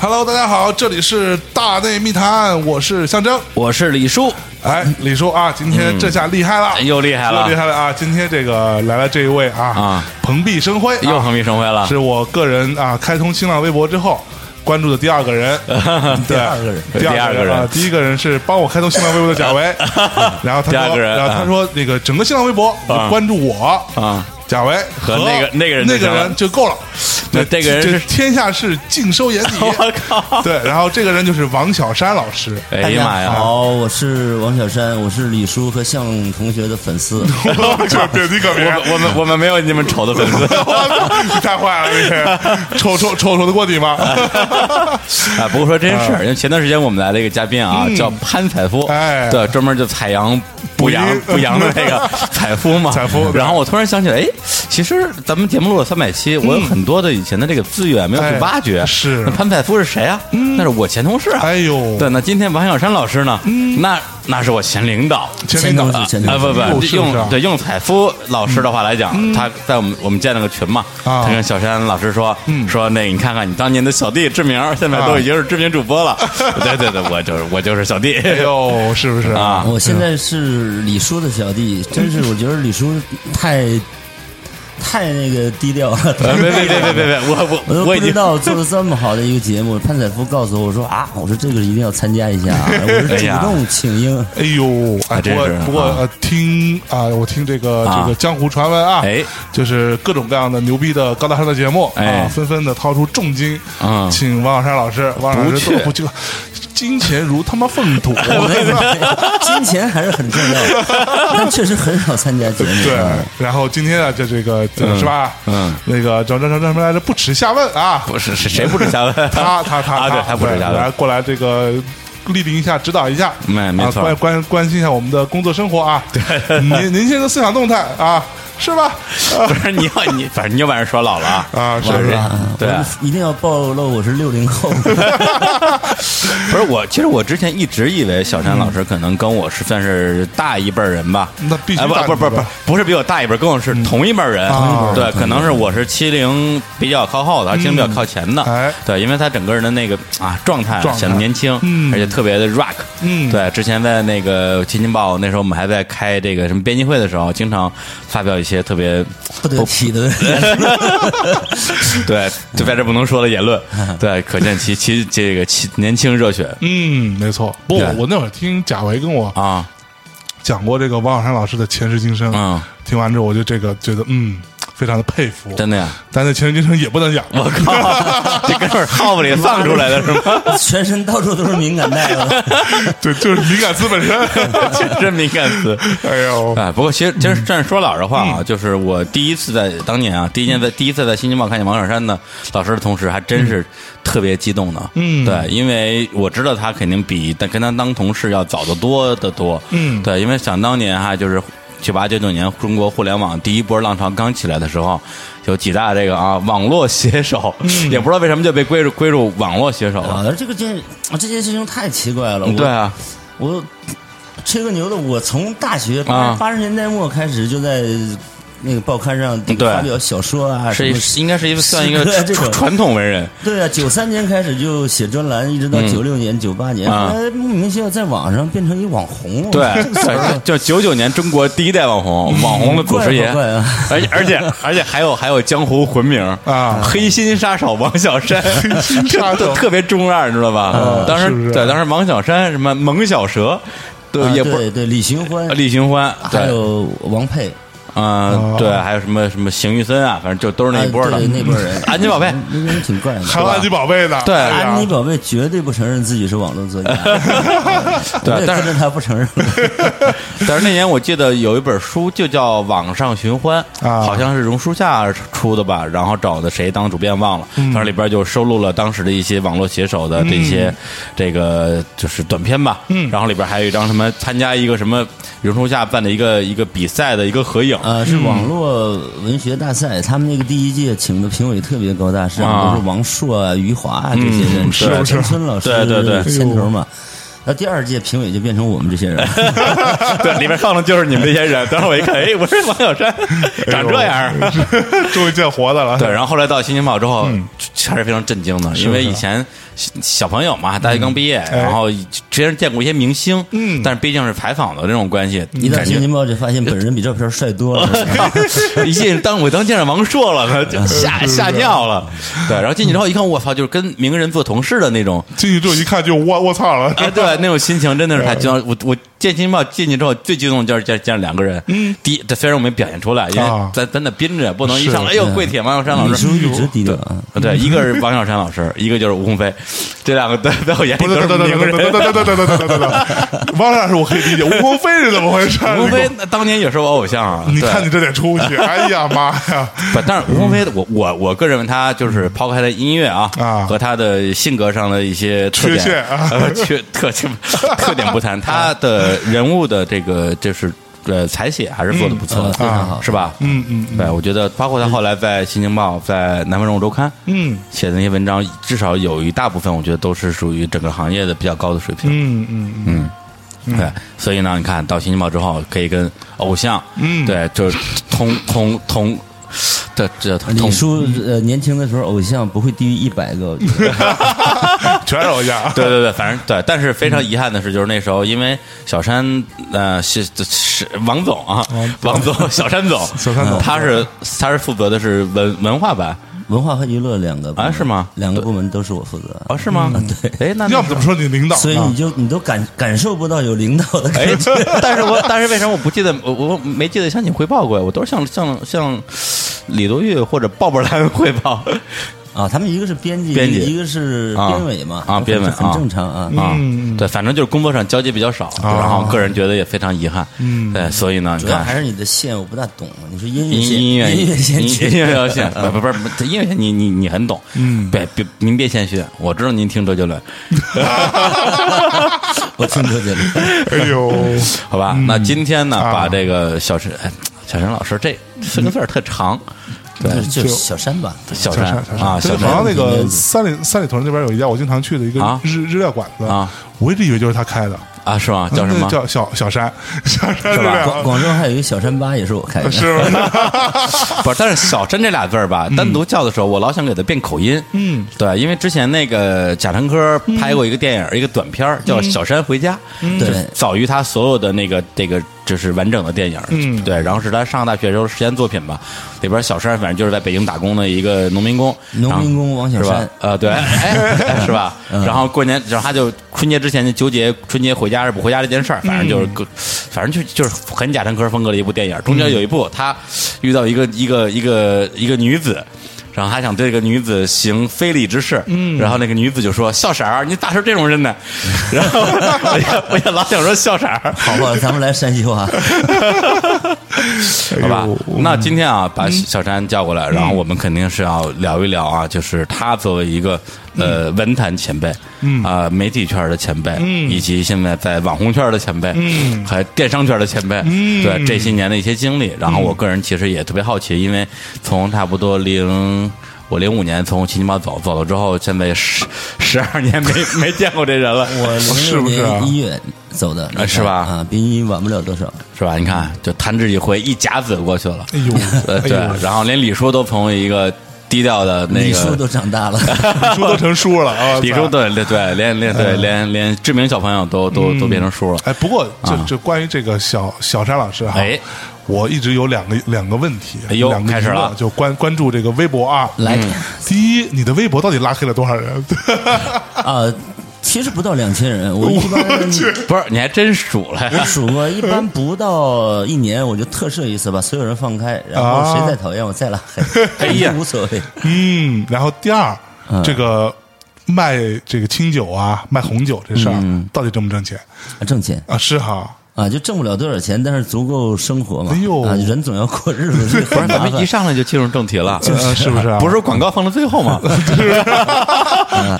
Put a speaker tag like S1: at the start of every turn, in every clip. S1: Hello，大家好，这里是大内密谈，我是象征。
S2: 我是李叔，
S1: 哎，李叔啊，今天这下厉害了，
S2: 嗯又厉害了
S1: 又厉害了啊！今天这个来了这一位啊，
S2: 啊
S1: 蓬荜生辉，
S2: 又
S1: 啊
S2: 横批生辉了。
S1: 是我个人啊，开通新浪微博之后关注的第二个 人， 对，第
S3: 二个人
S1: 第
S2: 第
S1: 二
S2: 二
S1: 个
S2: 个人
S1: 啊，第一个人是帮我开通新浪微博的 贾维，然后他
S2: 第二
S1: 说，
S2: 个人
S1: 然后他
S2: 啊
S1: 说那个整个新浪微博你就
S2: 啊
S1: 关注我
S2: 啊。
S1: 贾维和
S2: 那个那个人就
S1: 那个
S2: 行了
S1: 人就够了，
S2: 那
S1: 对
S2: 这个人
S1: 这
S2: 是
S1: 天下事尽收眼底。
S2: 我靠！
S1: 对，然后这个人就是王小山老师，
S2: 哎呀妈
S3: 大家
S2: 呀！
S3: 好，我是王小山，我是李叔和向同学的 粉丝。
S1: 对，你可别，
S2: 我们我们没有你们丑的 粉丝
S1: 你太坏了， 你臭臭臭臭的锅底吗？
S2: 啊！不过说真事儿，因为前段时间我们来了一个嘉宾啊，叫潘采夫，
S1: 嗯哎
S2: 对，专门就采阳补阳
S1: 补阴呃
S2: 补阳的 那个采夫嘛，
S1: 采夫对
S2: 然后我突然想起来，哎，其实咱们节目录了三百期，我有很多的以前的这个资源没有去
S1: 嗯哎
S2: 挖掘。
S1: 是嗯
S2: 那潘采夫是谁啊？那是我前同事啊。
S1: 哎嗯呦
S2: 对，那今天王小山老师呢？那那是我前领导。
S1: 前领导
S3: 前同事前同
S2: 啊
S3: 事
S2: 不
S1: 又
S2: 不，
S1: 是不是啊嗯
S2: 用对用采夫老师的话来讲，他在我们我们建了个群嘛，
S1: 啊嗯
S2: 他跟小山老师说说那你看看你当年的小弟志明，现在
S1: 啊
S2: 都已经是知名 主播了。对对对，我就是我就是小弟
S1: 哎呦，是不是
S2: 啊！
S3: 我现在是李叔的小弟，真是我觉得李叔太太那个低调 了。
S2: 别哎别别别别别，我
S3: 我
S2: 我
S3: 都呃不
S2: 我已
S3: 知
S2: 经
S3: 道做了这么好的一个节目，潘采夫告诉我我说啊，我说这个一定要参加一 下啊，我是
S2: 哎呀
S3: 主动 请缨。
S1: 哎呦，哎，
S2: 还
S1: 不
S2: 真
S1: 过
S2: 是
S1: 不过
S2: 啊
S1: 呃，听啊，我听这个
S2: 啊
S1: 这个江湖传闻啊，
S2: 哎，
S1: 就是各种各样的牛逼的高大上的节目啊
S2: 哎，
S1: 纷纷的掏出重金
S2: 嗯
S1: 请王小山老师，王老
S2: 不
S1: 师
S2: 去
S1: 都不去了，金钱如他妈粪土，
S2: 哎
S3: 金钱还是很重要，但确实很少参加节目。
S1: 对，然后今天啊，就这个这个是吧？
S2: 嗯，
S1: 那个叫叫叫什么来着？不耻下问啊！
S2: 不是是谁不耻下问？
S1: 他他他
S2: 啊，对，他不耻下
S1: 来
S2: 问。
S1: 过来这个莅临一下，指导一下，
S2: 没没
S1: 啊
S2: 错
S1: 关关关心一下我们的工作生活啊，对， 您您现在的思想动态啊，是 吧？
S2: 不是你要你，反正你又把人说老了啊
S1: 啊是
S2: 我
S1: 是
S3: 啊，
S2: 对啊，
S3: 我一定要暴露我是六 零后。
S2: 不是我，其实我之前一直以为小山老师可能跟我是算是大一辈儿人吧，
S1: 嗯那必须
S2: 哎不
S1: 大一辈儿嗯啊
S2: 不不不不是比我大一辈儿，跟我是同一辈儿人，
S1: 同一辈儿
S2: 对，可能是我是七零比较靠后的，七零比较靠前的，
S1: 哎
S2: 对，因为他整个人的那个啊状态
S1: 状态
S2: 显得年轻，
S1: 嗯
S2: 而且特别的 rock，
S1: 嗯
S2: 对，之前在那个《天津报》那时候我们还在开这个什么编辑会的时候，经常发表一些特别
S3: 不得体的，
S2: 对就在这不能说的言论，对，可见其其这个其年轻热血
S1: 嗯，没错。不，
S2: 对
S1: 我我那会儿听贾维跟我
S2: 啊，
S1: 讲过这个王小山老师的前世今生，
S2: 嗯，
S1: 听完之后我就这个觉得嗯，非常的佩服。
S2: 真的呀。
S1: 但是前世今生也不 能讲，
S2: 我靠，这哥 们儿耗子里放出来的是 吗？
S3: 全身到处都是敏感带啊了。
S1: 对，就是敏感词本 身。
S2: 真敏感词。
S1: 哎呦，
S2: 哎，不过其实其实这说老实话啊，就是我第一次在当年啊，第一年在第一次在《新京报》看见王小山的老师的同时，还真是特别激动呢。
S1: 嗯
S2: 对，因为我知道他肯定比但跟他当同事要早得多得多。
S1: 嗯
S2: 对，因为想当年哈、就是九八九九年中国互联网第一波浪潮刚起来的时候，有几大这个啊网络写手，也不知道为什么就被归入归入网络写手了。
S3: 啊，这个件这件事情太奇怪了。我
S2: 哦对，啊，
S3: 我吹个牛的，我从大学
S2: 啊
S3: 八十年代末开始就在那个报刊上
S2: 对
S3: 发表小说啊，
S2: 是
S3: 什么
S2: 一应该是一个算一个
S3: 诗歌这
S2: 传
S3: 种
S2: 传统文人，
S3: 对啊，九三年开始就写专栏，一直到九六年、九八年，
S2: 嗯啊
S3: 后来莫名其妙在网上变成一网红。 啊
S2: 对
S3: 这个词儿
S2: 对，就九九年中国第一代网红，网红的祖师爷
S3: 嗯怪不怪啊，
S2: 而且而且而且还有还有江湖魂名
S1: 啊
S2: 黑心杀手王小山，
S1: 杀手
S2: 特特别中二，你知道
S3: 啊
S2: 吧？当
S1: 是不是
S2: 时对，当时王小山什么萌小蛇，对
S3: 啊，
S2: 也不啊
S3: 对对，李寻欢，
S2: 李寻欢，
S3: 还
S2: 对，
S3: 有王佩，啊
S1: 哦
S2: 嗯，对，还有什么什么邢玉森啊，反正就都是那一波的
S3: 哎对那波人
S2: 安妮宝贝，
S3: 那个人挺怪的。
S1: 还有安妮宝贝呢，
S2: 对
S1: 哎呀
S3: 安妮宝贝绝对不承认自己是网络作家，
S2: 对
S3: 我也
S2: 但是
S3: 跟着她不承认。
S2: 但是那年我记得有一本书就叫《网上寻欢》，
S1: 啊
S2: 好像是榕树下出的吧，然后找的谁当主编忘了，反正里边就收录了当时的一些网络写手的这些、这个就是短片吧，嗯，然后里边还有一张什么参加一个什么榕树下办的一个一个比赛的一个合影，
S3: 呃，是网络文学大赛，他们那个第一届请的评委特别高大上，
S2: 啊
S3: 都是王朔啊、余华啊这些人，
S2: 嗯是
S3: 郑
S1: 是
S3: 郑春老师
S2: 对对对
S3: 牵头嘛。那第二届评委就变成我们这些 人，
S2: 对，里面放的就是你们这些人。当时我一看，哎，我说王小山长这样。
S1: 终于见活的了。
S2: 对，然后后来到新京报之后，还嗯是非常震惊的，因为以前小小朋友嘛，大学刚毕业，然后之前见过一些明星，嗯，但是毕竟是采访的这种关系，
S3: 一 到
S2: 感觉
S3: 新京报就发现本人比照片帅 多了。
S2: 一进当我当见着王朔了，就吓吓尿了。对，然后进去之后一看，我操，就是跟名人做同事的那种。
S1: 进去之后一看就我我操了，
S2: 哎，对，那种心情真的是太激动。我我见新报进去之后，最激动就是见见着两个人。嗯，第一，这虽然我没表现出来，因为
S1: 啊
S2: 咱咱得憋着，不能一上来哎
S1: 是
S2: 呦跪舔王小山老
S3: 李
S2: 师
S3: 叔。一直低调啊，
S2: 啊对，一个是王小山老师，一个就是吴鸿飞，这两个在在我眼里
S1: 不是，
S2: 都
S1: 等
S2: 是
S1: 等等
S2: 名
S1: 等等
S2: 人。
S1: 等等等等等等等，王老师我可以理解，吴鹏飞是怎么回事？
S2: 吴鸿飞那当年也是我偶像啊，
S1: 你
S2: 对
S1: 看你这得出息，哎呀妈呀！
S2: 不，但是吴鹏飞，我我我个人认为他就是抛开他音乐啊，
S1: 啊
S2: 和他的性格上的一些特点
S1: 缺陷啊
S2: 呃 缺特性特点不谈，他的人物的这个就是呃采写还是做的不错
S3: 嗯呃非
S2: 的，
S3: 常好
S2: 是吧？
S1: 嗯嗯嗯
S2: 对，我觉得包括他后来在《新京报》在《南方人物周刊》
S1: 嗯
S2: 写的那些文章，至少有一大部分，我觉得都是属于整个行业的比较高的水平。
S1: 嗯嗯嗯，
S2: 对，所以呢，你看到《新京报》之后，可以跟偶像，
S1: 嗯
S2: 对，就是通通通。这这
S3: 李
S2: 通
S3: 叔呃年轻的时候偶像不会低于一百个， 我觉得
S1: 全是偶像。
S2: 对对对，反正对，但是非常遗憾的是，就是那时候因为小山呃是是王总啊，王总 小山总，嗯
S1: 小山总
S2: 他是他是负责的是文文化版
S3: 文化和娱乐两个部门
S2: 啊是吗
S3: 两个部门都是我负责
S2: 啊，是吗？对，哎，那
S1: 要不怎么说你领导呢？
S3: 所以你就你都感感受不到有领导的感
S2: 哎
S3: 觉。，
S2: 但是我但是为什么我不记得我我没记得向你汇报过呀？我都是向向向李德裕或者鲍勃兰汇报。
S3: 啊，他们一个是编辑，
S2: 编辑
S3: 一个是编委嘛，
S2: 啊啊编委
S3: 很
S2: 啊
S3: 很正常啊。
S2: 啊，对，反正就是工作上交接比较少，然后个人觉得也非常遗憾，啊嗯，对，所以呢，你
S3: 主要
S2: 看
S3: 还是你的线我不大懂，你说音乐线，
S2: 音音乐
S3: 音乐线
S2: 音音乐要线，不不不是音乐线，你你你很懂，嗯，别别您别谦虚，我知道您听周杰 伦，
S3: 我听周杰 伦，
S1: 哎呦，
S2: 好吧？那今天呢，
S1: 啊
S2: 把这个小陈哎小陈老师这四个字儿特长，
S3: 对，就是小山吧，
S2: 小陈啊，
S1: 这
S2: 小
S1: 个
S2: 陈
S1: 好像那个三里三里屯那边有一家我经常去的一个
S2: 啊
S1: 日日料馆子
S2: 啊，
S1: 我一直以为就是他开的，
S2: 啊是吗？叫什么
S1: 嗯？叫小小山，小山
S2: 是吧
S1: 日料
S3: 广广州还有一个小山吧，也是我开的。
S1: 是 吗？
S2: 不是，但是“小真”这俩字儿吧，单独叫的时候，我老想给它变口音。嗯，对，因为之前那个贾樟柯拍过一个电影，一个短片儿叫《小山回家》，就是早于他所有的那个这个就是完整的电影。
S1: 嗯
S2: 对，然后是他上大学时候实验作品吧，里边小山反正就是在北京打工的一个农民工，
S3: 农民工王小
S2: 是吧
S3: 山，嗯
S2: 呃，对，哎是 吧？然后过年，然后他就春节之前就纠结春节回家是不回家这件事儿，反正就是各，反正就就是很贾樟柯风格的一部电影。中间有一部他遇到一个一个一个一个女子。然后他想对这个女子行非礼之事，嗯，然后那个女子就说：“笑色儿，你咋是这种人呢？”然后 我也我也老想说笑色儿，
S3: 好不好？咱们来山 西话，
S2: 好吧
S1: 哎呦？
S2: 那今天啊，把小山叫过来，然后我们肯定是要聊一聊啊，就是他作为一个呃文坛前辈，嗯啊媒体圈的前辈，嗯，以及现在在网红圈的前辈，嗯，还有电商圈的前辈，嗯，对这些年的一些经历。然后我个人其实也特别好奇，因为从差不多零。我零五年从新京报走走了之后，现在十十二年没没见过这人了，
S3: 我零
S1: 是
S3: 六
S1: 不是啊
S3: 年一月走的，
S2: 啊是吧
S3: 啊，比你晚不了多少。
S2: 是吧？你看，就弹指一挥，一甲子过去了。
S1: 哎呦
S2: 呃，， 对
S1: 哎呦，
S2: 然后连李叔都从一个低调的那个
S3: 李叔都长大 了，
S1: 书都成书了啊！
S2: 李
S1: 操
S2: 叔对对对，连连对连连知名小朋友都都都变成叔了。
S1: 哎，不过这这关于这个小小山老师哈
S2: 哎，
S1: 我一直有两个两个问题，
S2: 哎呦
S1: 两个疑
S2: 开始
S1: 问
S2: 了
S1: 就关关注这个微博啊。
S3: 来
S1: 第一，你的微博到底拉黑了多少人？
S3: 啊，其实不到两千人，我一般
S2: 不是，你还真数了
S3: 我
S2: 呀？
S3: 数过，一般不到一年我就特赦一次，把所有人放开，然后谁再讨厌我再拉 黑，
S2: 哎呀
S3: 无所谓。
S1: 嗯，然后第二，这个卖这个清酒啊，卖红酒这事儿到底挣不挣钱
S3: 挣钱
S1: 啊？是哈，
S3: 啊，就挣不了多少钱，但是足够生活嘛。
S1: 哎呦
S3: 啊，人总要过日子，这
S2: 不是
S3: 很
S2: 咱
S3: 麻
S2: 啊们一
S3: 烦。
S2: 上来就进入正题了，
S1: 呃是不是啊
S2: 不是广告放到最后 吗？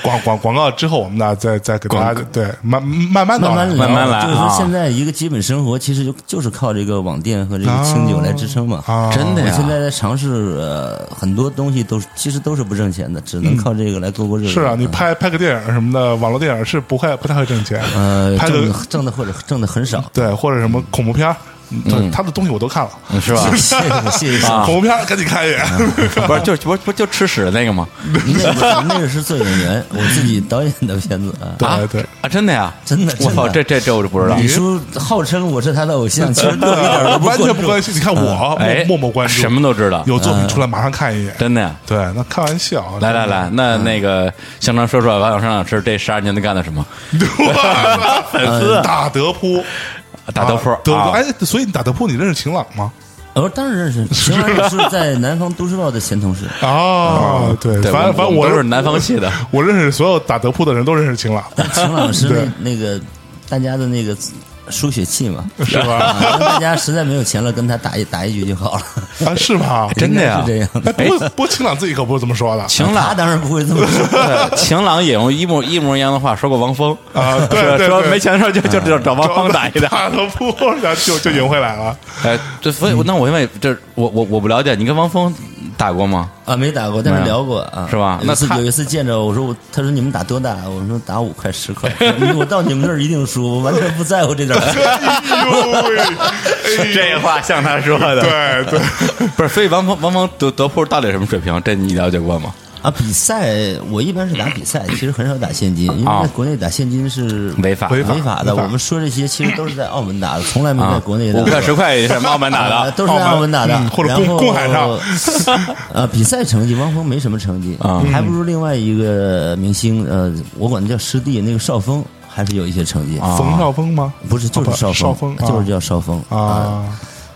S1: 广广广告之后，我们俩再再给大家对慢慢慢 啊慢
S3: 慢慢聊
S2: 慢慢来
S3: 就是说
S2: 啊
S3: 现在一个基本生活其实就就是靠这个网店和这个清酒来支撑嘛。
S1: 啊，
S2: 真的
S3: 我现在
S2: 呀，
S3: 在尝试呃很多东西都是其实都是不挣钱的，只能靠这个来过过日子。
S1: 是啊，你
S3: 嗯
S1: 拍拍个电影什么的，网络电影是不会不太会挣钱，
S3: 呃
S1: 拍
S3: 挣
S1: 个。
S3: 的挣的或者挣的很 少
S1: 对或者什么恐怖片儿，
S2: 嗯
S1: 对他的东西我都看了，
S2: 是吧？
S3: 谢谢谢谢，
S2: 啊
S1: 恐怖片儿赶紧看一眼，
S2: 不是，就不是不就吃屎的那个吗？
S3: 那个那个是做演员，我自己导演的片子啊。
S2: 啊
S1: 对对。
S2: 啊，真的呀，
S3: 真的
S2: 我操，
S3: 真的
S2: 这这这我就不知道。
S3: 李叔号称我是他的偶像，其实我一点 都
S1: 完全不
S3: 不
S1: 关
S3: 关注。
S1: 心。你看我
S2: 哎，
S1: 默默默关注，
S2: 什么都知道，
S1: 有作品出来马上看一眼。
S2: 真的呀。
S1: 对，那开玩笑。
S2: 来来来，那那个香肠说说王小生老师这十二年都干了什么？
S1: 哇，
S2: 粉丝
S1: 打德扑，
S2: 打德扑
S1: 啊德扑。
S2: 啊
S1: 哎，所以你打德扑，你认识晴朗吗？
S3: 我当然认识，秦二老师在南方都市报的前同事。
S1: 哦，对，
S2: 啊对，
S1: 反正反正
S2: 我们
S1: 我
S2: 都是
S1: 认
S2: 南方系的，
S1: 我认识所有打德扑的人都认识晴朗，
S3: 秦老师
S1: 对
S3: 那那个大家的那个输血器嘛，
S1: 是吧？
S3: 啊，让大家实在没有钱了，跟他打一打一局就好了。
S1: 啊，是 吗？
S2: 真的呀
S3: 应该是这样。
S1: 哎，不过不过晴朗自己可不是这么说 的
S2: 晴
S3: 啊他
S2: 朗。
S3: 当然不会这么说，
S2: 对晴朗也用一模一模一样的话说过王峰，
S1: 啊，对
S2: 是吧
S1: 对
S2: 说
S1: 对
S2: 没钱的时候就
S3: 啊
S2: 就就找王峰打一打。
S1: 打德扑，然后就就赢回来了。
S2: 哎，这所以那我因为这我我我不了解，你跟王峰打过吗？
S3: 啊，没打过，但是聊过啊，
S2: 是吧
S3: 有一次
S2: 那他
S3: 有一次见着我说我，他说你们打多大？我说打五块十块。我到你们那儿一定输，我完全不在乎这点钱。
S1: 哎呦喂， 哎呦
S2: 话像他说的，
S1: 对对，
S2: 不是。所以王峰王峰德德扑到底什么水平？这你了解过吗？
S3: 啊，比赛我一般是打比赛，其实很少打现金，因为
S2: 啊
S3: 在国内打现金是
S2: 违法
S1: 违法
S3: 违法的。
S1: 违法
S3: 我们说这些其实都是在澳门打的，从来没在
S2: 啊，
S3: 国内打
S2: 五
S3: 过。
S2: 块十块也是澳门打
S3: 啊
S2: 的， 哦
S3: 都是在澳门打的
S1: 嗯，或者
S3: 然后
S1: 公公海 上。
S3: 呃，比赛成绩，汪峰没什么成绩
S2: 啊
S3: 还不如另外一个明星，呃，我管他叫师弟，那个邵峰还是有一些成绩。
S2: 啊
S1: 冯绍峰吗？
S3: 不是，就
S1: 啊
S3: 是
S1: 不
S3: 邵
S1: 邵峰啊
S3: 就是叫邵峰。
S1: 啊。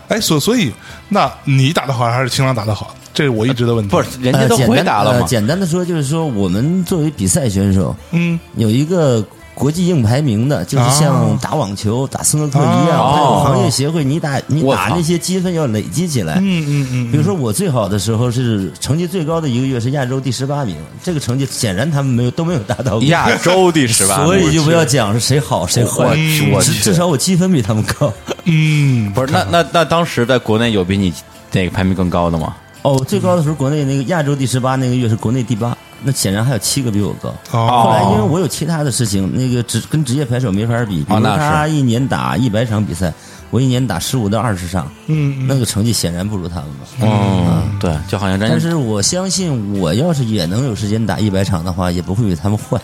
S1: 哎，所所以，那你打的好还是秦朗打的好？这是我一直的问题。
S2: 不是人家
S3: 呃
S2: 都
S3: 简
S2: 回
S3: 单
S2: 答了
S3: 呃
S2: 吗？
S3: 简单的说，就是说我们作为比赛选手，
S1: 嗯，
S3: 有一个国际硬排名的，就是像
S1: 啊
S3: 打网球、打斯诺克一样，
S2: 哦
S3: 它有行业协会，你打你
S2: 我
S3: 打
S2: 操
S3: 那些积分要累积起来。
S1: 嗯嗯嗯，
S3: 比如说我最好的时候是成绩最高的一个月是亚洲第十八名，这个成绩显然他们没有都没有达到过，
S2: 亚洲第十八名，
S3: 所以就不要讲是谁好谁
S2: 我
S3: 坏，
S2: 去我
S3: 至
S2: 去
S3: 至少我积分比他们高。
S1: 嗯，
S2: 不是那那那当时在国内有比你那个排名更高的吗？
S3: 哦，最高的时候国内那个亚洲第十八那个月是国内第八，那显然还有七个比我高。
S1: 哦
S3: 后来因为我有其他的事情，那个职跟职业牌手没法比，比
S2: 哦
S3: 如
S2: 那是
S3: 他一年打一百场比赛，我一年打十五到二十场，
S1: 嗯
S3: 那个成绩显然不如他们嘛。
S2: 嗯，对，就好像人家
S3: 但是我相信，我要是也能有时间打一百场的话，也不会比他们坏。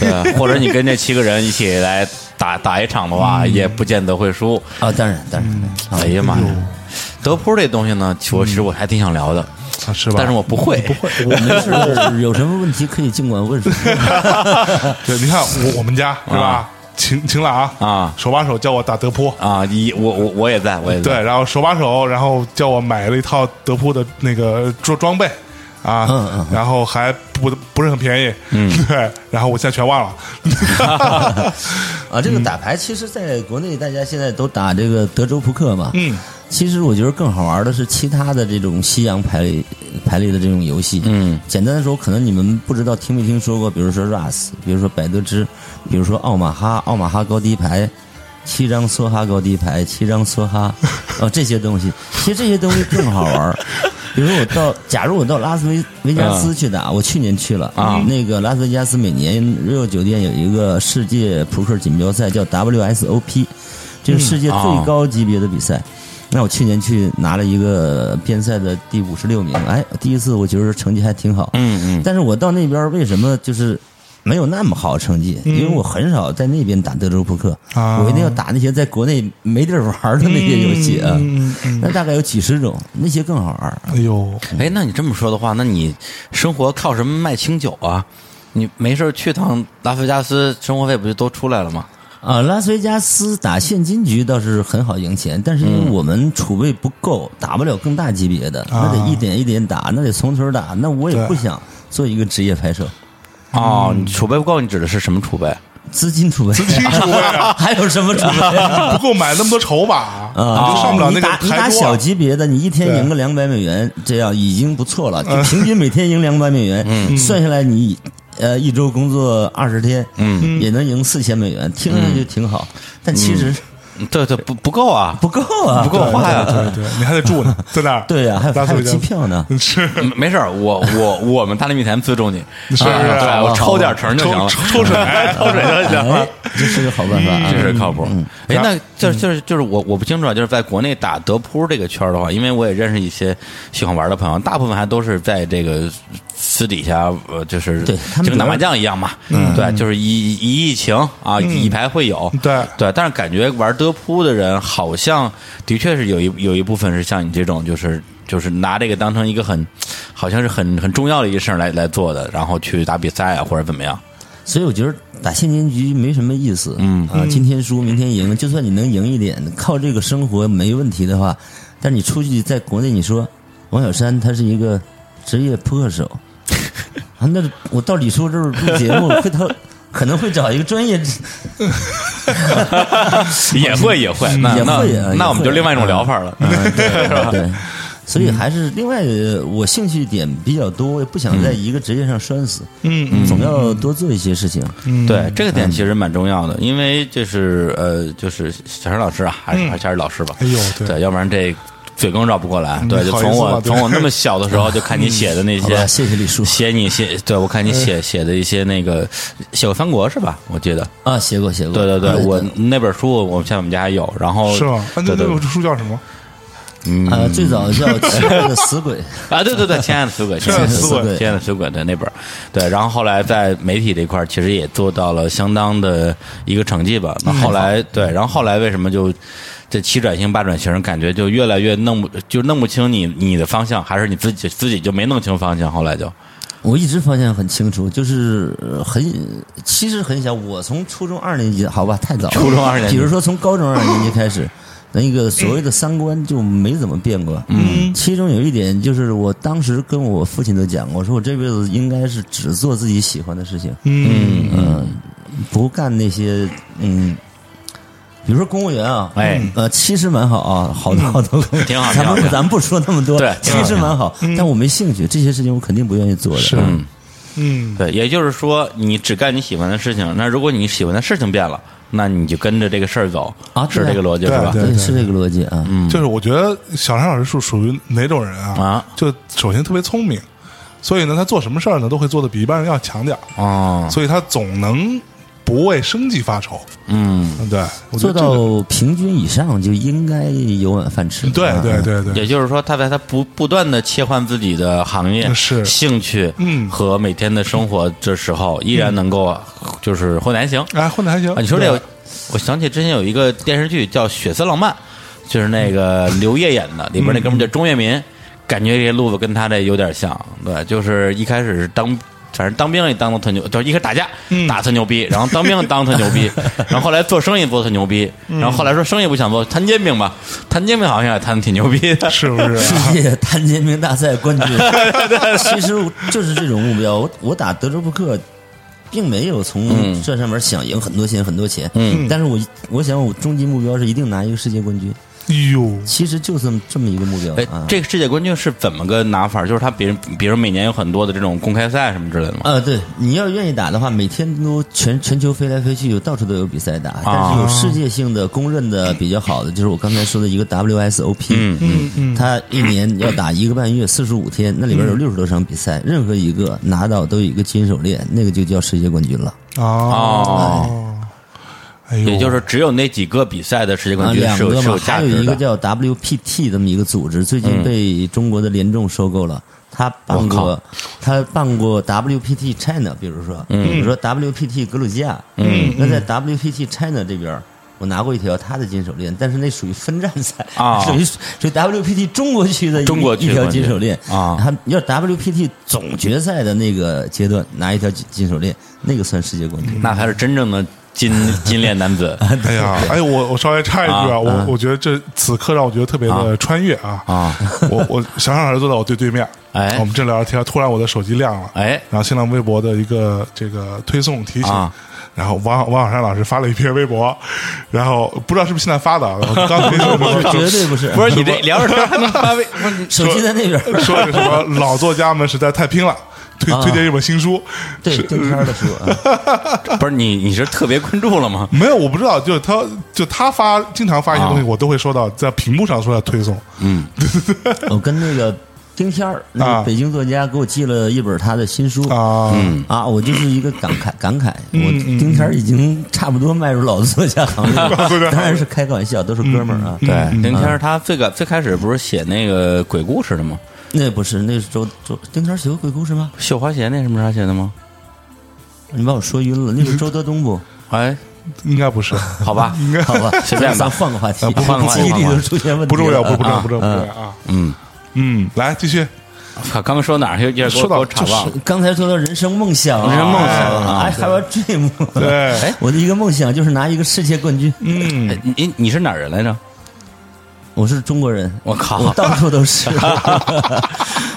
S2: 对，或者你跟这七个人一起来打打一场的
S1: 嗯
S2: 话，也不见得会输。
S3: 啊，当然，当然，啊
S2: 哎呀妈呀，德扑这东西呢，其我其实我还挺想聊的，
S1: 啊嗯是吧？
S2: 但是我不会，不会，
S3: 我们 是有什么问题可以尽管问。
S1: 对，你看我我们
S3: 啊
S1: 家是吧？秦秦朗
S2: 啊
S1: 手把手教我打德扑，
S2: 啊，一我我我也在，我也在。
S1: 对，然后手把手，然后叫我买了一套德扑的那个装装备啊，
S3: 嗯嗯
S1: 然后还不不是很便宜，嗯， 对，然后我现在全忘了，
S3: 啊，这个打牌其实在国内大家现在都打这个德州扑克嘛。
S1: 嗯，
S3: 其实我觉得更好玩的是其他的这种西洋牌类牌类的这种游戏。
S2: 嗯，
S3: 简单的说，可能你们不知道听没听说过，比如说 Ras，比如说百德之，比如说奥马哈、奥马哈高低牌。七张梭哈高低牌，七张梭哈，哦，这些东西，其实这些东西更好玩儿。比如我到，假如我到拉斯维维加斯去打，我去年去了
S2: 啊
S3: 那个拉斯维加斯每年 Rio 酒店有一个世界扑克锦标赛，叫 WSOP，这是世界最高级别的比赛。那我去年去拿了一个边赛的第五十六名，哎，第一次我觉得成绩还挺好。
S2: 嗯嗯，
S3: 但是我到那边为什么就是没有那么好成绩？因为我很少在那边打德州扑克，
S1: 啊
S3: 我一定要打那些在国内没地儿玩的那些游戏啊。那大概有几十种，那些更好玩儿。
S1: 哎呦，
S2: 哎，那你这么说的话，那你生活靠什么卖清酒啊？你没事儿去趟拉斯维加斯，生活费不就都出来了吗？
S3: 啊，拉斯维加斯打现金局倒是很好赢钱，但是因为我们储备不够，打不了更大级别的，嗯那得一点一点打，那得从头打。那我也
S1: 对
S3: 不想做一个职业拍手，
S1: 嗯
S2: 哦，你储备不够，你指的是什么储备？
S3: 资金储备，资
S1: 金储备啊
S3: 还有什么储备啊？
S1: 不够买那么多筹码，
S3: 啊，
S1: 你就上不了那个
S3: 你打你
S1: 台
S3: 打
S1: 桌
S3: 小
S1: 啊。
S3: 级别的，你一天赢个两百美元，这样已经不错了。
S1: 嗯
S3: 就平均每天赢两百美元，算下来你呃一周工作二十天，嗯，也能赢四千美元，听上去
S1: 嗯
S3: 就挺好，但其实
S2: 嗯对对，不不够啊，
S3: 不够啊，
S2: 不够花呀。
S1: 对对，你还得住呢，在那儿。
S3: 对呀，啊还有
S1: 拉斯
S3: 还有
S1: 维加
S3: 机
S1: 斯
S3: 票呢，
S1: 是
S2: 嗯没事儿，我我我们大内密谈资助你，
S1: 是
S2: 啊
S1: 是
S2: 对
S1: 好
S2: 我
S3: 吧
S2: 抽点成就行了，
S1: 抽抽 水
S2: 抽水就行了
S3: 哎。，这是个好办法
S1: 嗯
S3: 啊，
S2: 这是靠谱。哎，
S3: 嗯
S2: 那就是就是就是我我不清楚啊，就是在国内打德扑这个圈儿的话，因为我也认识一些喜欢玩的朋友，大部分还都是在这个私底下，呃，就是
S3: 对他们嗯
S2: 就跟打
S3: 主要
S2: 麻将一样嘛，对，就是以以疫情啊，
S3: 嗯
S2: 以牌会友，
S1: 对
S2: 对，但是感觉玩德扑的人好像的确是有一有一部分是像你这种，就是就是拿这个当成一个很好像是很很重要的一个事儿来来做的，然后去打比赛啊或者怎么样，
S3: 所以我觉得打现金局没什么意思。嗯啊，今天输明天赢，就算你能赢一点，靠这个生活没问题的话，但你出去在国内，你说王小山他是一个 职业扑克手啊，那我到李叔这儿录节目，会他可能会找一个专业
S2: 也会也会，那
S3: 也
S2: 那
S3: 会啊也
S2: 那我们
S3: 会
S2: 就另外一种疗法了。
S3: 对，所以还是另外，呃我兴趣点比较多，也不想在一个职业上拴死，
S1: 嗯
S3: 嗯，总要多做一些事情。
S2: 对，这个点其实蛮重要的，因为就是呃，就是小陈老师啊，还是还是老师吧。
S1: 哎呦对
S2: 对，要不然这嘴更绕不过来。对，就
S1: 好意
S2: 从
S1: 思
S2: 我
S1: 吧对
S2: 从我那么小的时候就看你写的那
S3: 嗯好
S2: 些
S3: 吧，，谢谢李叔
S2: 写你写，对我看你写写的一些那个写过《三国》是吧？我记得，
S3: 啊，谢过谢过，
S2: 对对对，
S3: 嗯
S2: 我那本书我们现在我们家还有，然后
S1: 是吗？啊那
S2: 哦对
S1: 那
S2: 对
S1: 本书叫什么？
S3: 呃最早叫《亲爱的死鬼》。
S2: 啊，对对对，亲爱的死鬼，亲
S1: 爱的死鬼
S2: 亲爱的死鬼的那本儿，对，然后后来在媒体这块儿其实也做到了相当的一个成绩吧。那后来对，然后后来为什么就这七转型八转型，感觉就越来越弄不就弄不清你你的方向，还是你自己自己就没弄清方向，后来就
S3: 我一直方向很清楚，就是呃很其实很小。我从初中二年级，好吧，太早了。
S2: 初中二年级
S3: 比如说从高中二年级开 始，那个所谓的三观就没怎么变过。嗯，其中有一点就是，我当时跟我父亲都讲，我说我这辈子应该是只做自己喜欢的事情，
S1: 嗯
S3: 不干那些嗯，比如说公务员啊，
S2: 哎嗯
S3: 呃，其实蛮好啊，好多好多公务员
S2: 挺好
S3: 咱
S2: 挺好
S3: 们咱不说那么多，
S2: 对
S3: 其
S2: 挺好
S3: 实蛮好，但我没兴趣，这些事情我肯定不愿意做的。
S1: 啊嗯是
S2: 嗯
S1: 嗯，
S2: 对，也就是说你只干你喜欢的事情。那如果你喜欢的事情变了，那你就跟着这个事儿走
S3: 啊对
S2: 是
S3: 啊
S2: 这个逻辑是吧？
S1: 对
S3: 对，是这个逻辑啊。嗯，
S1: 就是我觉得小山老师是属于哪种人啊？
S2: 啊
S1: 就首先特别聪明，所以呢，他做什么事儿呢，都会做的比一般人要强点儿，
S2: 哦，
S1: 所以他总能不为生计发愁。
S2: 嗯。
S1: 嗯，对，我觉
S3: 做
S1: 得这个
S3: 到平均以上就应该有碗饭吃。
S1: 对
S3: 啊
S1: 对。对对，
S2: 也就是说，他在他不不断的切换自己的行业、
S1: 是
S2: 兴趣，
S1: 嗯
S2: 和每天的生活这时候，依然能够就是混难行啊。
S1: 哎，混的还行。
S2: 你说这
S1: 对
S2: 个，我想起之前有一个电视剧叫《血色浪漫》，就是那个刘烨演的，里边那哥们儿叫钟跃民，感觉这路子跟他这有点像，对，就是一开始是当。反正当兵也当的特牛，就是一开始打架、
S3: 嗯
S2: 打特牛逼，然后当兵当特牛 逼，然后后来做生意做特牛逼，
S3: 嗯
S2: 然后后来说生意不想做，摊煎饼吧，摊煎饼好像也摊的挺牛逼的，
S1: 是不是啊？
S3: 世界 摊煎饼大赛 冠军，其实就是这种目标。我我打德州扑克，并没有
S1: 嗯
S3: 从这上面想赢很多钱很多钱，嗯，但是我我想我终极目标是一定拿一个世界冠军。
S1: 哎呦，
S3: 其实就这么这么一个目标
S2: 哎
S3: 啊，。
S2: 这个世界冠军是怎么个拿法？就是他别人，比如每年有很多的这种公开赛什么之类的吗？
S3: 呃，对，你要愿意打的话，每天都全全球飞来飞去，有到处都有比赛打。但是有世界性的公认的比较好的，就是我刚才说的一个 WSOP，嗯嗯嗯，它一年要打一个半月，四十五天，那里边有六十多场比赛，任何一个拿到都有一个金手链，那个就叫世界冠军了。
S1: 哦，哎呦，
S2: 也就是只有那几个比赛的世界
S3: 啊，
S2: 冠军
S3: 两
S2: 是有
S3: 个
S2: 是
S3: 嘛，
S2: 有价
S3: 还有
S2: 值
S3: 一
S2: 的。
S3: 个
S2: 嗯
S3: 叫 WPT 这么一个组织，最近被中国的联众收购了。他办
S2: 我
S3: 过，他办过 WPT China，比如说，
S2: 嗯
S3: 比如说 WPT 格鲁吉亚，嗯，那在 WPT China 这边儿，我拿过一条他的金手链，但是那属于分站赛
S2: 啊
S3: 属于属于 WPT 中国区的一
S2: 中国区
S3: 一条
S2: 冠军
S3: 金手链
S2: 啊
S3: 他要 WPT 总决赛的那个阶段拿一条金金手链，那个算世界冠军。
S2: 那才是真正的 金金链男 子
S1: 哎呀，哎，我我稍微插一句啊，
S2: 啊
S1: 我我觉得这此刻让我觉得特别的穿越啊！
S2: 啊，
S1: 我我想想，儿坐在我对对面，
S2: 哎
S1: 我们正聊着天，突然我的手机亮了，
S2: 哎
S1: 然后新浪微博的一个这个推送提醒。
S2: 啊
S1: 然后王王小山老师发了一篇微博，然后不知道是不是现在发的啊，我刚推 送的时候
S3: 绝对不是，
S2: 不是你 这聊着天还能发微，不是你
S3: 手机在那边，
S1: 说这个什么老作家们实在太拼了，推
S3: 啊
S1: 推荐一本新书，
S3: 对
S1: 是
S3: 对天儿的书啊，
S2: 不是你你是特别关注了吗？
S1: 没有，我不知道，就是他，就他发经常发一些东西，我都会收到，在屏幕上收到推送。
S3: 我跟那个丁天儿，那
S1: 啊
S3: 个北京作家给我寄了一本他的新书
S1: 啊，
S3: 啊，我就是一个感慨感慨，我丁天儿已经差不多迈入老作家行列了，
S1: 作家行列
S3: 当然是开个玩笑，都是哥们儿啊。
S2: 对，林哎天儿他最个最开始不是写那个鬼故事的吗？
S3: 那不是，那是周周丁天儿写过鬼故事吗？
S2: 绣花鞋那什么是他写的吗？
S3: 你把我说晕了，那是周德东不？
S2: 哎，
S1: 应该不是，
S2: 好 吧，
S3: 好吧，
S2: 随便吧
S3: 咱换个话题，
S2: 啊不换个话题
S3: 记忆力
S2: 换个话
S3: 都
S2: 题
S3: 出现问题
S1: 不重要，
S3: 了
S1: 不不重要，
S3: 啊
S1: 不重要，不重要啊。
S2: 嗯，
S1: 嗯，来继续，
S2: 靠，刚刚说哪儿？又又给我
S1: 说到
S2: 给我岔忘了。
S3: 刚才说到人生梦想啊，
S2: 人生梦想啊
S3: 哎，还有 dream，
S1: 对，
S2: 哎
S3: 我的一个梦想就是拿一个世界冠军。
S1: 嗯
S2: 哎，你你是哪儿人来着？
S3: 我是中国人，
S2: 我靠
S3: 我到处都是。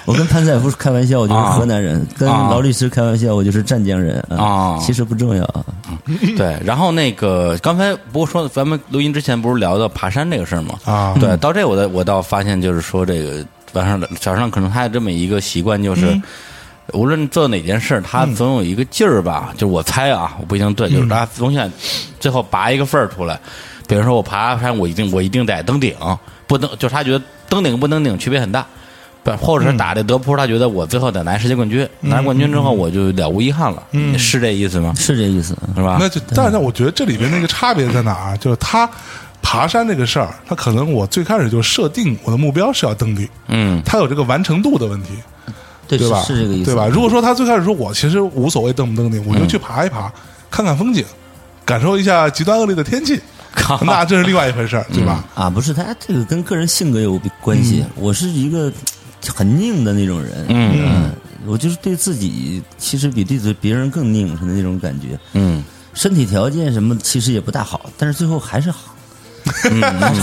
S3: 我跟潘赛夫开玩笑，我就是河南人；跟
S2: 啊
S3: 劳力士开玩笑，我就是湛江人
S2: 啊
S3: 其实不重要啊。
S2: 对，然后那个刚才不是说咱们录音之前不是聊到爬山这个事儿吗？
S1: 啊
S2: 对，到这我的我倒发现就是说这个晚上早上可能他有这么一个习惯，就是、
S1: 嗯
S2: 无论做哪件事，他总有一个劲儿吧，就是我猜啊，我不一定对，
S1: 嗯
S2: 就是他总想最后拔一个份儿出来。比如说我爬山，我一定我一定得登顶，不登就是他觉得登顶不登顶区别很大。不，或者
S1: 嗯
S2: 是打这德扑，他觉得我最后得拿世界冠军，拿冠军之
S1: 嗯
S2: 后我就了无遗憾了，嗯、是这意思吗？
S3: 是这意思啊。
S2: 是吧？
S1: 那就，但是我觉得这里边那个差别在哪儿啊？就是他爬山这个事儿，他可能我最开始就设定我的目标是要登顶，
S2: 嗯，
S1: 他有这个完成度的问题，
S3: 对
S1: 对吧？
S3: 是是这个意思，
S1: 对吧？？如果说他最开始说我其实无所谓登不登顶，我就去爬一爬，看看风景，感受一下极端恶劣的天气，
S2: 靠
S1: 那这是另外一回事儿，对吧？
S3: 啊，不是，他这个跟个人性格有关系。我是一个很拧的那种人，嗯，我就是对自己其实比对自别人更拧的那种感觉。
S2: 嗯，
S3: 身体条件什么的其实也不大好，但是最后还是好，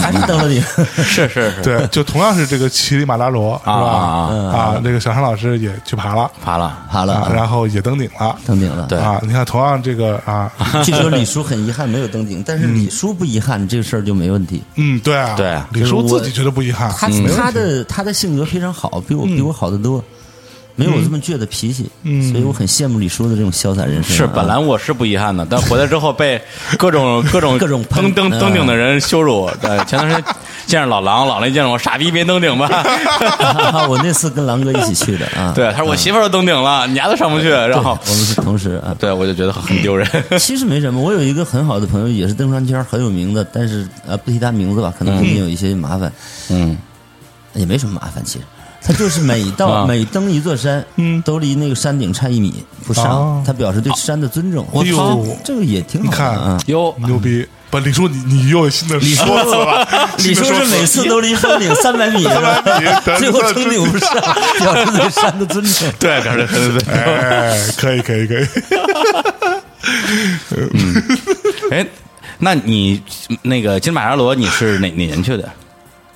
S3: 还是登了顶。
S2: 是是是，
S1: 对，就同样是这个乞力马扎罗，是吧？
S2: 嗯啊
S1: 啊，这个小山老师也去爬了，
S2: 爬了，
S3: 好了，
S1: 啊，然后也登顶了，
S3: 登顶了。
S2: 对
S1: 啊，你看同样这个 啊，
S3: 据说李叔很遗憾没有登顶，但是李叔不遗憾，这个事儿就没问题。
S1: 嗯，对啊，
S2: 对啊
S1: 李
S3: 就是
S1: 叔
S3: 我
S1: 自己觉得不遗憾，
S2: 嗯
S3: 他
S1: 没问题
S3: 他的他的性格非常好，比我比我好得多，没有我这么倔的脾气，
S1: 嗯
S3: 所以我很羡慕李叔的这种潇洒人生啊。
S2: 是本来我是不遗憾的，但回来之后被各种 各种
S3: 各种喷
S2: 登登
S3: 嗯
S2: 登顶的人羞辱我。对，前段时间见着老狼，老狼一见着我，傻逼别登顶吧。
S3: 我那次跟狼哥一起去的啊，
S2: 对，他说我媳妇儿都登顶了，你丫都上不去。然后，
S3: 我们是同事啊。
S2: 对我就觉得很丢人。
S3: 其实没什么，我有一个很好的朋友，也是登山圈很有名的，但是呃不提他名字吧，可能中间有一些麻烦，
S2: 嗯，
S3: 也没什么麻烦，其实。他就是每
S2: 啊
S3: 到每登一座山，
S1: 嗯
S3: 都离那个山顶差一米不
S1: 哦
S3: 上，他表示对山的尊重。
S1: 哎呦
S3: 操这个也挺
S1: 你
S3: 好的
S1: 看
S3: 啊。
S2: 哟，
S1: 牛逼。不，李叔，你你又有新的说辞 了。
S3: 李叔
S1: 新的
S3: 是
S1: 说辞
S3: 每次都离山顶三 百米，
S1: 米
S3: 最后登顶 不上，表示对山的尊重。
S2: 对，表示对对对。
S1: 哎，可以，可以，可以。
S2: 哎，那你那个金马扎罗，你是哪哪年去的？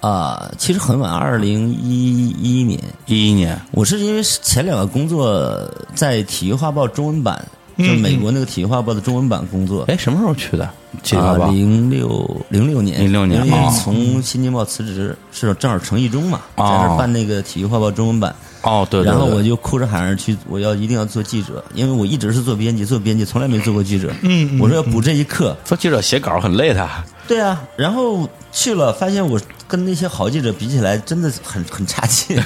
S3: 啊，其实很晚，二零一一年，
S2: 一一年。
S3: 我是因为前两个工作在《体育画报》中文版，就
S1: 嗯
S3: 美国那个《体育画报》的中文版工作。
S2: 哎，什么时候去的？记得
S3: 啊，
S2: 吧？
S3: 零六零六年，
S2: 06年
S3: 因为
S2: 哦
S3: 从新京报辞职，是正好程一中嘛，在
S2: 哦
S3: 那儿办那个《体育画报》中文版。
S2: 哦，对。对
S3: 然后
S2: 对
S3: 我就哭着喊着去，我要一定要做记者，因为我一直是做编辑，做编辑从来没做过记者。嗯，我说要补这一课。
S2: 做记者写稿很累 的。
S3: 对啊，然后去了，发现我跟那些好记者比起来，真的很 很差 劲。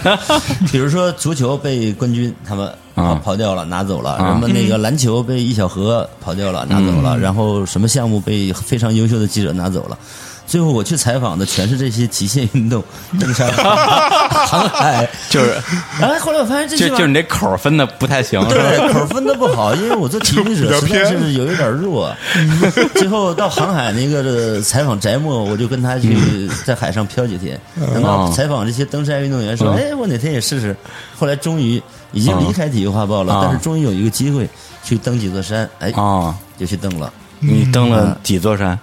S3: 比如说足球被冠军他们
S2: 啊
S3: 跑跑掉了，拿走了；什么那个篮球被一小河跑掉
S2: 嗯
S3: 了，拿走了；然后什么项目被非常优秀的记者拿走了。最后我去采访的全是这些极限运动、登山、航海。
S2: 就是
S3: 哎，后来我发现这
S2: 就
S3: 些玩意儿
S2: 就是你这口儿分的不太行，是 吧？
S3: 对，口分的不好，因为我做体 育者实在是有一点弱。 最后到航海那个采访翟墨，我就跟他去在海上漂几天。
S2: 嗯
S3: 等到采访这些登山运动员说：“哎，我哪天也试试。”后来终于已经离开体育画报了，
S2: 啊
S3: 但是终于有一个机会去登几座山，哎，
S2: 啊，
S3: 就去登了。
S2: 你
S1: 嗯
S2: 登了几座山？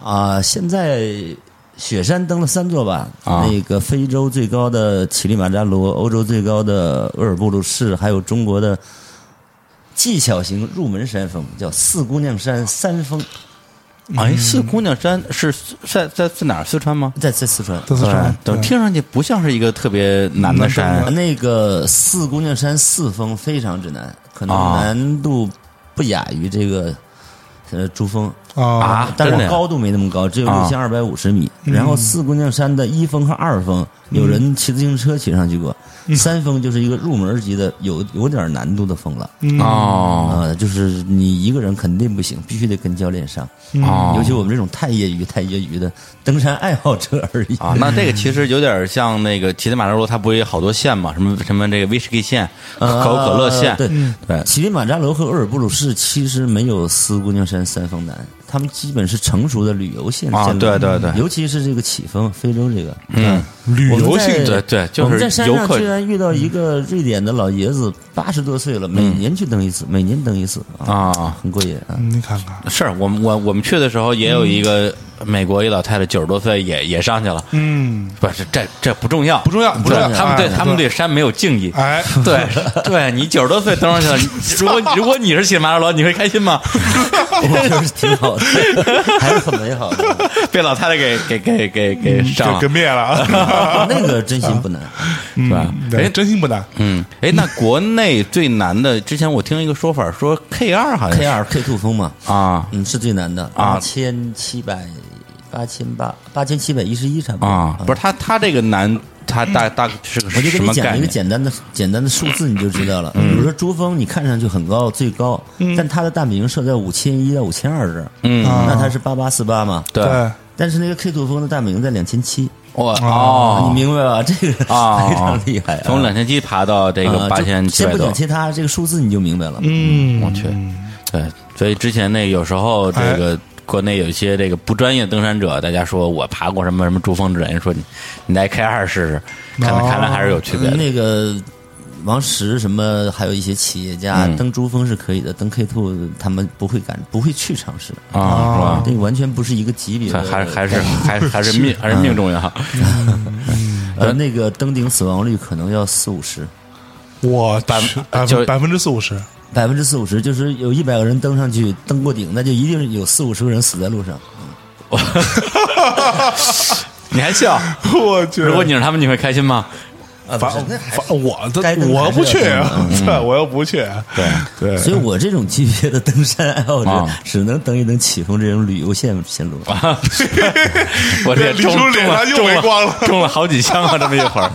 S3: 啊、现在雪山登了三座吧，
S2: 啊
S3: 那个非洲最高的乞力马扎罗，欧洲最高的额尔布鲁士，还有中国的技巧型入门山峰，叫四姑娘山三峰，
S2: 哎，
S1: 嗯
S2: 四姑娘山是在在在哪儿？四川吗？
S3: 在在四川。
S1: 在四川，
S2: 对，
S1: 对
S2: 听上去不像是一个特别难的山
S1: 难
S3: 那个四姑娘山四峰非常之难，可能
S2: 啊
S3: 难度不亚于这个呃珠峰。
S1: 啊，
S2: 啊，
S3: 但
S2: 真
S3: 是
S2: 的
S3: 我
S2: 呀
S3: 高度没那么高，只有
S2: 啊嗯
S3: 六千二百五十米。然后四姑娘山的一峰和二峰，有人骑自行车骑上去过。
S2: 嗯
S3: 三峰就是一个入门级的，有有点难度的峰了。
S1: 嗯
S2: 哦
S3: 啊，就是你一个人肯定不行，必须得跟教练上。
S2: 哦，
S3: 尤其我们这种太业余、太业余的登山爱好者而已。
S2: 啊，那这个其实有点像那个乞力马扎罗，它不是有好多线嘛？什么什么这个威士忌线、可
S3: 啊
S2: 口可乐嗯线，
S3: 对
S2: 对
S3: 乞力马扎罗和额尔布鲁士其实没有四姑娘山三峰难，他们基本是成熟的旅游线
S2: 啊
S3: 线路
S2: 对对对
S3: 尤其是这个起峰，非洲这个，
S2: 嗯，
S1: 旅游性
S2: 质
S3: 我
S2: 对
S3: 们在
S2: 对就是
S3: 我们在山
S2: 游
S3: 上
S2: 客
S3: 居然遇到一个瑞典的老爷子，八十多岁了，每年去登一次，
S2: 嗯
S3: 每年登一次啊，
S2: 啊。
S3: 很过瘾 啊。
S1: 嗯你看看，
S2: 是我们我我们去的时候也有一个美国一老太太，九十多岁也也上去了，
S1: 嗯，
S2: 不是这这不重要，
S1: 不重要不重要
S2: 对他们对
S1: 哎
S2: 他们对山没有敬意。
S1: 哎，
S2: 对，对你九十多岁登上去了，你如果如果你是乞力马扎罗，你会开心 吗？
S3: 我就是挺好的，还是很美好 的。
S2: 被老太太给给给给
S3: 嗯
S2: 给上
S1: 给
S2: 了
S1: 给灭了 啊，
S3: 那个真心不难，
S2: 对吧？
S1: 对，
S2: 哎，
S1: 真心不难，
S2: 嗯，哎，那国内最难的，之前我听一个说法，说 K 二好像
S3: K
S2: 是
S3: 二 K 兔峰嘛，
S2: 啊
S3: 嗯，是最难的，
S2: 啊
S3: 八千七百八千八八千七百一十一差不多嗯
S2: 啊，不是他他这个难，他大大是个
S3: 我就给
S2: 什
S3: 你
S2: 么
S3: 讲
S2: 概
S3: 一个
S2: 念？嗯
S3: 简单的、简单的数字，你就知道了。比如说珠峰，你看上去很高，最高，但它的大本营设在五千一到五千二这儿，
S2: 嗯
S1: 啊
S3: 那它是八八四八嘛。
S2: 对，
S1: 对，
S3: 但是那个 K 土峰的大本营在两千七，
S2: 我
S1: 哦
S2: 哦
S3: 你，明白吧？这个
S2: 啊，
S3: 非常厉害啊，
S2: 从两千七爬到这个
S3: 啊
S2: 八
S3: 就
S2: 千七
S3: 先
S2: 百
S3: 不
S2: 多
S3: 讲，其他，这个数字你就明白了。
S1: 嗯，哎
S2: 我去，对，所以之前那有时候这个。国内有一些这个不专业登山者，大家说我爬过什么什么珠峰之类，人说你你来 K 二试试，看来
S1: 哦
S2: 看来还是有区别的
S3: 嗯那个王石什么，还有一些企业家
S2: 嗯
S3: 登珠峰是可以的，登 K 兔他们不会敢，不会去尝试，
S1: 哦
S2: 啊，
S3: 这个完全不是一个级别
S2: 是吧？
S3: 的。
S2: 还还是还还是命还是命重
S1: 嗯
S2: 要。
S3: 呃，那个登顶死亡率可能要四五十，
S1: 我
S2: 百
S1: 去百
S2: 就
S1: 分百分之四五十，
S3: 百分之四五十，就是有一百个人登上去登过顶，那就一定有四五十个人死在路上。
S2: 你还笑？
S1: 我去，
S2: 如果你是他们，你会开心吗？
S3: 啊，
S1: 反
S3: 那还
S1: 反我
S3: 该
S1: 这
S3: 登
S1: 我
S3: 还
S1: 又
S3: 是
S1: 不
S3: 要
S1: 去，啊
S3: 登
S1: 对，我又不去，啊对对，
S3: 所以我这种级别的登山爱好者
S2: 啊，
S3: 只能登一登起峰这种旅游线线路。
S2: 我这也
S1: 李
S2: 中
S1: 叔
S2: 中
S1: 脸
S2: 了
S1: 上又
S2: 中
S1: 没
S2: 了
S1: 光了
S2: 中了好几枪啊！这么一会儿，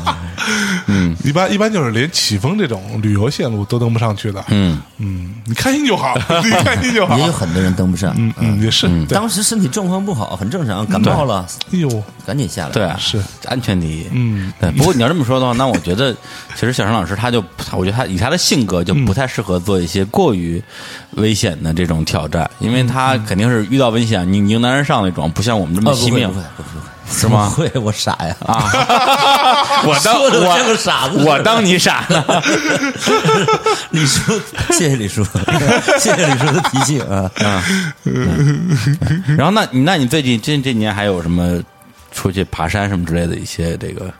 S1: 一般一般就是连起峰这种旅游线路都登不上去的，
S2: 嗯，
S1: 嗯，你开心就好，你开心就好，
S3: 也有很多人登不上，
S1: 嗯嗯也是，对，
S3: 当时身体状况不好，很正常，感冒了，
S1: 哎呦，
S3: 赶紧下来。
S2: 嗯对，啊，
S1: 是
S2: 安全第一。
S1: 嗯，
S2: 对。不过你要这么说的话，那我觉得其实小陈老师他就，他我觉得他以他的性格就不太适合做一些过于危险的这种挑战，因为他肯定是遇到危险你迎难而上那嗯哦种，不像我们这
S3: 啊，
S2: 么
S3: 不
S2: 惜
S3: 会
S2: 命
S3: 不会不会，
S2: 是吗
S3: 不会，我傻呀！
S2: 啊。 我当
S3: 说的我像个
S2: 我
S3: 傻子似的。
S2: 我当你傻呢。
S3: 李 叔，谢谢李叔，谢谢李叔的提醒啊。
S2: 然后那你那你最近这这年还有什么出去爬山什么之类的一些这个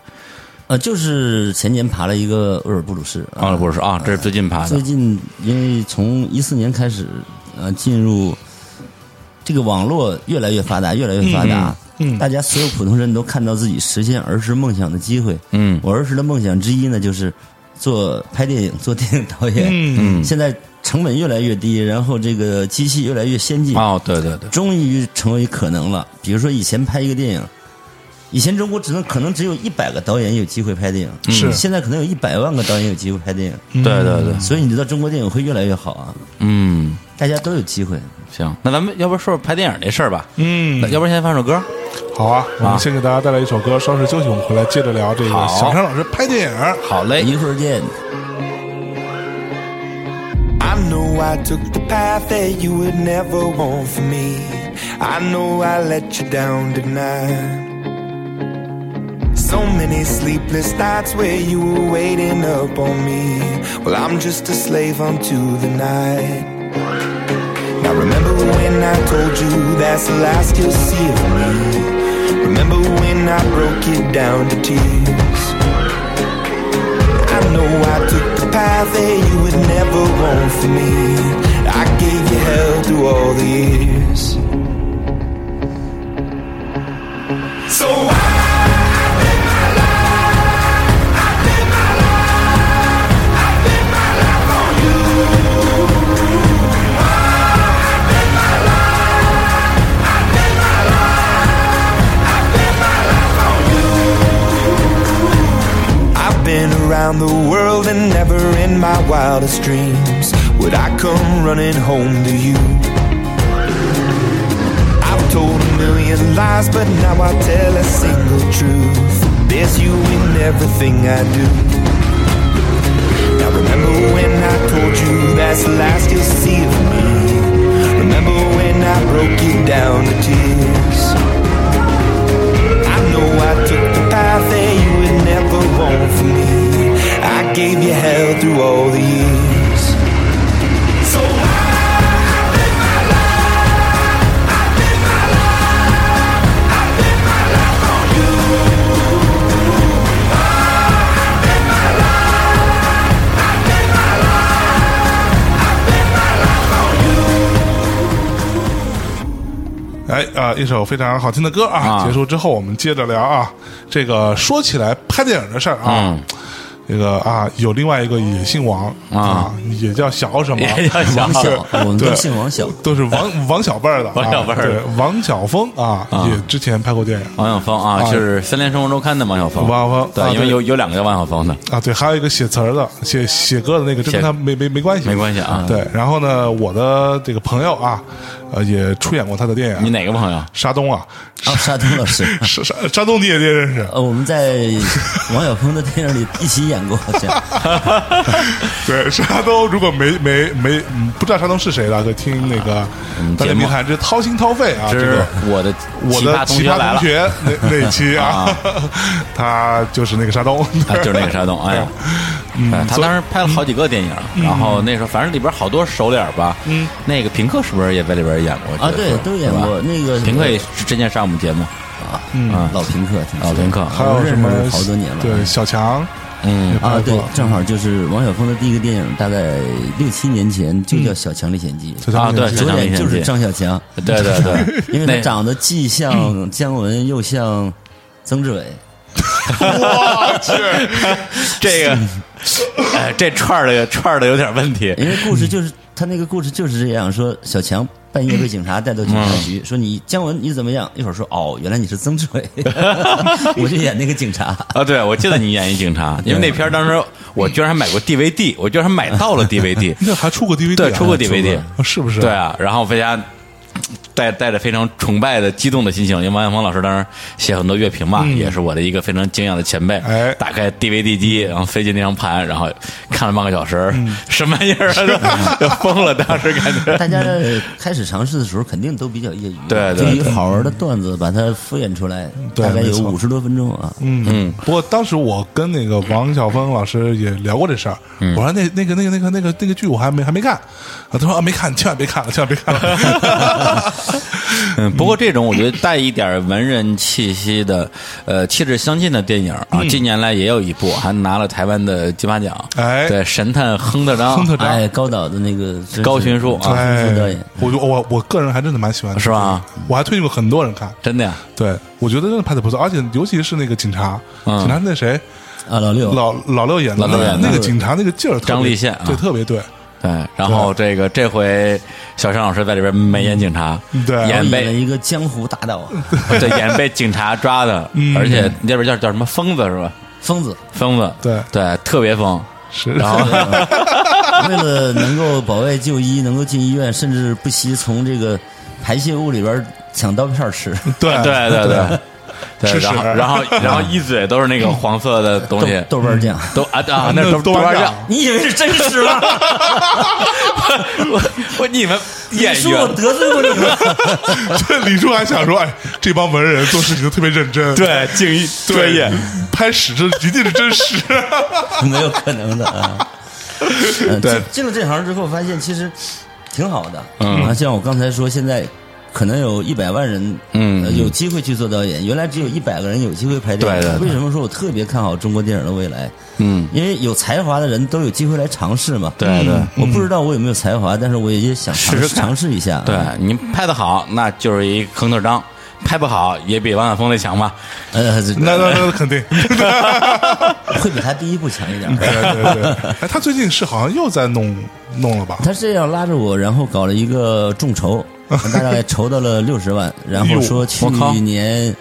S3: 呃，就是前年爬了一个额尔布鲁士啊，
S2: 啊不是啊，这是最近爬的
S3: 最近因为从一四年开始，呃，进入这个网络越来越发达，越来越发达，嗯，大家所有普通人都看到自己实现儿时梦想的机会，
S2: 嗯
S3: 我儿时的梦想之一呢就是做拍电影、做电影导演，
S1: 嗯
S3: 现在成本越来越低，然后这个机器越来越先进，
S2: 哦对对对
S3: 终于成为可能了。比如说以前拍一个电影，以前中国只能可能只有一百个导演有机会拍电影，
S1: 是
S3: 现在可能有一百万个导演有机会拍电影，
S2: 对对对，
S3: 所以你知道中国电影会越来越好啊，
S2: 嗯
S3: 大家都有机会。
S2: 行，那咱们要不说说拍电影这事儿吧，
S1: 嗯
S2: 那，要不然先放首歌，
S1: 好啊，我
S2: 啊
S1: 们先给大家带来一首歌，稍事休息，我们回来接着聊这个
S2: 好
S1: 小山老师拍电影。
S2: 好嘞，
S3: 一会儿见。
S4: I know I took the path that you would never want for me. I know I let you down tonight. So many sleepless nights where you were waiting up on me. Well, I'm just a slave unto the night. Now remember when I told you that's the last you'll see of me. Remember when I broke it down to tears. I know I took the path that you would never want for me. I gave you hell through all the years. So why? I've been around the world and never in my wildest dreams would I come running home to you. I've told a million lies, but now I tell a single truth. There's you in everything I do. Now remember when I told you that's the last you'll see of me. Remember when I broke you down to tears. I know I took the path that you would never want for me. I gave you hell through all the years. So I
S1: 哎啊、一首非常好听的歌啊！
S2: 啊
S1: 结束之后，我们接着聊啊。这个说起来拍电影的事儿啊，
S2: 嗯
S1: 这个啊，有另外一个也姓王啊，也叫小什么，
S2: 也叫哎小
S3: 王
S1: 对
S3: 小，我们都
S1: 对
S3: 姓王小，
S1: 都是王王小辈儿的啊，
S2: 哎王小辈儿的
S1: 对王晓峰啊，也之前拍过电影
S2: 王晓峰啊，
S1: 啊
S2: 就是《三联生活周刊》的王晓峰。
S1: 王晓峰啊
S2: 对，因为
S1: 对
S2: 有有两个叫王晓峰的，
S1: 啊，对，还有一个写词儿的，写写歌的那个，这
S2: 写
S1: 跟他没没没关系，
S2: 没关系啊
S1: 对，然后呢，我的这个朋友啊，呃，也出演过他的电
S2: 你
S1: 影，
S2: 哪个朋友？
S1: 沙东啊，
S3: 哦，沙东老师，
S1: 沙沙沙东你也认识，
S3: 呃，我们 在王晓峰的电影里一起演过，好像
S1: 对，沙东如果没没没嗯不知道沙东是谁的，可以听那个《大内
S2: 节目
S1: 密探之掏心掏肺》啊，
S2: 这
S1: 这
S2: 嗯是
S1: 个。
S2: 我的
S1: 我
S2: 奇葩
S1: 的
S2: 同
S1: 奇
S2: 学
S1: 葩
S2: 来
S1: 同
S2: 了，
S1: 学那那一期啊， 他就是那个沙东，
S2: 啊，就是那个 沙东，哎呀，
S1: 嗯
S2: 哎他当时拍了好几个电影，然后那时候反正里边好多熟脸吧，嗯，那个平克是不是也在里边演过
S3: 啊，对，都演过。
S2: 吧
S3: 那个
S2: 平克也是之前上我们节目，
S3: 啊，老平克，挺
S2: 嗯老平克
S1: 还有什
S3: 我
S1: 么
S3: 认识好多年了
S2: 哎
S1: 对，小强
S2: 嗯
S1: 也拍
S3: 啊，对
S1: 过，
S3: 正好就是王晓峰的第一个电影，大概六七年前就叫《小强历险记》，
S1: 小强
S2: 啊对
S1: 也是
S2: 嗯小
S3: 主
S2: 强历
S3: 演
S2: 险
S3: 就是
S2: 记
S3: 张小强，
S2: 对对对，
S3: 因为他
S2: 那嗯
S3: 长得既像姜文又像曾志伟，
S1: 我去，
S2: 这个，哎，这串儿的串儿的有点问题，
S3: 因为故事就是他那个故事就是这样说，小强半夜被警察带到警察局，说你姜文你怎么样？一会儿说哦，原来你是曾志伟，我就演那个警察。
S2: 啊，对，我记得你演一警察，因为那片儿当时我居然还买过 DVD，我居然还买到了 DVD，
S1: 那还出过 DVD，
S2: 对，
S1: 啊
S2: 出过 DVD，
S1: 啊是不是？
S2: 对啊，然后回家带带着非常崇拜的、激动的心情，因为王小峰老师当时写很多乐评嘛，也是我的一个非常敬仰的前辈。
S1: 嗯哎
S2: 打开 DVD 机，然后飞进那张盘，然后看了半个小时，
S1: 嗯
S2: 什么玩意儿 啊就疯了，当时感觉。
S3: 大家开始尝试的时候，肯定都比较业余，
S2: 对对
S3: 就一个好玩的段子把它敷衍出来，
S1: 对
S3: 大概
S1: 没
S3: 有
S1: 错
S3: 五十多分钟啊。
S1: 嗯，不过当时我跟那个王晓峰老师也聊过这事儿，
S2: 嗯
S1: 我说那那个那个那个那个那个剧我还没还没看，啊，他说啊没看，千万别看了，哎千万别 看了。
S2: 嗯，不过这种我觉得带一点文人气息的，呃，气质相近的电影
S1: 嗯
S2: 啊，近年来也有一部，还拿了台湾的金马奖。
S1: 哎
S2: 对，神探亨特章，
S1: 亨特章
S3: 哎，高导的那个真是
S2: 高群树啊
S3: 高群树导
S1: 哎
S3: 演，，
S1: 我就我我个人还真的蛮喜欢的，嗯
S2: 是吧？
S1: 我还推荐过很多人看，
S2: 真的呀，
S1: 对我觉得真的拍的不错，而且尤其是那个警察，
S2: 嗯
S1: 警察那谁
S3: 啊，老六，
S1: 老老六演的
S2: 老六演的
S1: 那个警察那个劲儿特别，
S2: 张立宪啊
S1: 对，特别对，
S2: 对，然后这个这回小尚老师在里边没演警察，
S1: 嗯对
S2: 演
S3: 演了
S2: 被
S3: 一个江湖大啊盗，
S2: 对演被警察 抓的，
S1: 嗯
S2: 而且那边叫叫什么疯子是吧？
S3: 疯子。
S2: 疯子，
S1: 对
S2: 对，特别疯。
S1: 是
S2: 然后
S3: 为了能够保外就医，能够进医院，甚至不惜从这个排泄物里边抢刀片吃，
S1: 对
S2: 啊对对对对，
S1: 吃屎
S2: 然后然后然后一嘴都是那个黄色的东
S3: 豆
S2: 西，
S3: 豆瓣酱。
S2: 都啊啊，那
S1: 那
S2: 是豆
S1: 豆
S2: 瓣
S1: 瓣
S2: 酱
S1: 酱。
S3: 你以为是真实吗？
S2: 我我你们
S3: 你
S2: 演
S3: 说我
S2: 员
S3: 得罪过你吗？
S1: 这李叔还想说，哎，这帮文人做事情都特别认真，
S2: 对敬业
S1: 对
S2: 专业，
S1: 拍史这一定是真实。
S3: 没有可能的啊。呃嗯
S1: 对
S3: 进进了这行之后，发现其实挺好的。嗯，啊，像我刚才说，现在可能有一百万人，嗯、有机会去做导演，原来只有一百个人有机会拍电影。
S2: 对对对
S3: 为什么说我特别看好中国电影的未来？嗯，因为有才华的人都有机会来尝试嘛。
S2: 对对嗯
S3: 我不知道我有没有才华，但是我也想尝
S2: 试
S3: 试
S2: 试看
S3: 尝试一下。啊
S2: 对你拍的好，那就是一坑特章；拍不好，也比王晓峰那强吧？
S3: 呃，这
S1: 那那那肯定， 对
S3: 会比他第一部强 一点。
S1: 对对。哎，他最近是好像又在弄弄了吧？
S3: 他这样拉着我，然后搞了一个 众筹，大概筹到了六十万，然后说去
S2: 哎我靠
S3: 年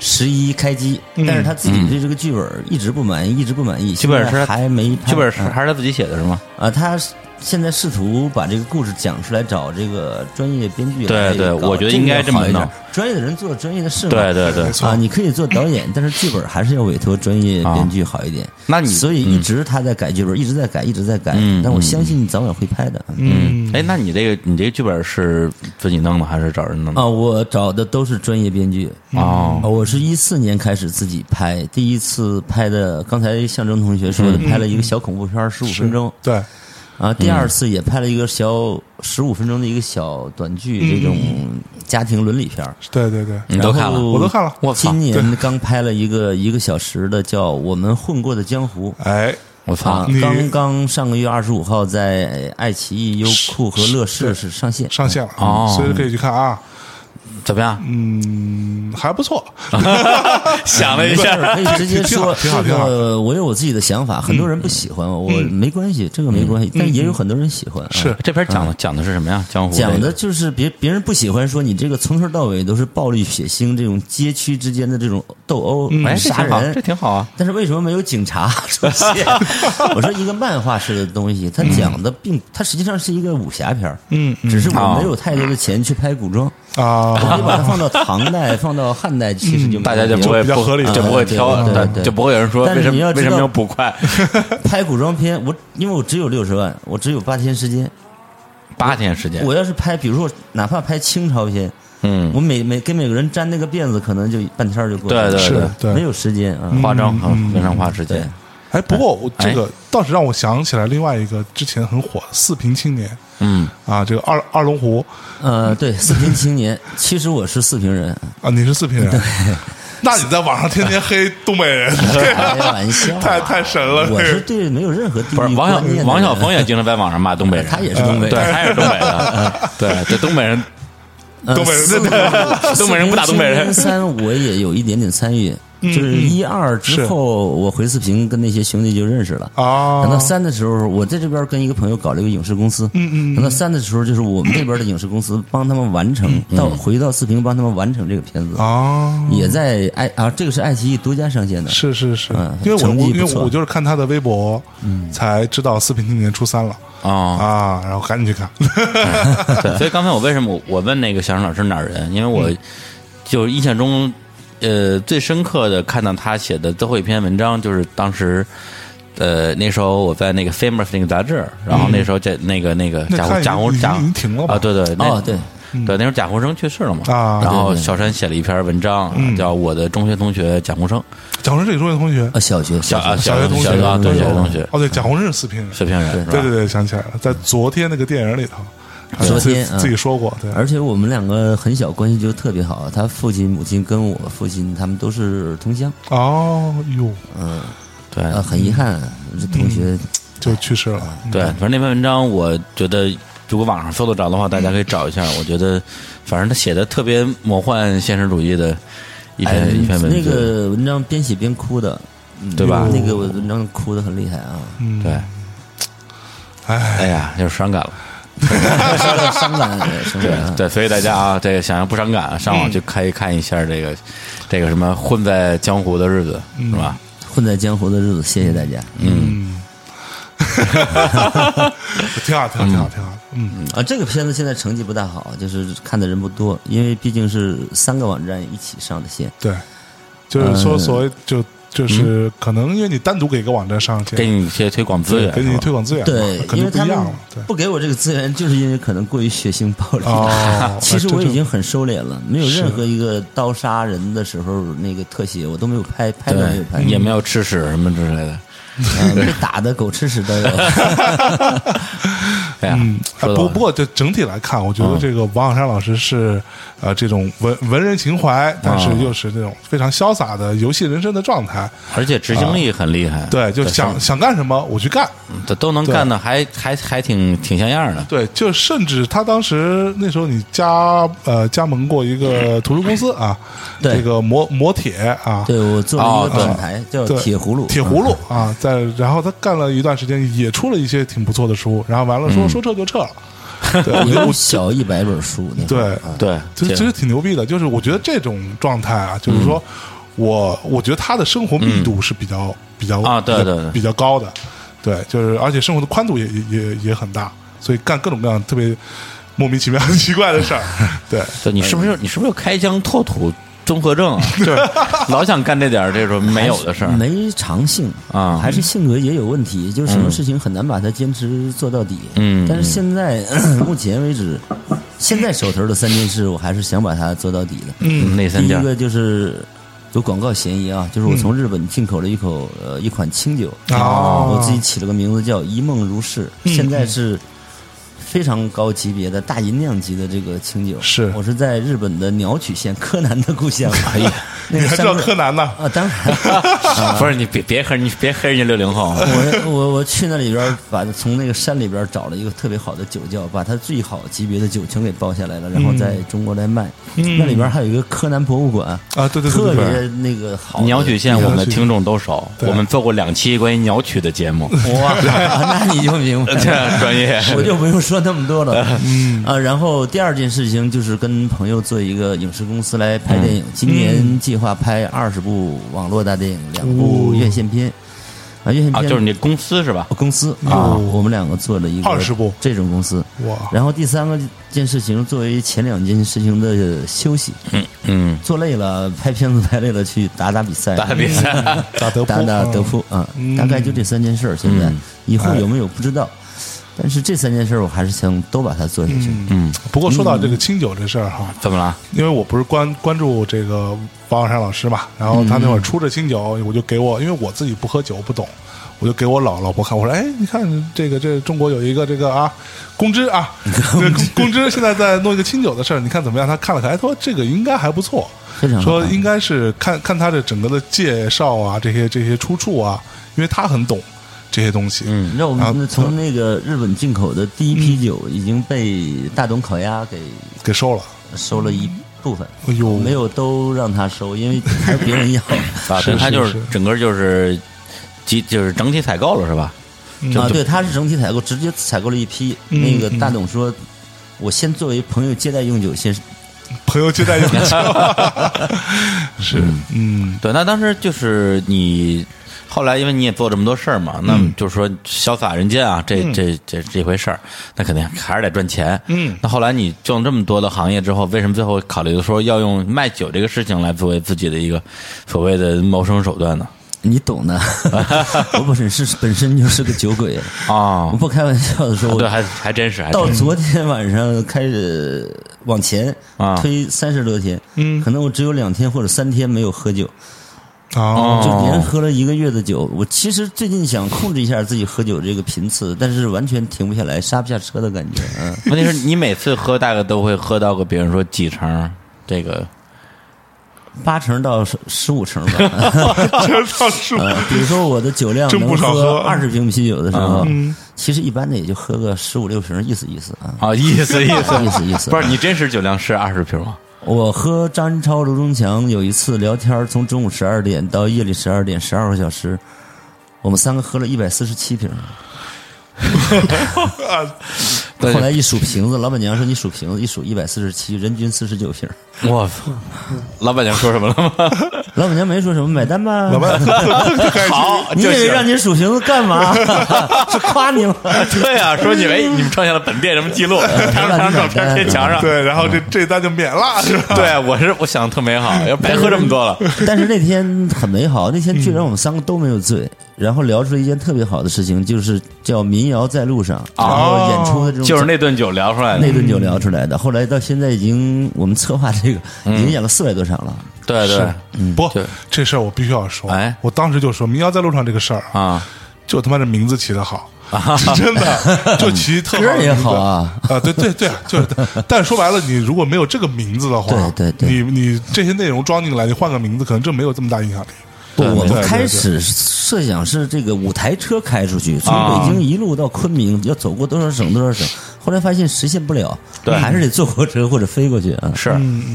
S3: 十一开机，但是他自己对这个剧本一直不满意，一直不满意，
S2: 剧本
S3: 现在
S2: 是
S3: 还没拍
S2: 剧本是还是他自己写的是吗？
S3: 啊，他现在试图把这个故事讲出来，找这个专业编剧来
S2: 对对
S3: 搞
S2: 我觉得应该
S3: 这个
S2: 这
S3: 好
S2: 么
S3: 一点
S2: 弄
S3: 专业的人做专业的事嘛，
S2: 对对对
S1: 没，错
S3: 啊，你可以做导 演，但是剧本还是要委托专业编剧好一点。
S2: 啊那你
S3: 所以一直他在改剧本，一直在改，一直在改。
S2: 嗯
S3: 但我相信早晚会拍的。
S2: 嗯，哎，那你这个你这个剧本是自己弄的还是找人弄的？
S3: 啊，我找的都是专业编剧。
S2: 哦
S3: 啊，我是一四年开始自己拍，第一次拍的，刚才象征同学说的，拍了一个小恐怖片，十五分钟。
S2: 嗯
S1: 对，
S3: 啊，第二次也拍了一个小十五分钟的一个小短剧，这种家庭伦理片儿。
S1: 对对对，
S2: 嗯你都看了
S3: 然后
S1: 我都看了
S2: 我操
S3: 今年刚拍了一个一个小时的，叫《我们混过的江湖》。
S1: 哎，
S2: 我
S3: 啊
S2: 操！，
S1: 你
S3: 刚刚上个月二十五号在爱奇艺、优酷和乐视是上线。
S1: 上线了，
S2: 哦
S1: 所以可以去看啊，
S2: 怎么样？
S1: 嗯还不错，
S2: 啊想了一
S3: 没 事
S2: 下，
S3: 儿可以直接说，
S1: 挺好挺好挺嗯
S3: 这
S1: 好
S3: 个我有我自己的想法，很多人不喜欢我，我没关系，这个没关系，但也有很多人喜欢啊。
S1: 嗯是
S2: 这边讲的讲的是什么呀？江湖这个
S3: 讲的就是别别人不喜欢说你这个从头到尾都是暴力血腥这种街区之间的这种斗殴、
S1: 嗯
S2: 哎，这
S3: 杀
S2: 挺好，
S3: 人，
S2: 这挺好啊。
S3: 但是为什么没有 警察出现？我说一个漫画式的东西，它讲的并它实际上是一个武侠片儿
S1: 嗯嗯
S3: 只是我
S2: 哦
S3: 没有太多的钱去拍古装，
S1: 啊，
S3: 你把它放到唐代、放到汉代，其实就没
S2: 大家
S3: 问题
S2: 嗯就不会
S1: 比较
S2: 不
S1: 合理
S2: 就不会挑
S3: 嗯，对
S2: 大
S3: 对对
S2: 就不会有人说
S3: 但
S2: 为
S3: 是
S2: 什
S3: 你
S2: 么
S3: 要
S2: 为
S3: 知
S2: 什么
S3: 道
S2: 要捕 快？
S3: 拍古装片，我因为我只有六十万，我只有八天时间。
S2: 八天时间，
S3: 我要是拍，比如说哪怕拍清朝片，
S2: 嗯，
S3: 我每每跟每个人粘那个辫子，可能就半天儿就过去了。
S2: 对对
S1: 是
S2: 对，嗯
S1: 对
S3: 没有时间啊。
S2: 化妆很非常花时间。
S1: 哎，不过我这个倒是让我想起来另外一个之前很火《四平青年》
S2: 嗯，
S1: 啊，这个二二龙湖
S3: 呃，对，四平青年，其实我是四 平人，
S1: 啊，你是四平人，那你在网上天天黑东北 人，
S3: 开玩笑啊，
S1: 太太神了
S3: 我是对没有任何地域
S2: 不是王
S3: 观念的
S2: 小
S3: 人
S2: 王小峰也经常在网上骂东北人，
S3: 他也是东北人
S2: 对，他也是东北的， 对，这东北人
S3: 呃
S1: 东北人
S3: 四个
S2: 东北人不打东北人嗯
S3: 四平青年三我也有一点点参与，就是一二之后，我回四平跟那些兄弟就认识了。
S1: 啊
S3: 等到三的时候，我在这边跟一个朋友搞了一个影视公司。嗯嗯。等到三的时候，就是我们这边的影视公司帮他们完成，到回到四平帮他们完成这个片子，
S1: 啊，
S3: 也在爱啊，这个是爱奇艺独家上线的。
S1: 是是是
S3: 嗯，
S1: 因为我
S3: 成
S1: 我
S3: 绩
S1: 因为
S3: 不错
S1: 我就是看他的微博，才知道《四平青年》初三了
S2: 啊，
S1: 啊，然后赶紧去看，
S2: 对，所以刚才我为什么我我问那个小生老师哪儿人，因为我就印象中，呃，最深刻的看到他写的最后一篇文章，就是当时。呃，那时候我在那个《Famous》那个杂志，然后那时候在那个那个
S1: 那
S2: 贾
S1: 看
S2: 宏贾
S1: 已
S2: 宏
S1: 经
S2: 贾
S1: 已经停了吧
S2: 啊，对对，那
S3: 哦对
S2: 对，那时候贾宏生去世了嘛，
S1: 啊
S2: 然后
S3: 对对
S2: 小山写了一篇文章，叫《我的中学同学贾宏生》，
S1: 蒋洪是中学同学，
S3: 啊，小学
S2: 小啊
S3: 学
S1: 小学
S2: 学
S1: 同学
S2: 小啊对小学同学
S1: 哦，对，蒋洪是四平人，
S2: 水平人，是吧
S1: 对对对，想起来了，在昨天那个电影里头，他
S3: 昨
S1: 自己
S3: 天啊
S1: 自己说过，对，
S3: 而且我们两个很小关系就特别好，他父亲、母亲跟我父亲他们都是同乡，
S1: 哦哟，
S2: 对
S3: 呃，很遗憾，这同学
S1: 就去世了，
S2: 对，反正那篇文章，我觉得如果网上搜得着的话，大家可以找一下。我觉得，反正他写的特别魔幻现实主义的一篇、一篇文
S3: 哎那
S2: 字，
S3: 个文章边写边哭的，嗯
S2: 对吧？
S3: 那个文章哭的很厉害啊，
S2: 对，
S1: 哎，
S2: 哎呀，有点伤感了。
S3: 伤感伤感伤
S2: 对
S3: 感啊。
S2: 对，所以大家啊，这个想要不伤感，上网去看一看一下这个这个什么混在江湖的日子，是吧？
S3: 混在江湖的日子，谢谢大家
S1: 嗯挺好，挺好，挺好，挺好，嗯，
S3: 啊！这个片子现在成绩不大好，就是看的人不多，因为毕竟是三个网站一起上的线。
S1: 对，就是说所谓就就是可能因为你单独给一个网站上去，
S2: 给你一些推广资
S1: 对
S2: 源，
S1: 给你
S2: 是吧
S1: 推广资源嘛，
S3: 对，
S1: 肯定
S3: 因为
S1: 不
S3: 他
S1: 一
S3: 们
S1: 样了，对，
S3: 不给我这个资源，就是因为可能过于血腥暴力。
S1: 哦
S3: 其实
S1: 哎这
S3: 我
S1: 就
S3: 已经很收敛了，没有
S1: 是
S3: 任何一个刀杀人的时候那个特写我都没有拍，拍都没有拍
S2: 对，。也没有吃屎什么之类的。
S3: 嗯被打的狗吃屎都 有。
S2: 哎呀，
S1: 嗯，哎
S2: 说到
S1: 不不过就整体来看，我觉
S3: 嗯
S1: 得这个王小山老师是呃这种文文人情
S3: 嗯
S1: 怀，但是又是那种非常潇洒的游戏人生的状态。
S2: 而且执行力很厉害，
S1: 对，就想想干什么我去干。
S2: 都都能干的，还还还挺挺像样的。
S1: 对，就甚至他当时那时候你加呃加盟过一个图书公司啊，
S3: 对
S1: 这个磨磨铁啊，
S3: 对我做了一
S2: 哦
S3: 个品牌叫
S1: 对
S3: 铁葫芦，
S1: 铁葫芦啊，在然后他干了一段时间，也出了一些挺不错的书，然后完
S3: 嗯
S1: 了说说撤就撤了。对，我觉得
S3: 有
S1: 我
S3: 小一百本书，那会儿
S1: 对
S3: 啊
S2: 对，
S1: 其实其实挺牛逼的，就是我觉得这种状态啊，就是说我我觉得他的生活密度是比较、比较
S2: 啊对
S1: 比较
S2: 对对
S1: 比较高的，对，就是而且生活的宽度也也也也很大，所以干各种各样特别莫名其妙、很奇怪的事儿，对。
S2: 对你是不是你是不是有开疆拓土综 合症啊？就是老想干这点儿这种没有的事儿。
S3: 没长性
S2: 啊
S3: 还是性格也有问题，就是什么事情很难把它坚持做到底。
S2: 嗯
S3: 但是现在 目前为止，现在手头的三件事，我还是想把它做到底的。
S2: 嗯，那三
S3: 第
S2: 件
S3: 一
S2: 儿
S3: 个就是有广告嫌疑啊，就是我从日本进口了一口呃一款清酒，
S1: 哦
S3: 我自己起了个名字叫一梦如是，
S2: 嗯
S3: 现在是非常高级别的大吟酿级的这个清酒，
S1: 是
S3: 我是在日本的鸟取县柯南的故乡，哎呀，那
S1: 你
S3: 个
S1: 还知
S3: 山
S1: 道
S3: 村
S1: 柯南呢？
S3: 啊，当然。
S2: 啊不是你别别黑你别黑人家六零后，啊
S3: 我我我去那里边儿，把从那个山里边儿找了一个特别好的酒窖，把它最好级别的酒全给包下来了，然
S1: 嗯
S3: 后在中国来卖。那里边儿还有一个柯南博物馆
S1: 啊对对对对
S3: 特别那个好的。
S2: 鸟取县我们
S1: 鸟
S2: 的
S1: 取
S2: 听众都熟，
S1: 对
S2: 我们做过两期关于鸟取的节目，
S3: 哇，那你就明白
S2: 这
S3: 了。
S2: 专业
S3: 我就不用说那么多了，嗯啊，然后第二件事情就是跟朋友做一个影视公司来
S2: 嗯
S3: 拍电影，今
S1: 嗯
S3: 年计划拍二十部网络大电影，两
S1: 哦
S3: 部院线片，啊，院线
S2: 啊，
S3: 片
S2: 就是你公司是吧？
S3: 公司
S1: 啊
S3: 我们两个做了一个
S1: 20部
S3: 这种公司。
S1: 哇
S3: 然后第三个件事情，作为前两件事情的 休息，
S2: 嗯，
S3: 做累了拍片子拍累了去打打比赛，
S2: 打比赛，
S1: 打德扑，嗯
S3: 打打德扑啊，大概就这三件事儿。现在以
S1: 哎
S3: 后有没有不知道，但是这三件事儿我还是想都把它做下去。
S1: 嗯。不过说到这个清酒这事儿哈，
S2: 怎么了？
S1: 因为我不是关关注这个王小山老师嘛，然后他那会儿出着清酒，我就给我，因为我自己不喝酒不懂，我就给我老老婆看，我说，哎，你看这个这中国有一个这个啊，公知 啊，这个公公知现在在弄一个清酒的事儿，你看怎么样？他看了看，哎，他说这个应该还不错，
S3: 非常好啊
S1: 说应该是看看他的整个的介绍啊，这些这些出处啊，因为他很懂这些东西，嗯
S3: 你知道我
S1: 啊嗯
S3: 们从那个日本进口的第一批酒已经被大董烤鸭给
S1: 给收了，
S3: 收了一部分，
S1: 哎呦，
S3: 没有都让他收，因为还是别 人要。
S2: 啊，
S1: 是
S2: 对，他
S1: 是
S2: 就是
S1: 是
S2: 整个就是集就是整体采购了是吧？
S3: 啊，对，他是整体采购，直接采购了一批。
S1: 嗯
S3: 那个大董说，我先作为朋友接待用酒，先
S1: 朋友接待用酒， 是，嗯。
S2: 对，那当时就是你后来，因为你也做这么多事儿嘛，那
S3: 嗯
S2: 么就是说潇洒人间啊，这、这这这回事儿，那肯定还是得赚钱。
S1: 嗯，
S2: 那后来你用这么多的行业之后，为什么最后考虑说要用卖酒这个事情来作为自己的一个所谓的谋生手段呢？
S3: 你懂 的。我本身是本身就是个酒鬼，
S2: 啊
S3: 我、不开玩笑的说，
S2: 对，
S1: 啊
S3: 我
S2: 还还真是，还真
S3: 哦到
S2: 是
S3: 昨天晚上开始往前
S2: 啊
S3: 推三十多天，
S1: 嗯
S3: 可能我只有两天或者三天没有喝酒，
S1: 哦，
S3: 就连
S2: 哦
S3: 喝了一个月的酒。我其实最近想控制一下自己喝酒这个频次，但是完全停不下来，刹不下车的感觉。嗯。
S2: 问题是你每次喝大概都会喝到个，比如说几成这个。
S3: 八成到十十五成吧。
S1: 这倒是
S3: 呃， 比如说我的酒量
S1: 真不
S3: 能
S1: 少
S3: 喝
S1: 喝嗯
S3: 二十瓶啤酒的时候，其实一般的也就喝个十五六瓶，意思意思 啊。
S2: 啊，意思意思
S3: 意思意思
S2: 不是你真实酒量是二十瓶吗？
S3: 我和张超、卢中强有一次聊天，从中午十二点到夜里十二点，十二个小时，我们三个喝了一百四十七瓶。
S2: 对
S1: 啊
S3: 后来一数瓶子，老板娘说你数瓶子，一数一百四十七，人均四十九 瓶。
S2: 我操！老板娘说什么了 吗？
S3: 老板娘没说什么，买单吧。
S1: 老板
S2: 好，
S3: 你以
S2: 就
S3: 为
S2: 行
S3: 让你数瓶子干嘛？ 是夸 你吗？
S2: 对啊，说你哎，你们创下了本店什么 记录？拍了张照片贴墙上。
S1: 对，然后这这单就免了，是吧？
S2: 对，我嗯是我想特美好，要白喝这么多 了。
S3: 但是那天很美好，那天居然我们三个都没有醉，
S2: 嗯
S3: 然后聊出了一件特别好的事情，就是叫民谣在路上，然后演出的这种
S2: 哦就是那嗯顿酒聊出来的，
S3: 那顿酒聊出来的。后来到现在已经我们策划这个
S2: 嗯
S3: 已经演了四百多场了，
S2: 对对嗯
S1: 不
S2: 对，
S1: 这事儿我必须要说。
S2: 哎
S1: 我当时就说，民谣在路上这个事儿，
S2: 啊，
S1: 就他妈这名字起的好。 真的，就起特
S3: 歌儿也好啊
S1: 名字啊！对对对，就是，但说白了，你如果没有这个名字的话，
S3: 对对对
S1: 你你这些内容装进来，你换个名字，可能真没有这么大影响力。
S3: 不，我
S1: 对
S3: 们
S1: 对
S3: 开
S1: 对
S3: 始设想是这个五台车开出
S2: 啊
S3: 去，从北京一路到昆明，要走过多少省多少省。后来发现实现不了，
S2: 对
S3: 还是得坐火车或者飞过去啊。
S2: 是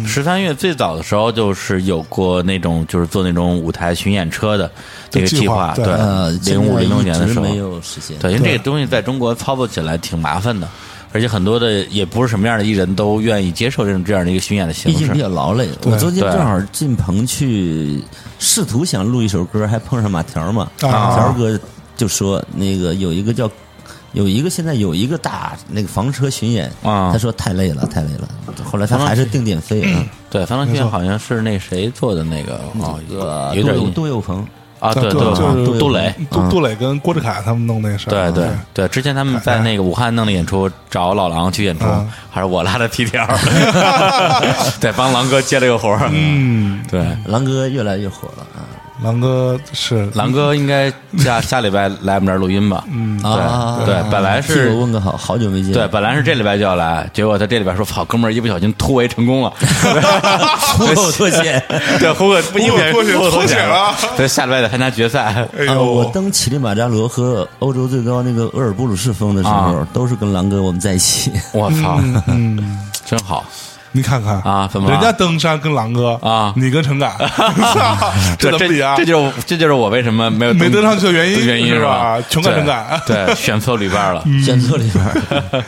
S2: 十三月最早的时候，就是有过那种就是做那种舞台巡演车的这个
S1: 计
S2: 计
S1: 划
S2: 划，
S1: 对
S2: 对
S3: 呃，，
S2: 零五零六年的时候
S3: 没有实现。
S2: 对，因为这个东西在中国操作起来挺麻烦的，而且很多的也不是什么样的艺人都愿意接受这种这样的一个巡演的形
S3: 毕竟比
S2: 式。
S3: 较劳累。
S1: 对
S3: 我昨天
S2: 对
S3: 正好进棚去，试图想录一首歌，还碰上马条嘛。
S1: 啊
S3: 马条哥就说那个有一个叫。有一个现在有一个大那个房车巡演
S2: 啊
S3: 他说太累了，太累了。后来他
S2: 房车
S3: 还是定点飞啊，
S2: 对，方唐巡演好像是那谁做的那个
S3: 嗯
S2: 哦，有有
S3: 呃杜
S2: 点
S3: 有
S2: 印
S3: 杜有鹏，
S2: 啊，对
S1: 对
S2: 对，
S1: 就是
S2: 杜杜蕾，嗯
S1: 杜杜蕾跟郭志凯他们弄那事儿
S2: 对
S1: 啊，
S2: 对对，之前他们在那个武汉弄的演出，找老狼去演出
S1: 嗯，
S2: 还是我拉的皮条， 对，帮狼哥接了个活儿。嗯，对，
S3: 狼哥越来越火了啊
S1: 狼哥是
S2: 狼哥应该下下礼拜来我们这儿录音吧？嗯，
S3: 啊！
S2: 对，本来
S3: 替
S2: 是
S3: 我问个好，好久没见。
S2: 对，本来是这礼拜就要来，结果他这礼拜说：“好，哥们儿，一不小心突围成功了，
S3: 出口脱险。
S2: 对，胡可不
S1: 胡可脱险脱险了，
S2: 对，下礼拜得参加决赛。
S1: 哎
S3: 啊，
S1: 呦，
S3: 我登乞力马扎罗和欧洲最高那个厄尔布鲁士峰的时候，
S2: 啊
S3: 都是跟狼哥我们在一起。
S2: 我操， 真好
S1: 你看看
S2: 啊怎么了
S1: 人家登山跟狼哥
S2: 啊
S1: 你跟陈 敢， 这
S2: 这
S1: 怎么比啊？
S2: 这就是这就是我为什么没有
S1: 没登上去的原因
S2: 原因
S1: 是吧
S2: 吧？
S1: 穷干
S2: 对
S1: 穷干
S2: 对，选错旅伴了。
S3: 选错里边儿，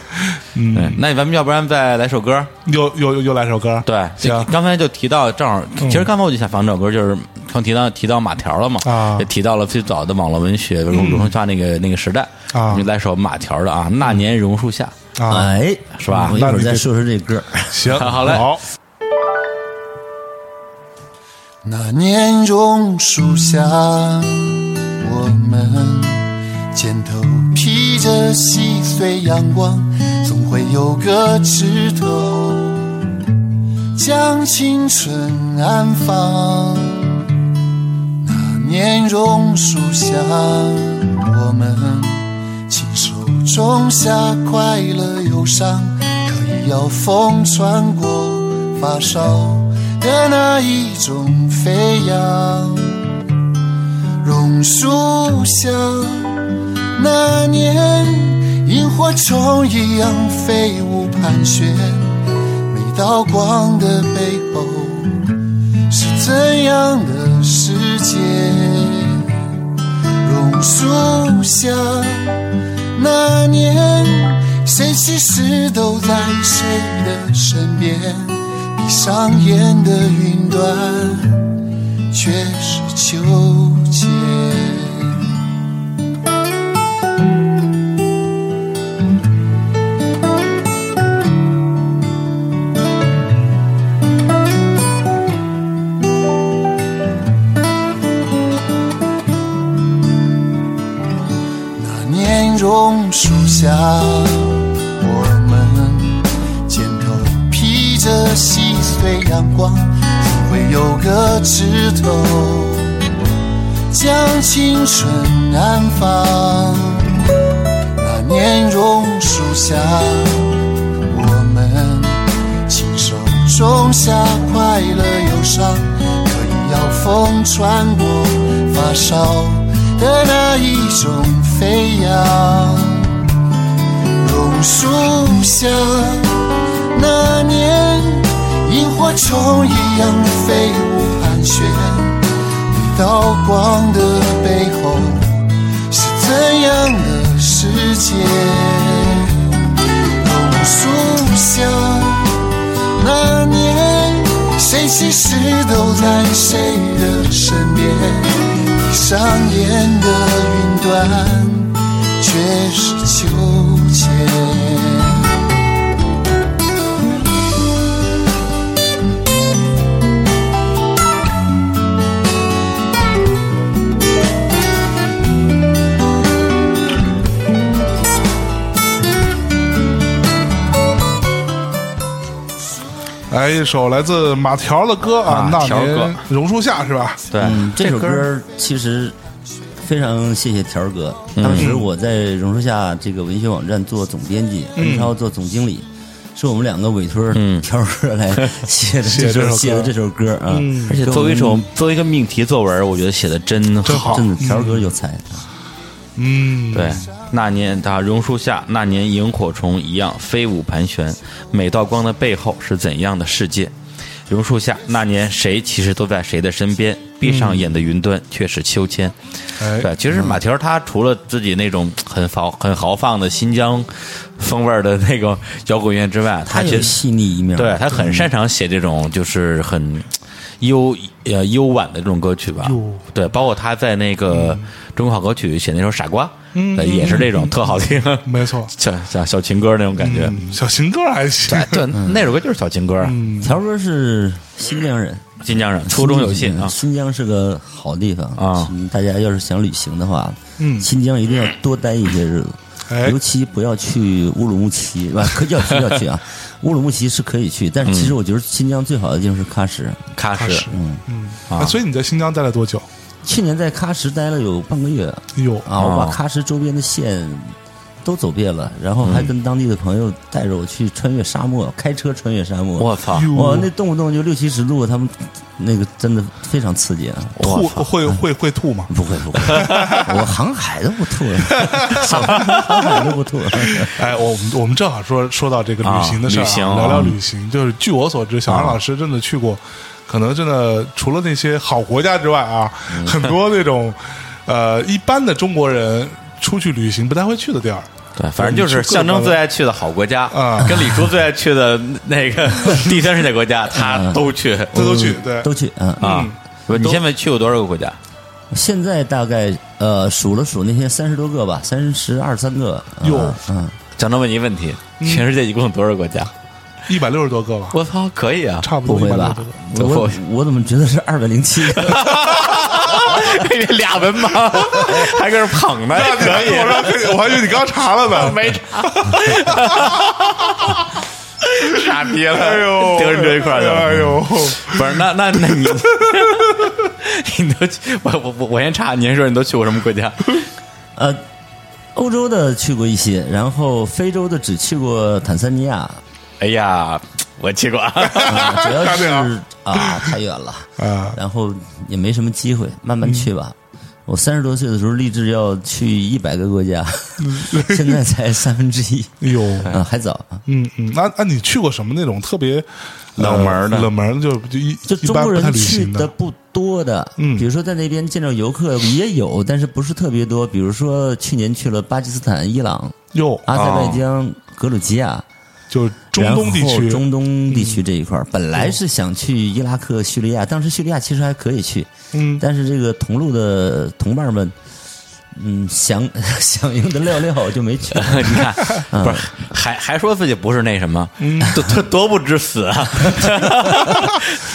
S1: 嗯
S2: 对，那咱们要不然再来首歌？
S1: 又又又又来首歌，
S2: 对，
S1: 行嗯
S2: 刚才就提到，正好，其实刚才我就想放这首歌，就是刚提到提到马条了嘛，
S1: 啊嗯
S2: 也提到了最早的网络文学榕树下那个那个时代，
S1: 啊
S2: 我们就来首马条的啊，《那年榕树下
S1: 啊，
S3: 哎，
S2: 是吧
S3: 我一会
S1: 那
S3: 儿
S1: 你
S3: 再
S1: 这
S3: 说说这歌儿。
S1: 行，
S2: 好嘞
S1: 好，
S5: 那年榕树下，我们肩头披着细碎阳光，总会有个枝头将青春安放。那年榕树下，我们亲手种下快乐忧伤，可以要风穿过发梢的那一种飞扬。榕树下，那年萤火虫一样飞舞盘旋，每道光的背后是怎样的世界？榕树下，那年谁其实都在谁的身边，闭上眼的云端却是秋千。那年榕树下，我们肩头披着细碎阳光，总会有个枝头将青春安放。那年榕树下，我们亲手种下快乐忧伤，可以要风穿过发梢的那一种飞扬。榕树下，那年萤火虫一样飞舞盘旋，每道光的背后是怎样的世界？榕树下。那年，谁其实都在谁的身边，闭上眼的云端却是秋千。
S1: 来哎一首来自马条的歌啊
S2: 啊，
S1: 那
S2: 条哥
S1: 年榕树下是吧？》。
S2: 对，
S3: 嗯嗯，这首
S2: 歌
S3: 歌
S2: 儿
S3: 儿其实非常谢谢条儿哥。当时我在榕树下这个文学网站做总编辑，文超做总经理，是我们两个委托条儿哥来写的这
S1: 写这首
S3: 首
S1: 歌
S3: 写的这首歌啊。
S1: 嗯
S3: 而且
S2: 作为一首作为一个命题作文，我觉得写的真
S1: 真
S2: 好。
S1: 好
S3: 真的条儿哥有才，
S1: 嗯，
S2: 对，那年他榕树下，那年萤火虫一样飞舞盘旋，每道光的背后是怎样的世界？榕树下，那年谁其实都在谁的身边？闭上眼的云端却是秋千。
S1: 哎
S2: 对，其实马蹄儿他除了自己那种很豪很豪放的新疆风味儿的那个摇滚乐之外，他
S3: 他
S2: 其
S3: 有
S2: 实
S3: 细腻一面。
S2: 对他
S1: 嗯
S2: 很擅长写这种就是很悠呃悠婉的这种歌曲吧
S1: 哟。
S2: 对，包括他在那个
S1: 嗯
S2: 中国好歌曲写那首《傻瓜》，对也是这种特好听，
S1: 嗯没错，
S2: 小小小情歌那种感觉。
S1: 嗯小情歌还行
S2: 对，对，那首歌就是小情歌啊，
S3: 条儿哥是新疆人，
S2: 新疆人，初中有幸
S1: 嗯
S2: 啊。
S3: 新疆是个好地方
S2: 啊
S3: 嗯大家要是想旅行的话，
S1: 嗯
S3: 新疆一定要多待一些日子。
S1: 哎
S3: 尤其不要去乌鲁木齐，啊，可 要去要去啊！乌鲁木齐是可以去，
S2: 嗯
S3: 但是其实我觉得新疆最好的地方是喀什。
S2: 喀什，
S1: 啊，所以你在新疆待了多久？哎
S3: 去年在喀什待了有半个月
S1: 哟，
S3: 啊，我把喀什周边的县都走遍了，然后还跟当地的朋友带着我去穿越沙漠，开车穿越沙漠。
S2: 啊我操！
S1: 哟
S3: 哇，那动不动就六七十度，他们那个真的非常刺激啊！
S1: 吐会会会吐吗？
S3: 不会不会，我航海都不吐了，航海都不吐了。
S1: 哎，我们我们正好说说到这个旅行的事儿、
S2: 啊旅行啊
S1: 聊聊旅行。就是据我所知，小
S3: 啊
S1: 杨老师真的去过，可能真的除了那些好国家之外啊，
S3: 嗯
S1: 很多那种呃一般的中国人出去旅行不太会去的地儿。
S2: 对，反正就是象征最爱去的好国家
S1: 啊，
S2: 跟李叔最爱去的那 个第三世界国家，他都去
S1: 这嗯都去，对，
S3: 都去嗯
S2: 啊。不你现在去过多少个国家？
S3: 现在大概呃数了数那些三十多个吧，三十二三个。嗯
S1: 哟
S3: 嗯，
S2: 想到问你问题：
S1: 嗯
S2: 全世界一共有多少个国家？
S1: 一百六十多个吧，
S2: 我操，可以 啊！
S1: 差不多
S3: 不会
S1: 一百六
S3: 吧
S1: 十多个。？
S3: 我我怎么觉得是二百零七 个？
S2: 俩文 盲还搁这捧呢，可以。
S1: 我说可以，我还以为你刚查了呢。
S2: 没查，傻逼了，哎呦 丢人这一块儿去了，
S1: 哎呦，
S2: 不是，那那那你， 你都去我我我我先查，你先说你都去过什么国家？
S3: 呃，欧洲的去过一些，然后非洲的只去过坦桑尼亚，
S2: 哎呀，我去过，
S3: 啊主要
S1: 大
S3: 是
S1: 饼啊
S3: 啊太远了
S1: 啊
S3: 然后也没什么机会，慢慢去吧。我三十多岁的时候立志要去一百个国家，现在才三分之一，
S1: 哎呦，
S3: 啊，还早啊。
S1: 嗯嗯，那那你去过什么那种特别呃
S2: 冷门的
S1: 冷门的就就一
S3: 就
S1: 一
S3: 中
S1: 般
S3: 国
S1: 不太
S3: 人
S1: 旅
S3: 去
S1: 行
S3: 的不多的，
S1: 嗯
S3: 比如说在那边见到游客也有，但是不是特别多。比如说去年去了巴基斯坦、伊朗、
S1: 哟，
S3: 阿塞拜疆、格鲁吉亚，
S1: 就是中东地
S3: 然后
S1: 区，
S3: 中东地区这一块儿，本来是想去伊拉克、叙利亚，当时叙利亚其实还可以去，
S1: 嗯，
S3: 但是这个同路的同伴们，嗯， 响响应的料料就没去。
S2: 你看，不是还还说自己不是那什么， 多多多不知死啊，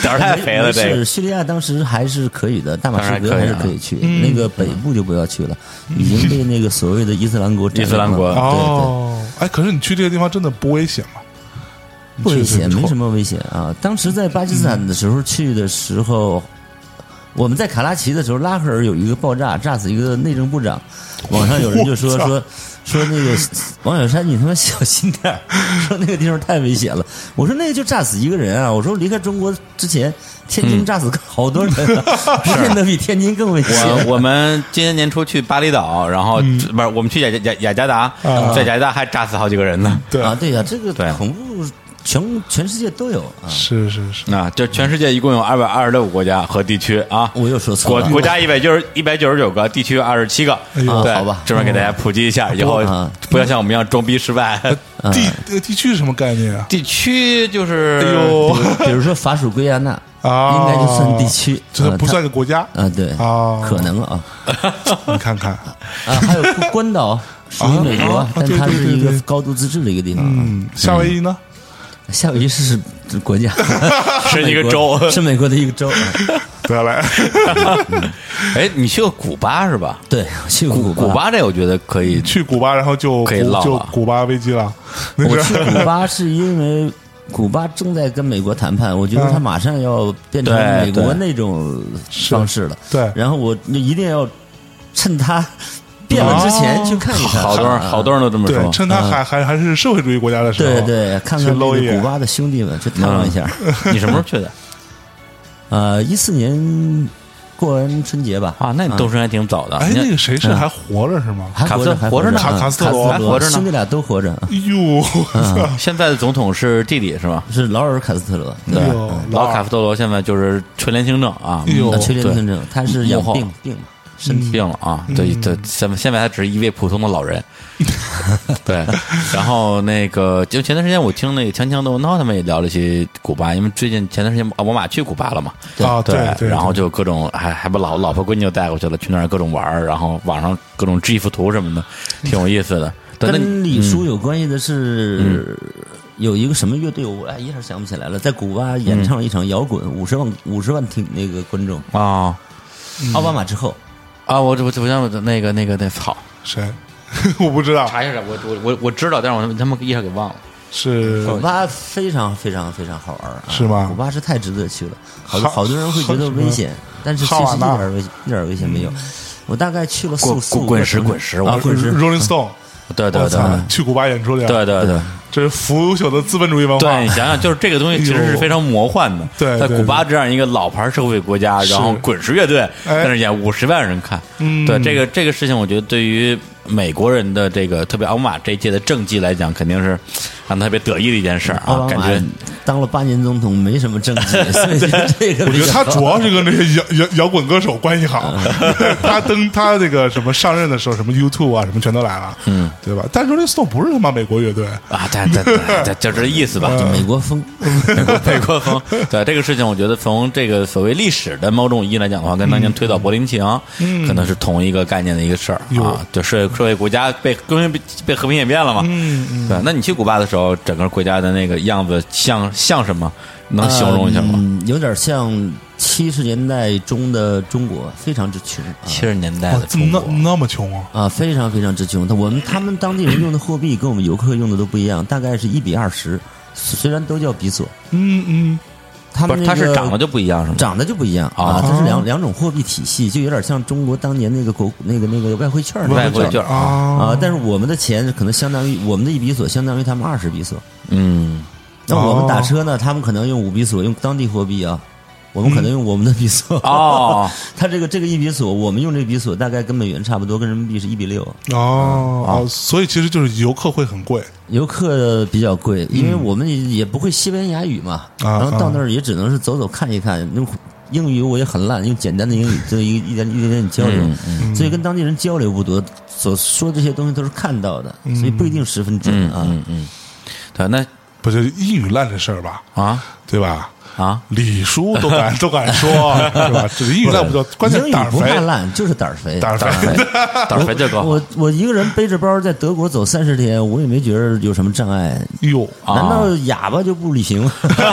S2: 胆儿太肥了，这
S3: 是
S2: 个
S3: 叙利亚当时还是可以的，大马士革
S2: 当然可以啊
S3: 还是可以去，那个北部就不要去了，已经被那个所谓的伊斯兰国占
S2: 伊斯兰
S3: 领了
S2: 国
S3: 对对。
S1: 哦，哎，可是你去这个地方真的不危险吗？
S3: 不危险，没什
S1: 么。
S3: 么危险啊。当时在巴基斯坦的时候去的时候，我们在卡拉奇的时候，拉赫尔有一个爆炸，炸死一个内政部长。网上有人 就
S1: 我
S3: 说
S1: 操
S3: 说说那个王小山，你他妈小心点儿，说那个地方太危险了。我说那个就炸死一个人啊，我说离开中国之前，天津炸死好多人、啊， 变得比天津更危险。
S2: 我我们今年年初去巴厘岛，然后不是我们去雅雅雅雅加达，
S1: 啊
S2: 在雅加达还炸死好几个人呢。
S1: 对
S3: 啊，对呀、这个
S2: 对
S3: 恐怖全全世界都有啊。
S1: 是是是，
S2: 啊，这全世界一共有二百二十六个国家和地区啊。
S3: 我又说错
S2: 国
S3: 了，
S2: 国家一百就是一百九十九个，地区二十七个。
S1: 哎呦
S2: 对，
S3: 好吧
S2: 这边给大家普及一下，以后
S3: 啊
S2: 不要像我们一样装逼失败。
S1: 地这个呃地区是什么概念啊？
S2: 地区就是，
S1: 哎呦
S3: 比如说法属圭亚那。
S1: 啊，
S3: 应该就算地区，
S1: 这
S3: 呃
S1: 不
S3: 它
S1: 算个国家
S2: 嗯
S3: 啊，对
S1: 啊
S3: 可能啊
S1: 你看看，
S3: 啊，还有关关 岛属于美国
S1: 啊，
S3: 但
S1: 对
S3: 它
S1: 对
S3: 是
S1: 对
S3: 一个
S1: 对
S3: 高度自治的一个地方啊。
S1: 嗯，夏威夷呢？
S3: 夏威夷是是 国家，
S2: 是一个
S3: 美国
S2: 州
S3: 是美国的一个州。啊
S1: 得嘞，
S2: 哎，你去过古巴是吧？
S3: 对，我去过
S2: 古
S3: 古
S2: 古
S3: 巴，
S2: 巴这我觉得可以，
S1: 去古巴，然后就
S2: 可以唠
S1: 古就
S2: 了
S1: 古巴危机了，那
S3: 我去
S1: 是
S3: 古巴是因为。古巴正在跟美国谈判，我觉得
S1: 啊
S3: 它马上要变成
S2: 对
S3: 美
S2: 对
S3: 国那种方式了。
S1: 对
S3: 然后我一定要趁他变了之前
S1: 哦
S3: 去看一看。
S2: 好多人好多人都这么
S1: 对，
S2: 说。嗯
S1: 趁他还还还是社会主义国家的时候，
S3: 对对，看
S1: 去
S3: 看
S1: 搂
S3: 那
S1: 一
S3: 个
S1: 眼
S3: 古巴的兄弟们，去探望一下。
S2: 嗯你什么时候去的？
S3: 呃，一四年过完春节吧，
S2: 啊，那你动身还挺早的。
S1: 哎，
S2: 你看嗯
S1: 那个谁是还活着是吗？
S3: 还活
S2: 卡斯
S3: 着，还
S2: 活着呢
S3: 啊
S1: 卡
S3: 卡
S1: 斯特罗
S3: 斯
S2: 还活着呢
S3: 兄弟俩都活着，
S1: 哎呦，
S2: 现在的总统是弟弟是吧？
S3: 是劳尔·卡斯特罗，
S1: 哎
S3: 对，
S1: 呦
S2: 老
S1: 二
S2: 卡夫多罗现在就是垂帘听政啊，
S1: 哎呦
S3: 啊缺恋听症，他是养
S2: 幕后
S3: 病病嘛，身体
S2: 病了啊，
S1: 嗯
S2: 对对，现在现在他只是一位普通的 老人，对。然后那个，就前段时间我听那个锵锵的文涛他们也聊了一些古巴，因为最近前段时间奥巴马去古巴了嘛，
S1: 啊，对对，
S2: 然后就各种还还把老老婆闺女都带过去了，去那儿各种玩儿，然后网上各种 GIF 图什么的，挺有意思的。但那
S3: 跟李叔有关系的是，有一个什么乐队，我哎一下想不起来了，在古巴演唱了一场摇滚，五十万五十万听那个观众，
S2: 啊
S3: 奥巴马之后，
S2: 啊，我我我想我那个那个那好
S1: 谁？ 我不知道，
S2: 查一下，我我我我知道，但是我他妈一下给忘了。
S1: 是
S2: 哦
S3: 古巴非常非常非常好玩啊，
S1: 是吗
S3: 古巴是太值得去了，好
S1: 哈
S3: 多好多人会觉得危险，但是其
S1: 哈瓦
S3: 实一
S1: 那
S3: 点儿危一点儿危险没有。我大概去了四
S2: 滚
S3: 五四五个
S2: 滚石
S3: 城市
S2: 滚石
S3: 啊，
S2: 我
S3: 滚石
S1: Rolling Stone，
S2: 对对
S1: 我
S2: 对
S1: 操，去古巴演出去，
S2: 对，对对。
S1: 这是腐朽的资本主义文化
S2: 对，你，想想，就是这个东西其实是非常魔幻的。
S1: 哎对
S2: 在
S1: 对
S2: 古巴这样一个老牌社会国家，然后滚石乐队
S1: 哎
S2: 在那演五十万人看，
S1: 嗯
S2: 对这个这个事情，我觉得对于美国人的这个特别奥巴马这一届的政绩来讲，肯定是让他特别得意的一件事儿啊
S3: 奥，巴
S2: 感
S3: 马
S2: 觉
S3: 当了八年总统没什么政绩，所以这个
S1: 我觉得他
S3: 比较
S1: 主要是跟这些摇摇摇滚歌手关系好， 他登他这个什么上任的时候，什么 YouTube 啊，什么全都来了，嗯，对吧？但是 Rolling Stone 不是他妈美国乐队，
S2: 啊，对对对，对就这意思吧，就
S1: 呃
S3: 美国风。
S2: 美国风。对这个事情，我觉得从这个所谓历史的某种意义来讲的话，跟当年推倒柏林墙，可能是同一个概念的一个事儿
S1: 哟
S2: 啊。
S3: 嗯
S2: 就社会社会国家被革命被被和平演变了嘛。嗯，对。那你去古巴的时候，整个国家的那个样子像像什么？能形容一下吗？
S3: 嗯，有点像七十年代中的中国，非常之穷啊
S2: 七十年代
S1: 哇
S2: 的，
S1: 怎么
S2: 中国
S1: 哦
S3: 哦
S1: 那，那么穷啊？
S3: 啊，非常非常之穷。他我们他们当地人用的货币跟我们游客用的都不一样，大概是一比二十，虽然都叫比索，
S1: 嗯嗯，
S3: 他
S2: 不
S3: 们
S2: 是
S3: 那
S2: 它
S3: 个
S2: 是长得就不一样，是吗？
S3: 长得就不一样
S2: 啊
S3: 啊，它是两两种货币体系，就有点像中国当年那个国那个那个外汇券儿那
S2: 外
S3: 个
S2: 国
S3: 券
S2: 劲
S3: 儿
S2: 儿啊，
S3: 啊，但是我们的钱可能相当于我们的一比索相当于他们二十比索。
S2: 嗯，
S3: 那
S1: 哦
S3: 我们打车呢，他们可能用五比索，用当地货币啊，我们可能用我们的比索。
S2: 嗯哦，
S3: 他这个这个一比索，我们用这比索大概跟美元差不多，跟人民币是一比六。
S1: 哦哦，所以其实就是游客会很贵，
S3: 游客比较贵，因为我们也也不会西班牙语嘛，
S1: 嗯啊
S3: 然后到那儿也只能是走走看一看。那英语我也很烂，用简单的英语就一一点一点点交流，
S1: 嗯
S3: 所以跟当地人交流不多，所说这些东西都是看到的，
S1: 嗯
S3: 所以不一定十分准啊。
S2: 对，那
S1: 不是英语烂这事儿吧？
S2: 啊
S1: 对吧？
S2: 啊，
S1: 李叔都敢都敢说，啊是吧？这英语烂不叫，关键
S3: 英语
S1: 胆儿
S3: 不
S1: 肥
S3: 怕，烂，就是胆儿肥。
S1: 胆儿肥。
S2: 胆儿肥就高
S3: 我我一个人背着包在德国走三十天，我也没觉得有什么障碍。
S1: 哟，
S2: 啊
S3: 难道哑巴就不旅行吗？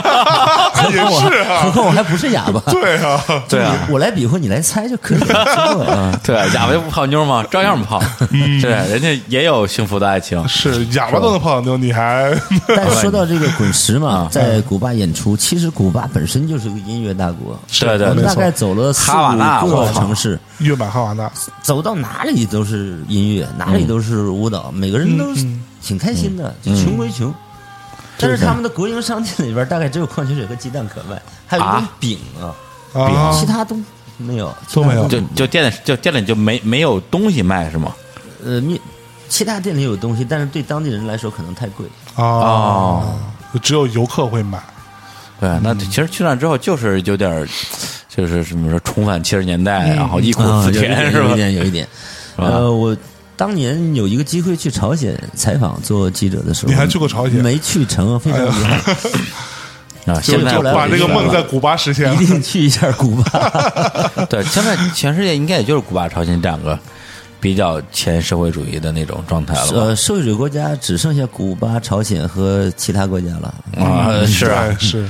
S1: 也是啊
S3: 何况我还不是哑巴。
S1: 对啊，
S2: 对啊。
S3: 我来比划，你来猜就可以了。行了啊
S2: 对，哑巴就不泡妞嘛，照样泡。
S3: 嗯
S2: 对，人家也有幸福的爱情。
S1: 是哑巴都能泡到妞，你还
S3: 但是说到这个滚石嘛，
S2: 嗯
S3: 在古巴演出，其实古巴本身就是个音乐大国。
S2: 对对
S3: 我
S2: 对
S3: 们大概走了四
S2: 哈瓦那
S3: 五
S2: 我
S3: 个
S2: 靠
S3: 城市，
S1: 月满哈瓦那？
S3: 走到哪里都是
S2: 嗯
S3: 音乐，哪里都是舞蹈，每个人都是挺开心的，
S2: 嗯
S3: 就穷归穷。但是他们的国营商店里边大概只有矿泉水和鸡蛋可卖，还有一种
S2: 啊
S3: 饼啊，
S1: 啊，
S3: 其他都没有，
S1: 都没有
S2: 就就店里就店里就没没有东西卖是吗？
S3: 呃，面其他店里有东西，但是对当地人来说可能太贵。
S1: 啊
S2: 哦，
S1: 只有游客会买。
S2: 对，那其实去那之后就是有点儿，就是怎么说重返七十年代，然 后忆苦思甜嗯啊是
S3: 啊有
S2: 吧
S3: 一？点，有一点。
S2: 吧
S3: 呃，我当年有一个机会去朝鲜采访做记者的时候，
S1: 你还去过朝鲜
S3: 没去成，非常遗憾。
S2: 啊，
S1: 就
S2: 现在
S1: 就
S2: 我
S1: 把这个梦在古巴实现了
S3: 一定去一下古 巴。
S2: 对，现在全世界应该也就是古巴、朝鲜这两个比较前社会主义的那种状态了吧。
S3: 呃，社会主义国家只剩下古巴、朝鲜和其他国家了。
S2: 啊，是啊
S1: 对，是。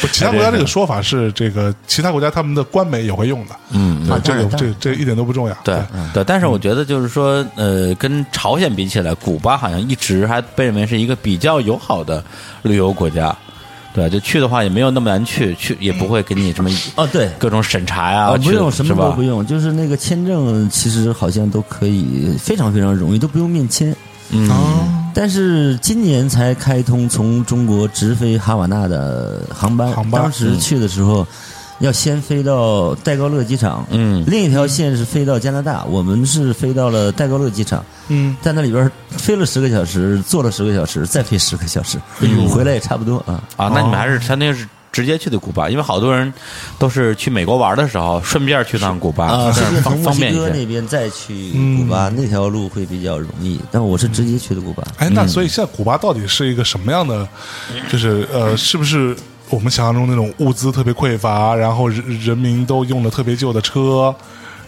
S1: 不，其他国家这个说法是这个，其他国家他们的官媒也会用的。嗯，对，
S3: 啊
S1: 这个
S3: 当然
S1: 这这一点都不重要。
S2: 对
S3: 嗯
S2: 对，但是我觉得就是说，呃，跟朝鲜比起来，古巴好像一直还被认为是一个比较友好的旅游国家。对，就去的话也没有那么难去，去也不会给你什么
S3: 哦对
S2: 各种审查呀、
S3: 啊，不
S2: 去
S3: 用什
S2: 是
S3: 么
S2: 吧
S3: 都不用，就是那个签证，其实好像都可以非常非常容易，都不用面签。
S1: 哦
S3: 嗯，但是今年才开通从中国直飞哈瓦那的航班，
S1: 航班
S3: 当时
S2: 嗯
S3: 去的时候。要先飞到戴高乐机场，
S2: 嗯
S3: 另一条线是飞到加拿大，我们是飞到了戴高乐机场，
S1: 嗯，
S3: 在那里边飞了十个小时，坐了十个小时，再飞十个小时，
S2: 哎
S3: 回来也差不多啊。
S2: 啊，那你们还是相当于是直接去的古巴，因为好多人都是去美国玩的时候顺便去趟古巴，
S3: 啊，
S2: 这
S3: 顺
S2: 样
S3: 便嗯
S2: 方
S3: 从墨
S2: 方
S3: 西
S2: 便一
S3: 哥
S2: 些。
S3: 那边再去古巴，那条路会比较容易。但我是直接去的古巴，
S1: 哎，那所以现在古巴到底是一个什么样的？就是呃，是不是我们想象中那种物资特别匮乏，然后人人民都用的特别旧的车，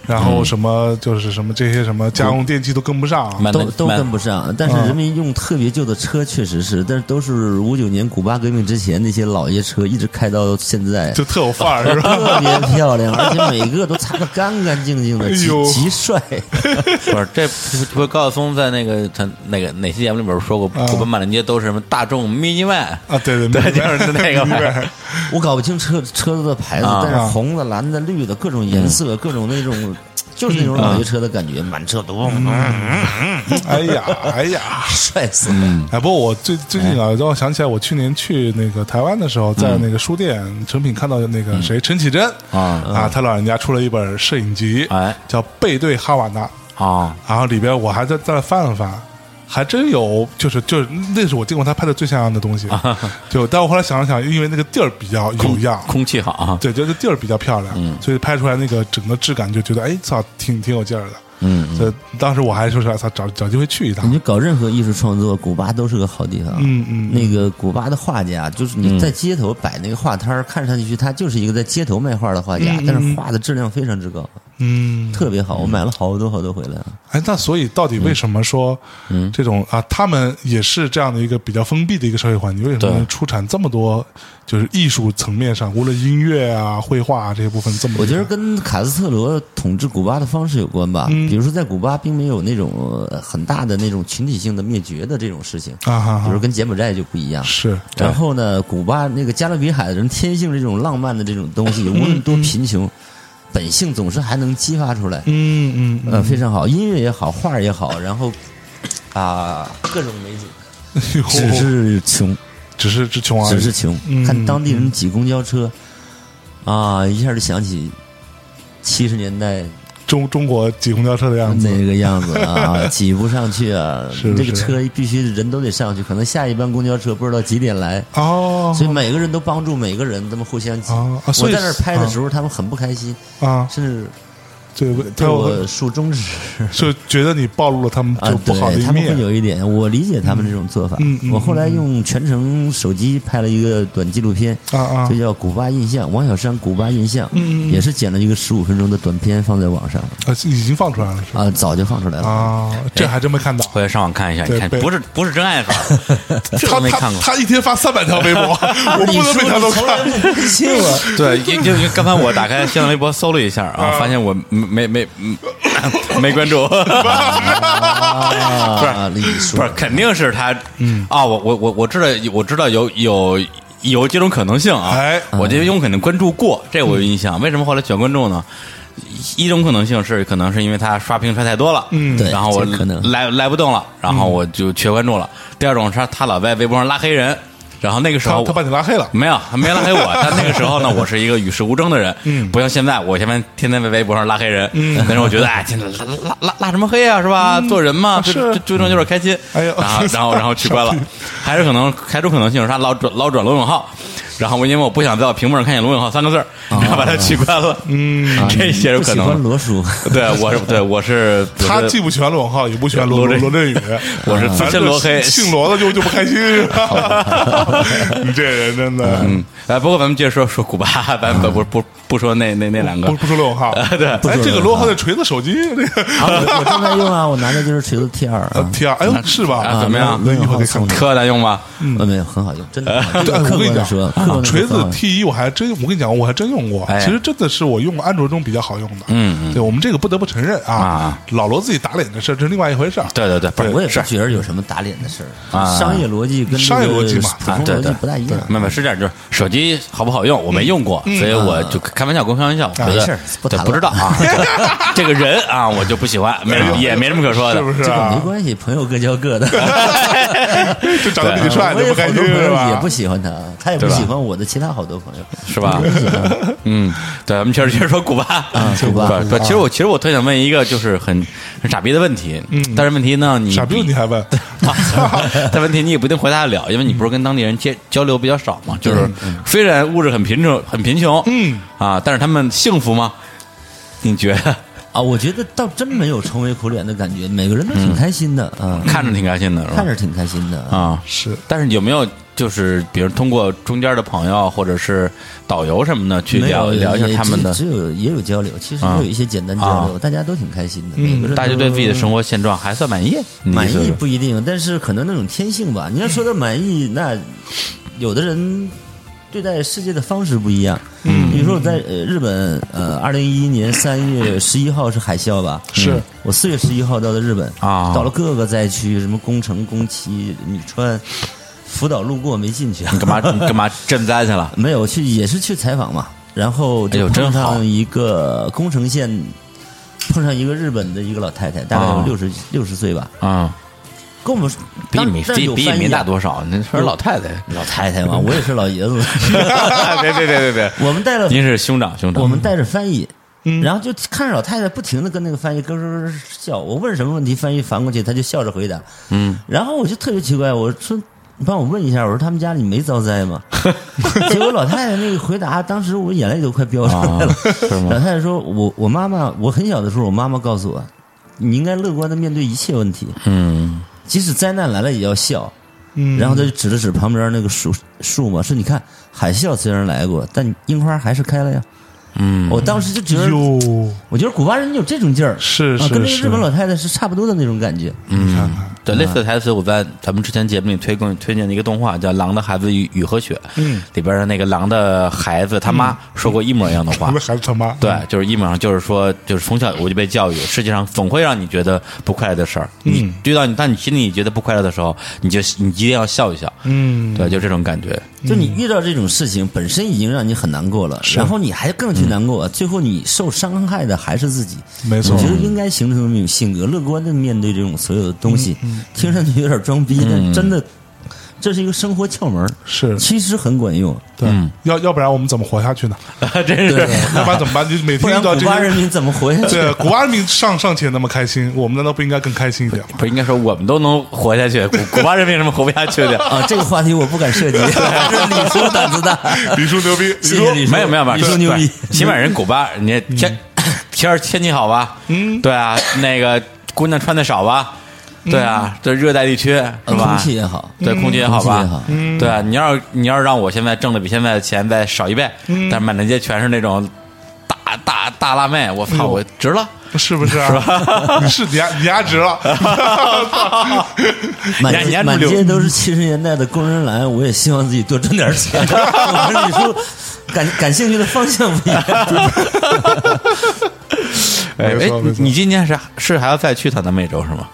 S1: 然后什么就是什么这些什么家用电器都跟不上？
S2: 蛮
S3: 都
S2: 蛮
S3: 都跟不上。但是人民用特别旧的车确实是，但是都是五九年古巴革命之前那些老爷车，一直开到现在。
S1: 就特有范儿，是吧？
S3: 特别漂亮，而且每个都擦得干干净净的，
S1: 哎
S3: 极
S1: 呦
S3: 极帅。
S2: 不是这不是高晓松在那个他那个哪期节目里边说过，
S3: 啊
S2: 古巴满大街都是什么大众 mini van
S1: 啊，对对
S2: 对就是 那个玩意儿。
S3: 我搞不清车车子的牌子，
S2: 啊
S3: 但是红的、蓝的、绿的，各种颜色，各种那种，就是那种老爷车的感觉，满车都
S1: 哎呀，哎 呀，
S3: 帅死了。
S1: 哎，不过我最最近
S2: 嗯
S1: 啊，让我想起来，我去年去那个台湾的时候，在那个书店成品看到那个谁陈绮贞
S2: 嗯啊
S1: 啊，他老人家出了一本摄影集，
S2: 哎
S1: 叫《背对哈瓦那》，
S2: 啊，
S1: 然后里边我还在在那翻了翻，还真有，就是就是那是我见过他拍的最像样的东西。就但我后来想了想，因为那个地儿比较有样，
S2: 啊空气好啊，
S1: 对，就是地儿比较漂亮，所以拍出来那个整个质感就觉得，哎，操，挺挺有劲儿的。嗯，所以当时我还说是，操，找找机会去一趟
S3: 你。就搞任何艺术创作，古巴都是个好地方。
S1: 嗯嗯
S3: 那个古巴的画家，啊就是你在街头摆那个画摊儿，看上去他就是一个在街头卖画的画家，但是画的质量非常之高，
S1: 嗯，
S3: 特别好。我买了好多好多回来啊。
S1: 哎，那所以到底为什么说，这种啊，他们也是这样的一个比较封闭的一个社会环境，为什么
S2: 对
S1: 能出产这么多就是艺术层面上，无论音乐啊、绘画啊这些部分这么多？
S3: 我觉得跟卡斯特罗统治古巴的方式有关吧。
S1: 嗯
S3: 比如说，在古巴并没有那种呃很大的那种群体性的灭绝的这种事情，
S1: 啊哈哈
S3: 比如跟柬埔寨就不一样。
S1: 是，
S3: 然后呢，古巴那个加勒比海的人天性这种浪漫的这种东西，无论多贫穷，本性总是还能激发出来。
S1: 嗯嗯嗯，
S3: 呃，非常好，音乐也好，画儿也好，然后啊，各种美景，
S1: 哎呦
S3: 只是穷，
S1: 只是只穷而已，
S3: 只是穷。
S1: 嗯
S3: 看当地人挤公交车，啊，一下就想起七十年代
S1: 中中国挤公交车的样子。
S3: 那个样子 啊，挤不上去啊，
S1: 是
S3: 这个
S1: 是
S3: 车必须人都得上去，可能下一班公交车不知道几点来。
S1: 哦
S3: 所以每个人都帮助每个人，他们互相挤。
S1: 啊啊所
S3: 我
S1: 以
S3: 在那儿拍的
S1: 啊
S3: 时候，他们很不开心，
S1: 啊，
S3: 甚至
S1: 对，
S3: 对
S1: 他
S3: 我
S1: 有
S3: 竖中指。
S1: 就觉得你暴露了他们
S3: 啊
S1: 就，不好的
S3: 对，
S1: 一
S3: 他们
S1: 面
S3: 会。有一点，我理解他们这种做法。
S1: 嗯嗯嗯
S3: 我后来用全程手机拍了一个短纪录片，
S1: 啊啊
S3: 就叫《古巴印象》，王小山《古巴印象》，
S1: 嗯嗯嗯
S3: 也是剪了一个十五分钟的短片放在网上，
S1: 啊，已经放出来了是吧？
S3: 啊，早就放出来
S2: 嗯
S3: 了。
S1: 啊，这还真没看到。
S2: 回来上网看一下，
S1: 对
S2: 你看
S1: 被
S2: 不是不是真爱 粉，这
S1: 他
S2: 都没
S1: 他
S2: 看过。嗯
S1: 他一天发三百条 微博，我
S3: 你
S1: 不能
S3: 说
S1: 每条都
S3: 你从来
S1: 看。
S3: 不关心我，
S2: 对，因就因为刚才我打开新浪微博搜了一下 啊，发现我没没没 没关注，
S3: 啊，李叔
S2: 不是，肯定是他，嗯啊，我我我我知道，我知道有有有这种可能性啊，
S1: 哎嗯
S2: 我觉得有可能关注过，这我有印象。为什么后来选关注呢？一一种可能性是，可能是因为他刷屏刷太多了，嗯
S3: 对
S2: 然后我
S3: 这可能
S2: 来来不动了，然
S1: 嗯
S2: 后我就缺关注了。第二种是他老在微博上拉黑人，然后那个时
S1: 他
S2: 候
S1: 他把你拉黑了，
S2: 没有，他没拉黑我。但那个时候呢，我是一个与世无争的人，嗯，不像现在，我现在天天在微博上拉黑人，嗯，但是我觉得，哎，天天拉拉拉拉什么黑啊，是吧？做人嘛，最
S1: 嗯是
S2: 最最重要就是开心。
S1: 哎呦嗯
S2: 然后 然后然后取关了，还是可能开出可能性是他老转老转罗永浩，然后我因为我不想在我屏幕上看见罗永浩三个字儿，
S1: 哦
S2: 然后把他取关了，嗯， 这也是
S3: 不
S2: 可
S3: 喜欢
S2: 能。
S3: 罗叔，啊
S2: 对，我是对我是
S1: 他
S2: 我是
S1: 既不喜欢罗永浩，也不喜欢罗
S2: 罗
S1: 罗罗
S2: 振
S1: 振宇，
S2: 我是资
S1: 咱这
S2: 深罗黑
S1: 姓罗的就就不开心是吧？ 你这人真的，
S2: 嗯，哎，不过咱们接着说说古巴，咱不不不不说那那那两个
S1: 不，不说罗永 浩，对，哎，这个罗永浩的锤子手机这
S3: 啊
S1: 个
S3: 我我正在用啊，我拿的就是锤子 T 二啊，
S1: 天啊，哎呦是吧
S2: 啊？怎么样
S1: 那以后得看看。
S2: 特大用吗？
S3: 呃，没有，很好用，真的 很好用。
S1: 啊对，我
S3: 客
S1: 跟你
S3: 观
S1: 讲啊
S3: 的说，，过那个
S1: 锤子
S3: 方案
S1: T 一我还真，我跟你讲，我还真用过，
S2: 哎
S1: 其实真的是我用过安卓中比较好用的。嗯，对我们这个不得不承认啊
S2: 啊，
S1: 老罗自己打脸的事儿这是另外一回事儿。
S2: 对对对，不是
S3: 我也不
S2: 是
S3: 觉得有什么打脸的事
S2: 啊
S3: 儿，商业逻辑跟这
S1: 商业
S3: 个
S1: 逻辑嘛
S3: 普
S2: 啊
S3: 通
S2: 对
S3: 逻辑
S2: 对
S3: 不大一样。
S2: 没有没有是这样，就是手机好不好用，我没用过，所以我就开玩笑，光开玩笑，我觉
S3: 没
S2: 得
S3: 事儿不
S2: 对
S3: 谈
S2: 不
S3: 了
S2: 知道啊，这个人啊，我就不喜欢，没人也没什么可说的，
S1: 是不是
S3: 这个没
S1: 啊？
S3: 关系，朋友各 交各的。
S1: 就长得比你帅
S3: 我
S1: 就
S3: 有
S1: 不
S3: 好
S1: 开
S3: 多
S1: 心
S3: 朋
S1: 是
S3: 友
S1: 吧？
S3: 也不喜欢他，他也不
S2: 对吧
S3: 喜欢我的其他好多朋友。
S2: 是吧？嗯，对，我们接着接着说古巴 啊
S3: 古巴
S2: 不，其实我其实我特想问一个就是很很傻逼的问题，嗯，但是问题呢，你
S1: 傻逼你还问？
S2: 但问题你也不一定回答得了，因为你不是跟当地人接交流比较少嘛。就是虽然物质很贫穷，很贫穷，
S1: 嗯
S2: 啊，但是他们幸福吗？你觉得
S3: 啊，我觉得倒真没有愁眉苦脸的感觉，每个人都挺开心的啊，
S2: 看着挺开心的，嗯是吧
S3: 看着挺开心的。
S2: 啊。
S1: 是
S2: 但是有没有就是，比如通过中间的朋友或者是导游什么的去
S3: 没
S2: 聊
S3: 有
S2: 聊一
S3: 也
S2: 下他们的，啊
S3: 只只有也有交流，其实也有一些简单交流，大家都挺开心的。每个
S2: 嗯
S3: 人
S2: 大家对自己的
S3: 都
S2: 生活现状还算满意？你的意
S3: 满
S2: 思
S3: 意
S2: 是
S3: 不一定，但是可能那种天性吧。你要说到满意，那有的人对待世界的方式不一样。嗯，比如说我在呃日本，呃，二零一一年三月十一号是海啸吧？
S1: 是
S3: 嗯我四月十一号到的日本
S2: 啊
S3: 到了各个灾区，什么宫城、宫崎、米川、福岛，路过没进去啊。
S2: 干嘛你干嘛赈灾去了？
S3: 没有去，也是去采访嘛。然后
S2: 哎
S3: 就
S2: 呦
S3: 碰
S2: 真好
S3: 上一个宫城县，碰上一个日本的一个老太太，大概有
S2: 啊
S3: 六十六十岁吧。
S2: 啊，
S3: 跟我们
S2: 比你没
S3: 当但
S2: 比
S3: 有
S2: 比你
S3: 翻译
S2: 没
S3: 啊
S2: 大多少，您说老 太太，
S3: 老太太嘛，我也是老爷子。
S2: 别别别别别，
S3: 我们带了，
S2: 您是兄长兄长，
S3: 我们带着翻译，
S1: 嗯
S3: 然后就看着老太太不停的跟那个翻译咯咯咯咯笑。我问什么问题，翻译翻过去，她就笑着回答。嗯，然后我就特别奇怪，我说。你帮我问一下，我说他们家里没遭灾吗？ 结果老太太那个回答，当时我眼泪都快飙
S2: 啊
S3: 出来了。老太太说：“我我妈妈，我很小的时候，我妈妈告诉我，你应该乐观的面对一切问题，
S2: 嗯
S3: 即使灾难来了也要笑。
S1: 嗯，
S3: 然后他就指了指旁边那个树树嘛，说：“你看，海啸虽然来过，但樱花还是开了呀。”
S2: 嗯，
S3: 我当时就觉得，
S1: 哟，
S3: 我觉得古巴人有这种劲儿，
S1: 是
S3: 啊，
S1: 是
S3: 跟那个
S1: 是嗯
S3: 日本老太太是差不多的那种感觉。
S1: 你看看，
S2: 对，类似的台词我在咱们之前节目里推过推荐的一个动画叫《狼的孩子与雨和雪》，
S1: 嗯，
S2: 里边的那个狼的孩子他妈说过一模一样的话
S1: 我们，孩子他妈，
S2: 对，就是一模一样，就是说，就是从小我就被教育，世界上总会让你觉得不快乐的事儿，
S3: 嗯
S2: 你遇到你当你心里觉得不快乐的时候，你就你一定要笑一笑，
S1: 嗯，
S2: 对，就这种 感觉，
S3: 就你遇到这种事情，本身已经让你很难过了，然后你还更去难过，最后你受伤害的还是自己。
S1: 嗯没错
S3: 我觉得应该形成这种性格，乐观的面对这种所有的东西。
S1: 嗯
S3: 听上去有点装逼，但真的，这是一个生活窍门儿，
S1: 是
S3: 其实很管用。
S1: 对，
S3: 嗯
S1: 要要不然我们怎么活下去呢？
S2: 真是
S1: 要不然怎么办？就每
S3: 不
S1: 天
S3: 然
S1: 遇到
S3: 古
S1: 这
S3: 巴
S1: 些
S3: 人，民怎么活下去？
S1: 对古巴人民尚尚且那么开心，我们难道不应该更开心一点吗？
S2: 不是应该说我们都能活下去，古 古巴人为什么活不下去的？
S3: 啊，这个话题我不敢涉及， 还是李叔胆子大。
S1: 李叔牛逼，
S3: 谢
S1: 李
S3: 谢
S1: 叔
S3: 李叔，
S2: 没有没有没有，
S3: 李叔牛逼嗯
S2: 对。起码人古巴人家天 天儿天气好吧？嗯，对啊，那个姑娘穿的少吧？对啊，这热带地区是
S3: 呃
S2: 吧
S3: 嗯空？气也好，嗯
S2: 对，空气也好
S3: 空气
S2: 吧
S3: 也好？嗯
S2: 对啊，你要是你要是让我现在挣的比现在的钱再少一倍，
S3: 嗯
S2: 但是满大街全是那种大大大辣妹，我操，我值 了！
S1: 是不是啊？你是你压你压值了，
S3: 满
S2: 你
S3: 街
S2: 还
S3: 满
S2: 你还
S3: 街都是七十年代的工人蓝，我也希望自己多挣点钱。 我跟李叔感感兴趣的方向不一样，
S2: 哎
S1: 没错没，错
S2: 你今年是是还要再去趟南美洲是吗？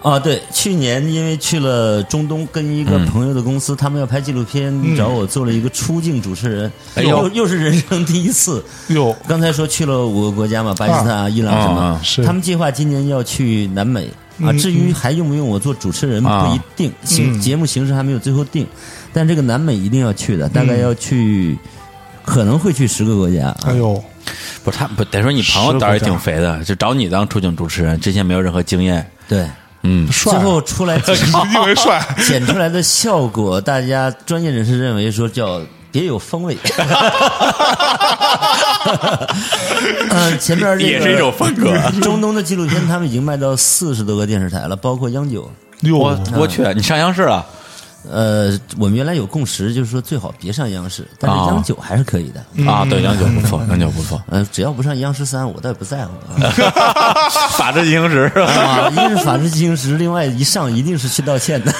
S3: 啊，对，去年因为去了中东，跟
S2: 嗯
S3: 一个朋友的公司，他们要拍纪录片，找我做了一个出境主持人，
S2: 哎呦
S3: 又又是人生第一次。
S1: 哟，
S3: 刚才说去了五个国家嘛，巴基斯坦、伊朗什么，
S2: 啊啊啊嗯
S1: 是
S3: 他们计划今年要去南美啊。至于还用不用我做主持人
S2: 啊
S3: 不一定，形节目形式还没有最后定，但这个南美一定要去
S2: 嗯
S3: 的，大概要去，可能会去十个国家
S2: 嗯
S1: 哎
S3: 啊。
S1: 呦，
S2: 不是，他不得说你朋友胆儿也挺肥的，就找你当出镜主持人，之前没有任何经 验，
S3: 对，
S2: 嗯，
S1: 帅
S3: 最
S1: 啊，
S3: 后出 来
S1: 因为帅，
S3: 剪出来的效果，大家专业人士认为说叫别有 风味。 嗯，前面这个
S2: 也是一种风 格。
S3: 中东的纪录片，他们已经卖到四十多个电视台了，包括央九。
S1: 哟
S2: 我，我去，
S3: 嗯
S2: 你上央视了？
S3: 呃，我们原来有共识，就是说最好别上央视，但是
S2: 哦
S3: 央九还是可以的。，
S1: 嗯
S2: 啊，对，杨九不错，杨九不 错
S3: 呃，只要不上央视三，我倒也不在乎。啊
S2: 法制进行
S1: 哎
S2: 时是吧？
S3: 啊，一是法制进行时，另外一上一定是去道歉的。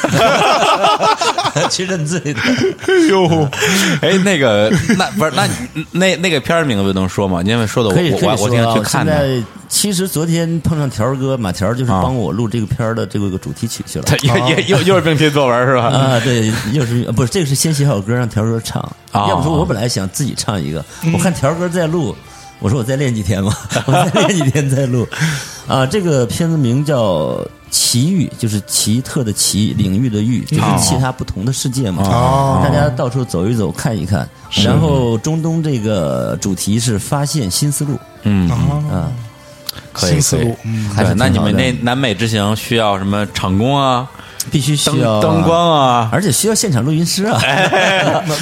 S3: 去认罪的。
S1: 哎呦，
S2: 哎，那个，那不是那你那那个片儿名字能说吗？因为说的我
S3: 可以可
S2: 我
S3: 以
S2: 我
S3: 说
S2: 挺
S3: 啊
S2: 想去
S3: 我
S2: 看
S3: 现
S2: 的。啊
S3: 在其实昨天碰上条儿哥，马条儿就是帮我录这个片儿的这个主题曲去了。
S2: 他又又又又是命题作文是吧？
S3: 啊，对，又是不是这个是先写好歌让条儿哥唱，
S2: 啊
S3: 要不说我本来想自己唱一个，我看条儿哥在录，我说我再练几天吧，我再练几天再录。啊，这个片子名叫《奇遇》，就是奇特的奇，领域的域，就是其他不同的世界嘛。
S1: 哦
S3: 大家到处走一走，看一看。然后中东这个主题是发现新思路，
S1: 啊，
S2: 可以
S1: 新思
S2: 可以
S1: 路，嗯，
S3: 还是
S2: 对，那
S3: 挺
S2: 你
S3: 好
S2: 们
S3: 的
S2: 那南美之行需要什么场工啊、
S3: 必须需
S2: 灯
S3: 要啊
S2: 灯光啊？
S3: 而且需要现场录音师 啊。
S1: 我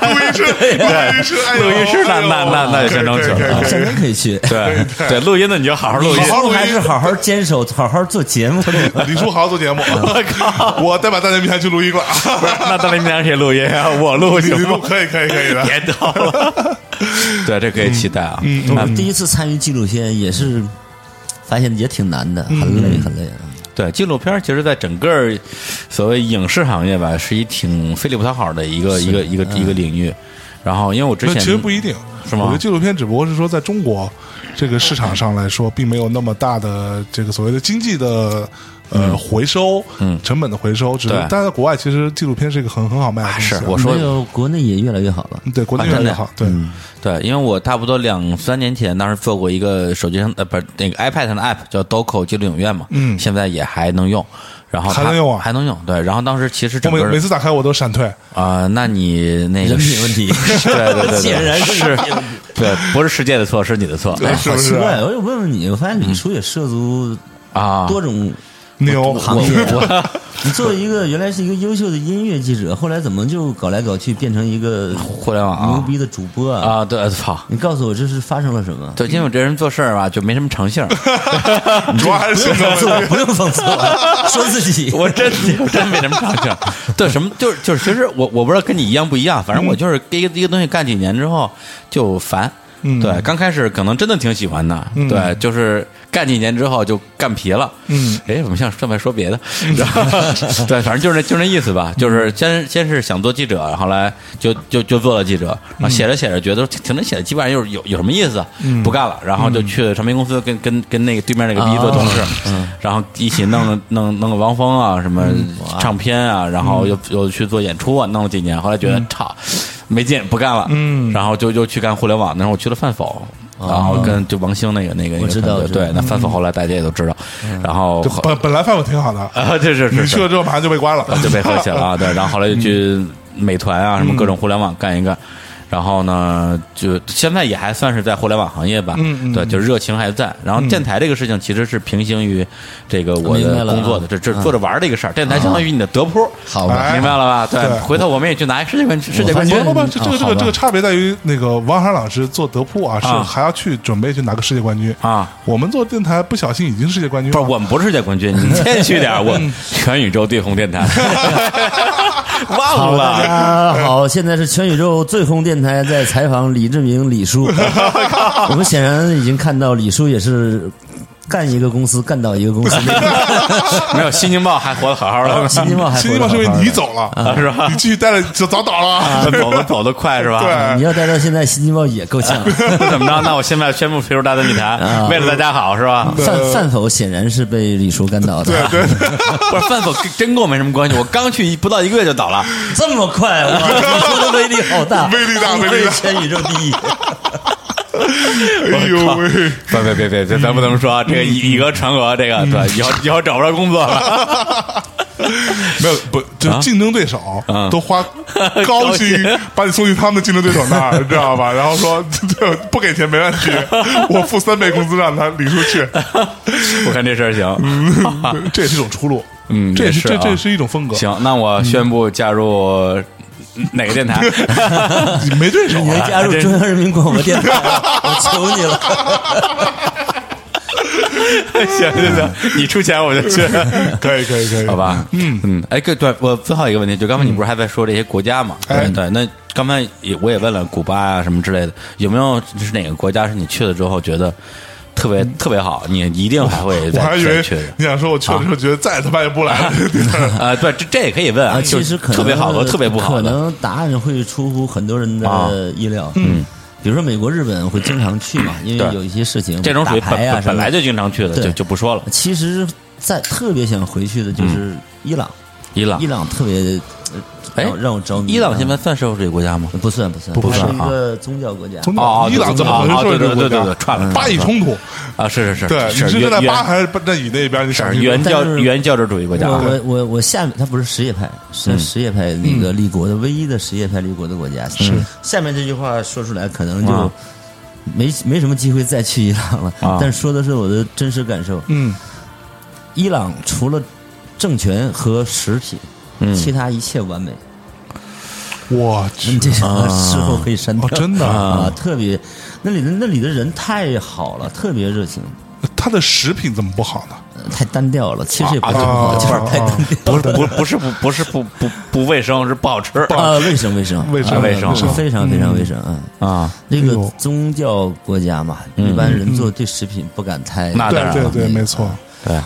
S1: 录音师，录音师，哎呦
S2: 录音师那
S1: 哎呦
S2: 那那那就相当
S1: 可以可
S2: 久
S1: 以
S2: 了
S1: 可以
S3: 现场啊可以去，
S2: 对对，录音的你就好好录音
S1: 好。好录音
S3: 还是好好坚守，好好做节目。
S1: 李叔好好做节 目，我靠， 我再把大内密谈去录音了，
S2: 不是那当林明谁录音啊？ 我录
S1: 你
S2: 行
S1: 录
S2: 吗？
S1: 可以可以可以的，嗯
S2: 别逗 了。对，这可以期待啊。
S3: 我第一次参与纪录片也是，发现也挺难的，很累很累啊。
S2: 对，纪录片儿其实，在整个儿所谓影视行业吧，是一挺费力不讨好的一个一个一个一个领域。然后，因为我之
S1: 嗯那
S2: 前
S1: 其实不一定，
S2: 是吗
S1: 我觉得纪录片只不过是说，在中国这个市场上来说，并没有那么大的这个所谓的经济的呃回收，嗯，成本的回收，只是
S2: 对
S1: 但在国外，其实纪录片是一个很很好卖的东西。
S2: 啊是我说
S3: 没有，国内也越来越好了。
S1: 对国内
S2: 啊
S1: 越来越好，嗯对，
S2: 嗯对，因为我差不多两三年前，当时做过一个手机上呃，不是那个 iPad 上的 app 叫 Doco 记录影院嘛，
S1: 嗯
S2: 现在也还能用，然后它
S1: 还能用啊
S2: 还能用。对，然后当时其实
S1: 我
S2: 整
S1: 每
S2: 个
S1: 每次打开我都闪退，
S2: 啊、那你那个
S3: 人品问题
S2: 对 对对对，
S3: 显然是
S2: 是，对，不是世界的错，是你的错
S1: 对
S3: 哎，
S1: 是
S3: 好
S1: 不
S3: 奇
S1: 是
S3: 怪！我有问问你，我发现李叔也涉足
S2: 啊。
S3: 多种
S1: 牛，
S3: 行业。哎我 你作为一个原来是一个优秀的音乐记者，后来怎么就搞来搞去变成一个
S2: 互联网啊
S3: 牛逼的主播啊？
S2: 啊，对，操，
S3: 你告诉我这是发生了什么？
S2: 对，因为我这人做事儿吧，就没什么诚信儿。
S1: 主要还是
S3: 不
S1: 行政
S3: 用讽刺
S1: 问
S3: 我，
S1: 题。
S3: 不用讽刺我，说自己。
S2: 我真我真没什么长性。对，什么就是就是，其实我我不知道跟你一样不一样，反正我就是跟一个一个东西干几年之后就烦。对，刚开始可能真的挺喜欢的，对，就是干几年之后就干皮了。嗯，哎，我们像正在说别的，然后 对，反正就是那就那意思吧，就是先先是想做记者，然后来就就就做了记者，然后
S3: 嗯
S2: 写着写着觉得挺着写的，基本上就是有有什么意思，不干了，然后
S3: 嗯
S2: 就去了唱片公司跟跟跟那个对面那个逼
S3: 啊
S2: 做同事，
S3: 嗯
S2: 然后一起弄了弄弄个王峰啊，什么唱片啊，然
S3: 嗯
S2: 后又又去做演出啊，弄了几年，后来觉得操，没劲，不干了，嗯，然后就又去干互联网，然后我去了饭否。然后跟就王兴那个那个那个
S3: 啊我知道
S2: 团队
S3: 我知道嗯
S2: 对，那饭否后来大家也都知道，然 后
S1: 就本本来饭我挺好的，
S2: 啊，这是是
S1: 你
S2: 是
S1: 去了之后马上就被关了，
S2: 就被和谐了啊。对，然后后来就去美团啊，什么各种互联网干一干。然后呢，就现在也还算是在互联网行业吧，
S1: 嗯嗯嗯
S2: 对，就热情还在。然后电台这个事情其实是平行于这个我
S3: 明白
S2: 的
S3: 了啊嗯
S2: 工作的，这这做着玩儿的一个事儿。电台相当于你的德扑，
S3: 好
S1: 吧哎
S2: 明白了吧？对
S1: 对，
S2: 回头我们也去拿世界冠世界
S3: 我
S2: 冠
S3: 发
S2: 军
S3: 现
S1: 不不不，这这个
S3: 啊
S1: 这
S3: 好
S1: 个
S3: 吧
S1: 这个差别在于，那个王涵老师做德扑啊，是
S2: 啊
S1: 还要去准备去拿个世界冠军
S2: 啊。
S1: 我们做电台不小心已经世界冠军
S2: 不
S1: 了，
S2: 是，我们不是世界冠军，你谦虚点儿，我
S1: 嗯
S2: 全宇宙最 红电台， 忘
S3: 好，大
S2: 了。
S3: 家好，现在是全宇宙最红电台在采访李志明 李叔，我们显然已经看到李叔也是干一个公司干到一 个公司，
S2: 没有，新京报还活得好好的，
S3: 新京报还活
S1: 新
S3: 得
S1: 京报是因为
S3: 好好的
S1: 你走了，
S2: 啊
S1: 是吧？你继续待着就早倒了。
S2: 我们 走得快是啊吧？
S1: 对
S3: 你要待到现在，新京报也够呛。
S2: 怎么着？那我现在宣布皮如大的密谈，为了大家好是吧？
S3: 范范否显然是被李叔干倒的，
S1: 对，
S2: 不是饭否跟真跟我没什么关系，我刚去一不到一个月就倒了。
S3: 这么快，哇，李叔的威力好大，
S1: 威力大
S3: 你
S1: 威力大
S3: 是全宇宙第一。
S1: 哎呦
S2: 靠
S1: 喂，嗯
S2: 别别别别，这咱不能说啊这个以以讹传讹，这个对，以后以后找不着工作 了。
S1: 没有不，就竞争对手都花高薪把你送去他们的竞争对手那儿，你知道吧？然后说这不给钱没问题，我付三倍工资让他理出去，
S2: 我看这事儿行
S1: 嗯这也是一种出路。
S2: 嗯
S1: 这也
S2: 也
S1: 这
S2: 是啊
S1: 这也是一种风格。，
S2: 行，那我宣布加入
S1: 嗯
S2: 哪个 电台？
S1: 没对手
S3: 你能
S1: 啊，
S3: 加入中央人民广播电台吗， 我求你了。
S2: 行行行，你出钱我就去。
S1: 可以可以可以，
S2: 好吧，嗯嗯，哎，对对，我最后一个问题，就刚才你不是还在说这些国家嘛？
S1: 哎
S6: 嗯
S2: 对对，那刚才也我也问了古巴啊什么之类的，有没有就是哪个国家是你去了之后觉得
S6: 特别特别好，你一定还会
S1: 嗯我
S6: 再
S1: 还以
S6: 再
S1: 为
S6: 去 的。
S1: 你想说我去了之后觉得再也他妈也不来了，
S6: 啊，对，这这也可以问啊，
S3: 啊，
S6: 就
S3: 其
S6: 是
S3: 实可能
S6: 特别好和特别不好
S3: 可
S6: 的，
S3: 能答案会出乎很多人
S6: 啊
S3: 的意料。嗯，比如说美国、日本会经常去 嘛，因为
S6: 对
S3: 有一些事情，
S6: 这种属于
S3: 打牌
S6: 本、
S3: 啊
S6: 本
S3: 什么
S6: 本
S3: 的
S6: 来就经常去的，
S3: 对
S6: 就就不说了。
S3: 其实，在特别想回去的就是伊朗，
S6: 伊朗
S3: 伊，朗特别呃
S6: 嗯哎
S3: 让让我着迷。
S6: 伊朗
S3: 嗯
S6: 现在算社会主义国家吗？
S3: 不算不算，
S6: 不
S3: 它
S6: 算
S3: 是一
S6: 啊
S3: 个宗教国家。
S1: 从
S6: 哦
S1: 伊朗
S6: 对
S1: 怎么
S6: 哦对
S1: 回事？这个
S6: 对对
S1: 国
S6: 对
S1: 家
S6: 对串了
S1: 巴以冲突，
S6: 啊，是是是，
S1: 对，你
S6: 是
S1: 是
S6: 原
S1: 在
S6: 原
S1: 巴还是那以那边？你想
S6: 是
S1: 去
S6: 原
S3: 但
S6: 教
S3: 是
S6: 原教旨主义国家
S3: 我
S6: 啊，
S3: 我我我下面，它不是什叶派，是什叶派那个立国的唯一的什叶派立国的国家。嗯是下面这句话说出来，可能
S6: 啊
S3: 就没没什么机会再去伊朗了
S6: 啊。
S3: 但说的是我的真实感受。
S1: 嗯，
S3: 伊朗除了政权和实体，其他一切完美。啊
S1: 我去，
S3: 这个事后可以删掉，
S1: 哦真的啊
S3: 啊，特别那里的那里的人太好了，特别热情，
S1: 它的食品怎么不好呢？
S3: 呃太单调了，其实也不是不
S1: 啊
S3: 好，就是
S1: 啊
S3: 太单
S6: 不
S3: 调
S6: 是
S3: 了。
S6: 不不是不不是不不不卫生，是不好吃
S3: 啊，卫生卫生
S1: 卫生
S3: 啊
S6: 卫生
S3: 是非常非常卫生啊！
S6: 啊。
S3: 这
S1: 哎
S3: 个
S1: 呦
S3: 宗教国家嘛，一般人做对食品不敢太
S6: 嗯那当
S1: 对
S6: 然
S1: 对
S6: 了
S1: 对，没错。
S6: 对，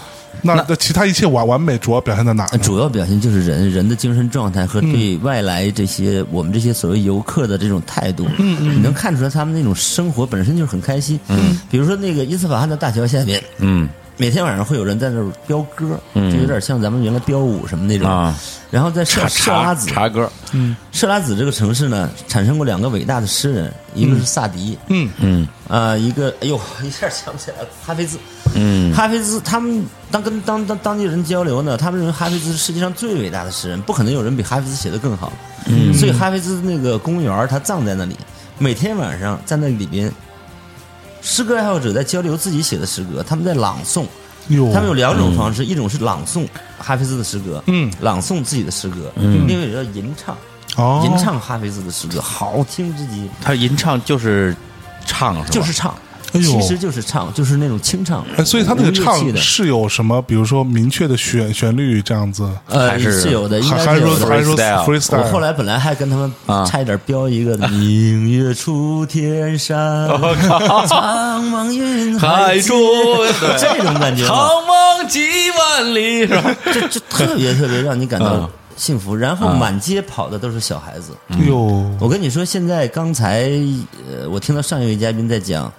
S1: 那那其他一切完完美主要表现在哪呢？
S3: 主要表现就是人人的精神状态和对
S6: 嗯
S3: 外来这些、我们这些所谓游客的这种态度，嗯嗯，你能看出来他们那种生活本身就是很开心，嗯，比如说那个伊斯法罕的大桥下面，
S6: 嗯，
S3: 每天晚上会有人在那儿飙歌，嗯，就有点像咱们原来飙舞什么那种
S6: 啊。
S3: 然后在
S6: 茶
S3: 设设
S6: 茶
S3: 拉子，
S6: 茶歌，
S3: 设拉子这个城市呢，产生过两个伟大的诗人，一个是萨迪，
S1: 嗯
S3: 嗯，啊，一个哎呦， 一下想不起来了，哈菲兹，嗯，哈菲兹他们当跟当当当地人交流呢，他们认为哈菲兹是世界上最伟大的诗人，不可能有人比哈菲兹写的更好，嗯，所以哈菲兹那个公园儿他葬在那里，每天晚上在那里边，诗歌爱好者在交流自己写的诗歌，他们在朗诵，
S1: 哟，
S3: 他们有两种方式，一种是朗诵哈菲兹的诗歌，
S1: 嗯
S3: 朗诵自己的诗歌，嗯，另外一个叫吟唱。
S1: 哦
S3: 嗯吟唱哈菲兹的诗歌，好听之极，
S6: 他吟唱就是唱是吧？
S3: 就是唱，
S1: 哎呦
S3: 其实就是唱，就是那种清唱。
S1: 哎，所以他那个
S3: 无乐器
S1: 唱
S3: 的，
S1: 是有什么，比如说明确的旋旋律这样子，
S3: 呃，
S6: 还是
S3: 是有的，应
S1: 还
S3: 该
S1: 还
S3: 是有
S1: 说
S3: 的。
S1: 还说
S6: freestyle
S3: 我
S1: freestyle。
S3: 后来本来还跟他
S6: 啊
S3: 们差一点标一个“明月出天山， 苍茫云
S6: 海
S3: 海
S6: 中
S3: 中”， 这种感觉嘛，
S6: 长梦几万里是吧？
S3: 这这特别嗯特别让你感到
S6: 啊
S3: 幸福。然后满街跑的都是小孩子，
S1: 哟，
S3: 我跟你说，现在刚才呃，我听到上一位嘉宾在讲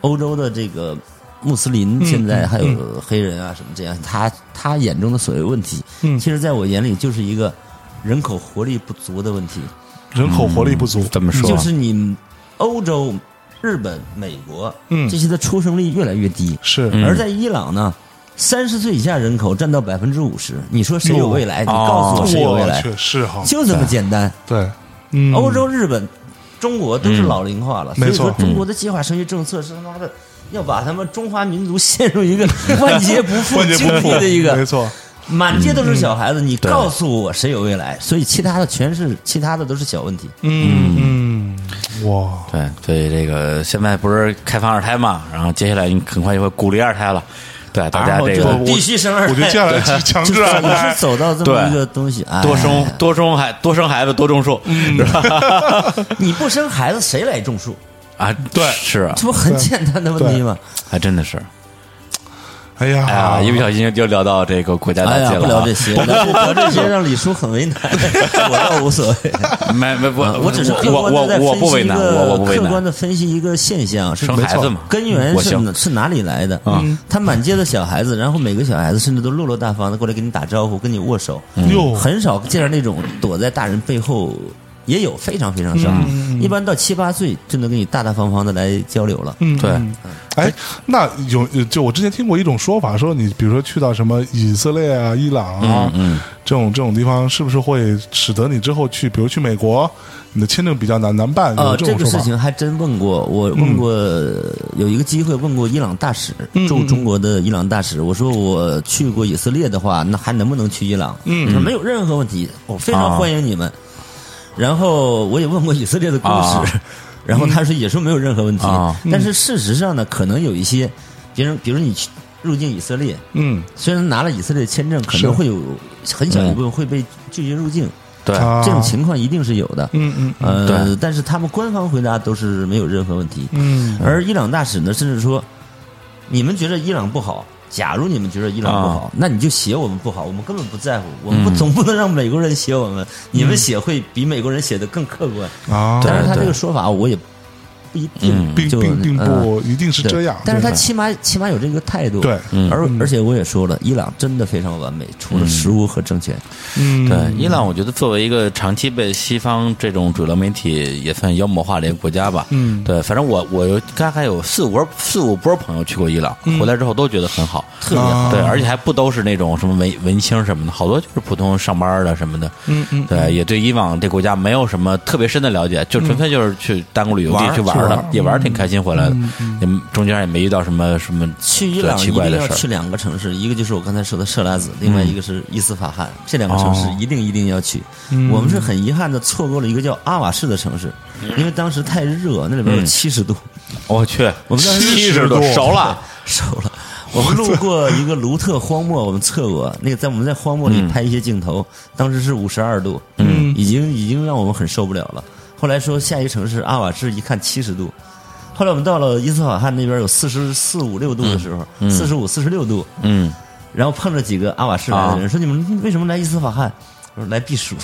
S3: 欧洲的这个穆斯林，现在还有黑人啊什么这样，他他眼中的所谓问题，其实在我眼里就是一个人口活力不足的问题，
S1: 人口活力不足，
S6: 怎么说？
S3: 就是你欧洲、日本、美国，
S1: 嗯
S3: 这些的出生率越来越低，
S1: 是
S3: 而在伊朗呢。三十岁以下人口占到百分之五十，你说谁有未来？你告诉我谁有未来？
S1: 哦去是哈，
S3: 就这么简单。
S1: 对，嗯，
S3: 欧洲、日本、中国都是老龄化了，
S1: 嗯
S3: 所以说
S1: 没错
S3: 中国的计划生育政策是他妈的要把他们中华民族陷入一 个万劫不复、
S1: 万劫
S3: 经
S1: 不
S3: 历
S1: 复
S3: 的一
S1: 没
S3: 个，
S1: 错，嗯
S3: 满街都是小孩子，你告诉我谁有未来？所以其他的全是其他的都是小问题。
S1: 嗯嗯，哇，
S6: 对，所以这个现在不是开放二胎嘛，然后接下来你很快就会鼓励二胎了。对，大家
S3: 然后
S6: 这
S3: 就
S6: 个
S3: 必须生二
S1: 我觉得接下
S3: 胎，
S1: 来是强
S3: 就
S1: 制啊
S3: 是
S1: 安
S3: 我
S1: 排
S3: 是，走到这么
S6: 对
S3: 一个东西，哎
S6: 多生多生孩多生孩子多种树，
S3: 嗯
S6: 是吧？
S3: 你不生孩子谁来种树？
S6: 啊，对，是啊
S3: 这不很简单的问题吗？
S6: 还真的是。
S1: 哎
S6: 哎呀，
S1: 呀，
S6: 一不小心就聊到这个国家大
S3: 哎
S6: 计了啊，
S3: 呀，不聊这些，聊聊这些让李叔 很为难，我倒无所谓。
S6: 没没不，
S3: 啊我只是客
S6: 我
S3: 观
S6: 我
S3: 的在
S6: 我
S3: 分
S6: 不
S3: 析
S6: 为
S3: 一
S6: 难，
S3: 个
S6: 我我不为
S3: 客观
S6: 难。
S3: 的分析一个现象，是
S6: 生
S3: 没
S6: 孩
S3: 错
S6: 子嘛嗯
S3: 根源
S6: 我
S3: 是
S6: 行
S3: 哪是哪里来的？
S6: 啊
S3: 嗯，他满街的小孩子，然后每个小孩子甚至都落落大方的过来跟你打招呼，跟你握手，
S6: 嗯
S1: 哟
S3: 很少见着那种躲在大人背后。也有非常非常少，
S6: 嗯
S3: 一般到七八岁就能跟你大大方方的来交流了。
S1: 嗯
S6: 对，
S1: 哎，那有就我之前听过一种说法，说你比如说去到什么以色列啊、伊朗啊、这种这种地方，是不是会使得你之后去，比如去美国，你的签证比较难难办？有
S3: 呃，
S1: 这
S3: 这
S1: 种
S3: 个
S1: 说
S3: 事
S1: 法？嗯
S3: 情还真问过，我问过、有一个机会问过伊朗大使，驻中国的伊朗大使，我说我去过以色列的话，那还能不能去伊朗？嗯，他说没有任何问题，我非常欢迎你
S1: 啊
S3: 们。然后我也问过以色列的公
S6: 啊
S3: 使， 然后他说也说没有任何问题，
S6: 啊
S1: 嗯
S3: 但是事实上呢，可能有一些别人，比如你去入境以色列，
S1: 嗯
S3: 虽然拿了以色列签证，可
S1: 是嗯
S3: 能会有很小一部分会被拒绝入境。
S6: 对，
S1: 啊，
S3: 这种情况一定是有的。
S1: 嗯嗯
S3: 呃
S6: 对，
S3: 但是他们官方回答都是没有任何问题。
S1: 嗯
S3: 而伊朗大使呢，甚至说你们觉得伊朗不好，假如你们觉得伊朗不好，那你就写我们不好，我们根本不在乎，我们不、总不能让美国人写我们，你们写会比美国人写的更客观。
S1: 啊，
S3: 但是他
S2: 对
S3: 这个说法我也不一定，
S1: 并
S3: 就
S1: 并并
S3: 嗯
S1: 不一定是
S3: 对
S1: 这样，
S3: 但是他
S1: 对
S3: 起码起码有这个态度。
S1: 对
S3: 而而且我也说了，伊朗真的非常完美，除了食物和政权。
S1: 嗯，
S2: 对，伊朗，我觉得作为一个长期被西方这种主流媒体也算妖魔化的一个国家吧，
S1: 嗯
S2: 对，反正我我有大概有四五波四五波朋友去过伊朗，回来之后都觉得很好，嗯特
S1: 别好
S2: 对，而且还不都是那种什么文文青什么的，好多就是普通上班的什么的，嗯嗯，对，也对伊朗这国家没有什么特别深的了解，就纯粹就是去当个旅游
S1: 玩
S2: 地
S1: 儿
S2: 去玩儿嗯
S1: 去
S2: 的，
S1: 玩儿
S2: 也玩儿挺开心回来的，也中间也没遇到什么什么
S3: 去伊朗
S2: 奇
S3: 一
S2: 怪
S3: 定
S2: 的
S3: 要
S2: 事儿，嗯
S3: 去两个城市，一个就是我刚才说的设拉子，另外一个是伊斯法罕，这两个城
S2: 哦
S3: 市一定一定要去。
S2: 嗯
S3: 我们是很遗憾的错过了一个叫阿瓦市的城市，因为当时太热，那里边
S2: 嗯
S3: 有七十度，
S2: 我去，
S3: 我们当时
S2: 七十多
S1: 70度
S2: 熟了，
S3: 受了。我们路过一个卢特荒漠，我们测过那个在我们在荒漠里
S2: 嗯
S3: 拍一些镜头，当时是五十二度，嗯，已经已经让我们很受不了了。后来说下一个城市阿瓦市，一看七十度，后来我们到了伊斯法罕那边有四十四五六度的时候，四十五四十六度，
S2: 嗯，
S3: 然后碰着几个阿瓦士来的人，说你们为什么来伊斯法罕？我说来避暑，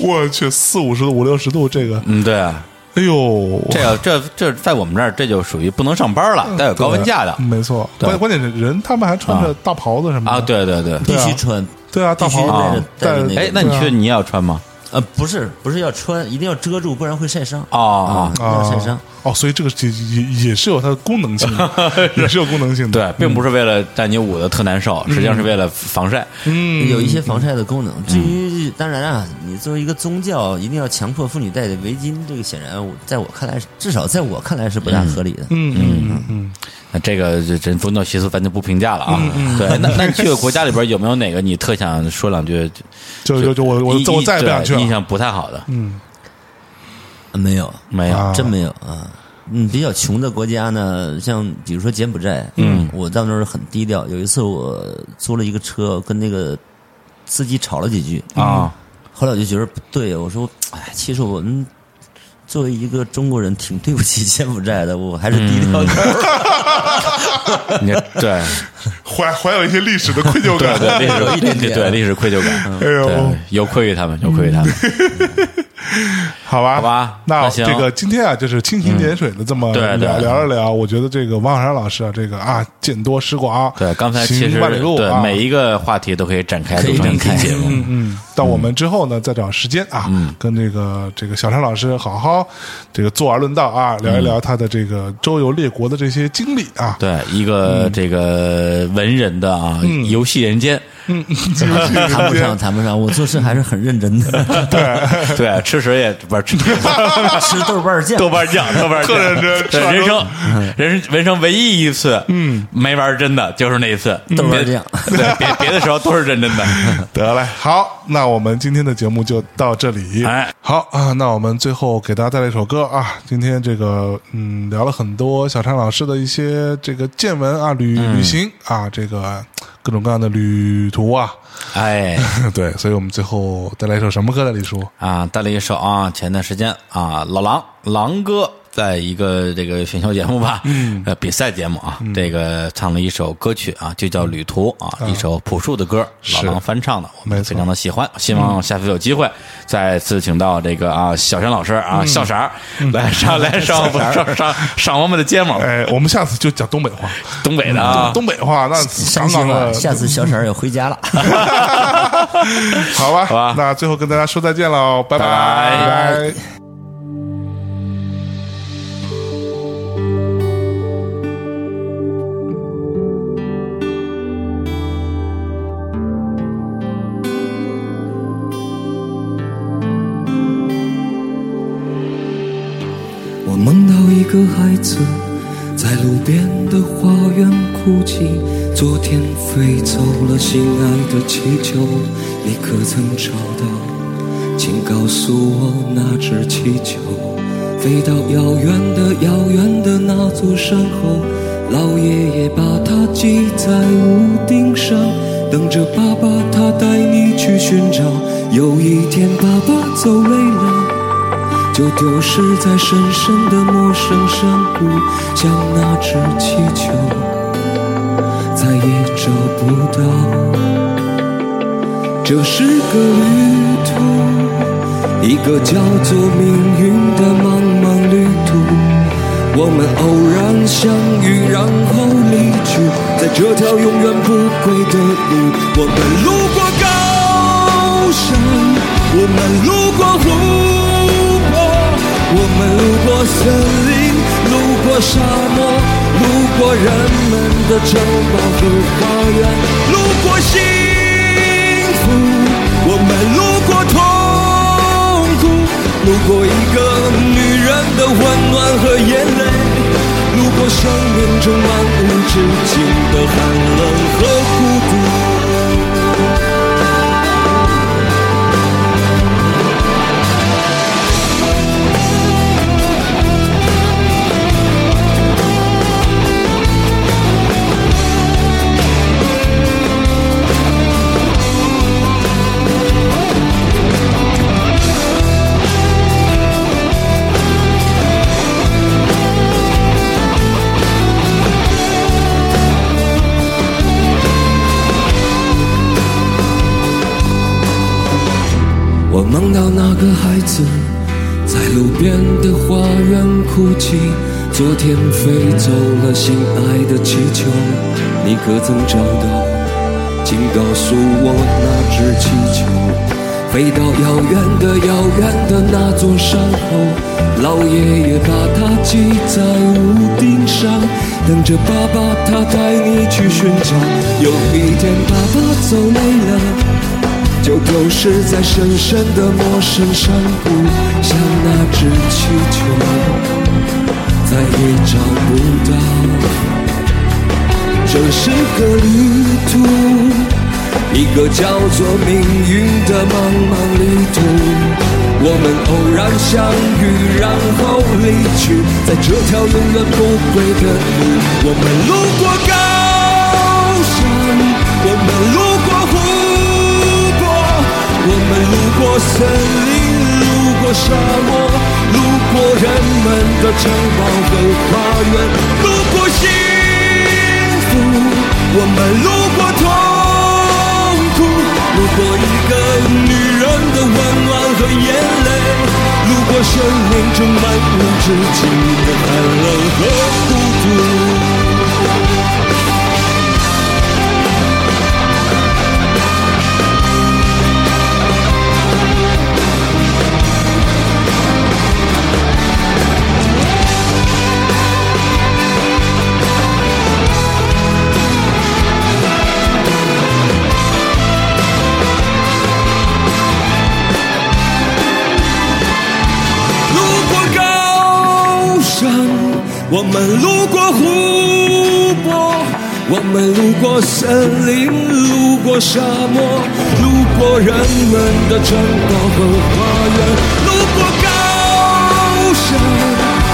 S1: 我去四五十度五六十度这个，
S2: 嗯，对啊。
S1: 哎呦，
S2: 这个这这在我们这儿这就属于不能上班了，带有高温假的
S1: 嗯对没错，
S2: 对
S1: 关关键是人他们还穿着大袍子什么的
S2: 啊，，对对对。
S3: 必
S1: 啊
S3: 须穿。
S1: 对啊啊，大
S3: 必须
S1: 袍
S3: 戴
S1: 子
S3: 着戴着那个
S2: 哎，那你去你也要穿吗？
S3: 呃，不是不是要穿，一定要遮住，不然会晒伤
S2: 哦哦
S3: 啊，一定要晒伤
S1: 啊。哦，所以这个也也也是有它的功能性的， 也是有功能性的，
S2: 对，并不是为了让你捂得特难受，实际上是为了防晒。
S1: 嗯，
S3: 有一些防晒的功能。至于当然啊，你作为一个宗教，一定要强迫妇女戴围巾，这个显然我在我看来是，至少在我看来是不大合理的。
S1: 嗯嗯嗯
S2: 那这个这这宗教习俗咱就不评价了啊。对，
S1: 嗯
S2: 那那你去的国家里边有没有哪个你特想说两句？
S1: 就就就我我
S2: 一
S1: 我再也不想去
S2: 对印
S1: 了，嗯
S2: 象不太好的
S3: 没有，
S2: 没有？
S1: 啊
S3: 真没有啊。嗯，比较穷的国家呢，像比如说柬埔寨，嗯，我到那儿很低调。有一次我租了一个车，跟那个司机吵了几句
S1: 嗯
S2: 啊，
S3: 后来我就觉得不对，我说，哎，其实我们作为一个中国人，挺对不起柬埔寨的，我还是低调点儿。
S2: 你对
S1: 怀怀有一些历史的愧疚
S2: 对
S1: 感，
S2: 对，历
S3: 有 一点
S2: 史
S3: 点
S2: 对历史愧疚感，
S1: 哎呦
S2: 对，有愧于他们，有愧于他们。
S1: 好吧，
S2: 好吧
S1: 那
S2: 那行嗯
S1: 这个今天啊，就是蜻蜓点水的这么
S2: 对对
S1: 聊聊了聊，我觉得这个王小山老师啊，这个啊见多识广，
S2: 对，刚才其
S1: 行
S2: 实
S1: 万里路啊
S2: 对，每一个话题都可以展开
S3: 可以
S2: 录成一
S3: 展
S2: 期
S3: 开
S2: 节目。
S1: 嗯嗯，但我们之后呢，再找时间啊，
S2: 嗯
S1: 跟这个这个小山老师好好这个坐而论道啊，聊
S2: 嗯
S1: 一聊他的这个周游列国的这些经历啊。
S2: 对，一个这个文人的啊，
S1: 嗯
S2: 游戏 人间，嗯
S3: 谈不上，谈不上，我做事还是很认真的。
S2: 对，吃屎也不是 吃
S3: 吃豆瓣酱，
S2: 豆瓣酱，豆瓣酱，
S1: 特认真吃
S2: 对，
S1: 完
S2: 人
S1: 之
S2: 生人人生唯一一次，嗯，没玩真的，就是那一次
S3: 豆瓣
S2: 别
S3: 酱
S2: 对，别别的时候都是认真的。
S1: 得嘞，好，那我们今天的节目就到这里。
S2: 哎，
S1: 好啊，那我们最后给大家带来一首歌啊。今天这个嗯，聊了很多小山老师的一些这个见闻啊，旅、旅行啊，这个各种各样的旅途啊。
S2: 哎
S1: 对，所以我们最后带来一首什么歌呢？李叔
S2: 啊，带了一首啊，前段时间啊，老狼狼哥。在一个这个选秀节目吧，嗯，呃，比赛节目啊，
S1: 嗯
S2: 这个唱了一首歌曲啊，就叫《旅途》啊，一首朴树的歌，老
S1: 是
S2: 狼翻唱的，我
S1: 没
S2: 们
S1: 错
S2: 非常的喜欢，希望下次有机会再次请到这个啊小山老师
S1: 嗯
S2: 啊笑啥儿来上来上上上上我们的节目，
S1: 哎，嗯我们下次就讲东北话，
S2: 东北的啊，
S1: 东北话那
S3: 伤
S1: 杠
S3: 心
S1: 杠
S3: 了。
S1: 的。
S3: 下次小婶儿也回家了。
S1: 好吧，
S2: 好吧
S1: 那最后跟大家说再见喽，拜
S2: 拜
S1: 拜
S2: 拜
S7: 我梦到一个孩子在路边的花园哭泣，昨天飞走了心爱的气球，你可曾找到？请告诉我那只气球飞到遥远的遥远的那座山后，老爷爷把它系在屋顶上，等着爸爸他带你去寻找。有一天爸爸走累了。就丢失在深深的陌生山谷，像那只气球，再也找不到。这是个旅途，一个叫做命运的茫茫旅途。我们偶然相遇，然后离去，在这条永远不归的路。我们路过高山，我们路过湖泊，我们路过森林，路过沙漠，路过人们的城堡和花园，路过幸福，我们路过痛苦，路过一个女。人的温暖和眼泪，路过生命中漫无止境的寒冷和孤独。我梦到那个孩子在路边的花园哭泣，昨天飞走了心爱的气球，你可曾找到？请告诉我那只气球飞到遥远的遥远的那座山后，老爷爷把它系在屋顶上，等着爸爸他带你去寻找。有一天爸爸走累了。就丢失在深深的陌生山谷，像那只气球，再也找不到。这是个旅途，一个叫做命运的茫茫旅途。我们偶然相遇，然后离去，在这条永远不归的路。我们路过高山，我们路过湖泊，我们路过森林，路过沙漠，路过人们的城堡和花园，路过幸福，我们路过痛苦，路过一个女人的温暖和眼泪，路过生命中漫无止境的寒冷和孤独。路过高山，我们路过湖泊，我们路过森林，路过沙漠，路过人们的城堡和花园，路过高山，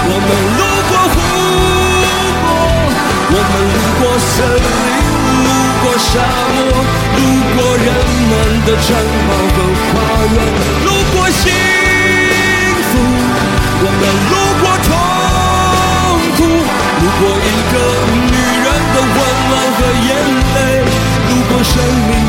S7: 我们路过湖泊，我们路过森林，路过沙漠，路过人们的城堡和花园，路过心。幸福。我们路过痛苦，路过一个女人的温暖和眼泪，路过生命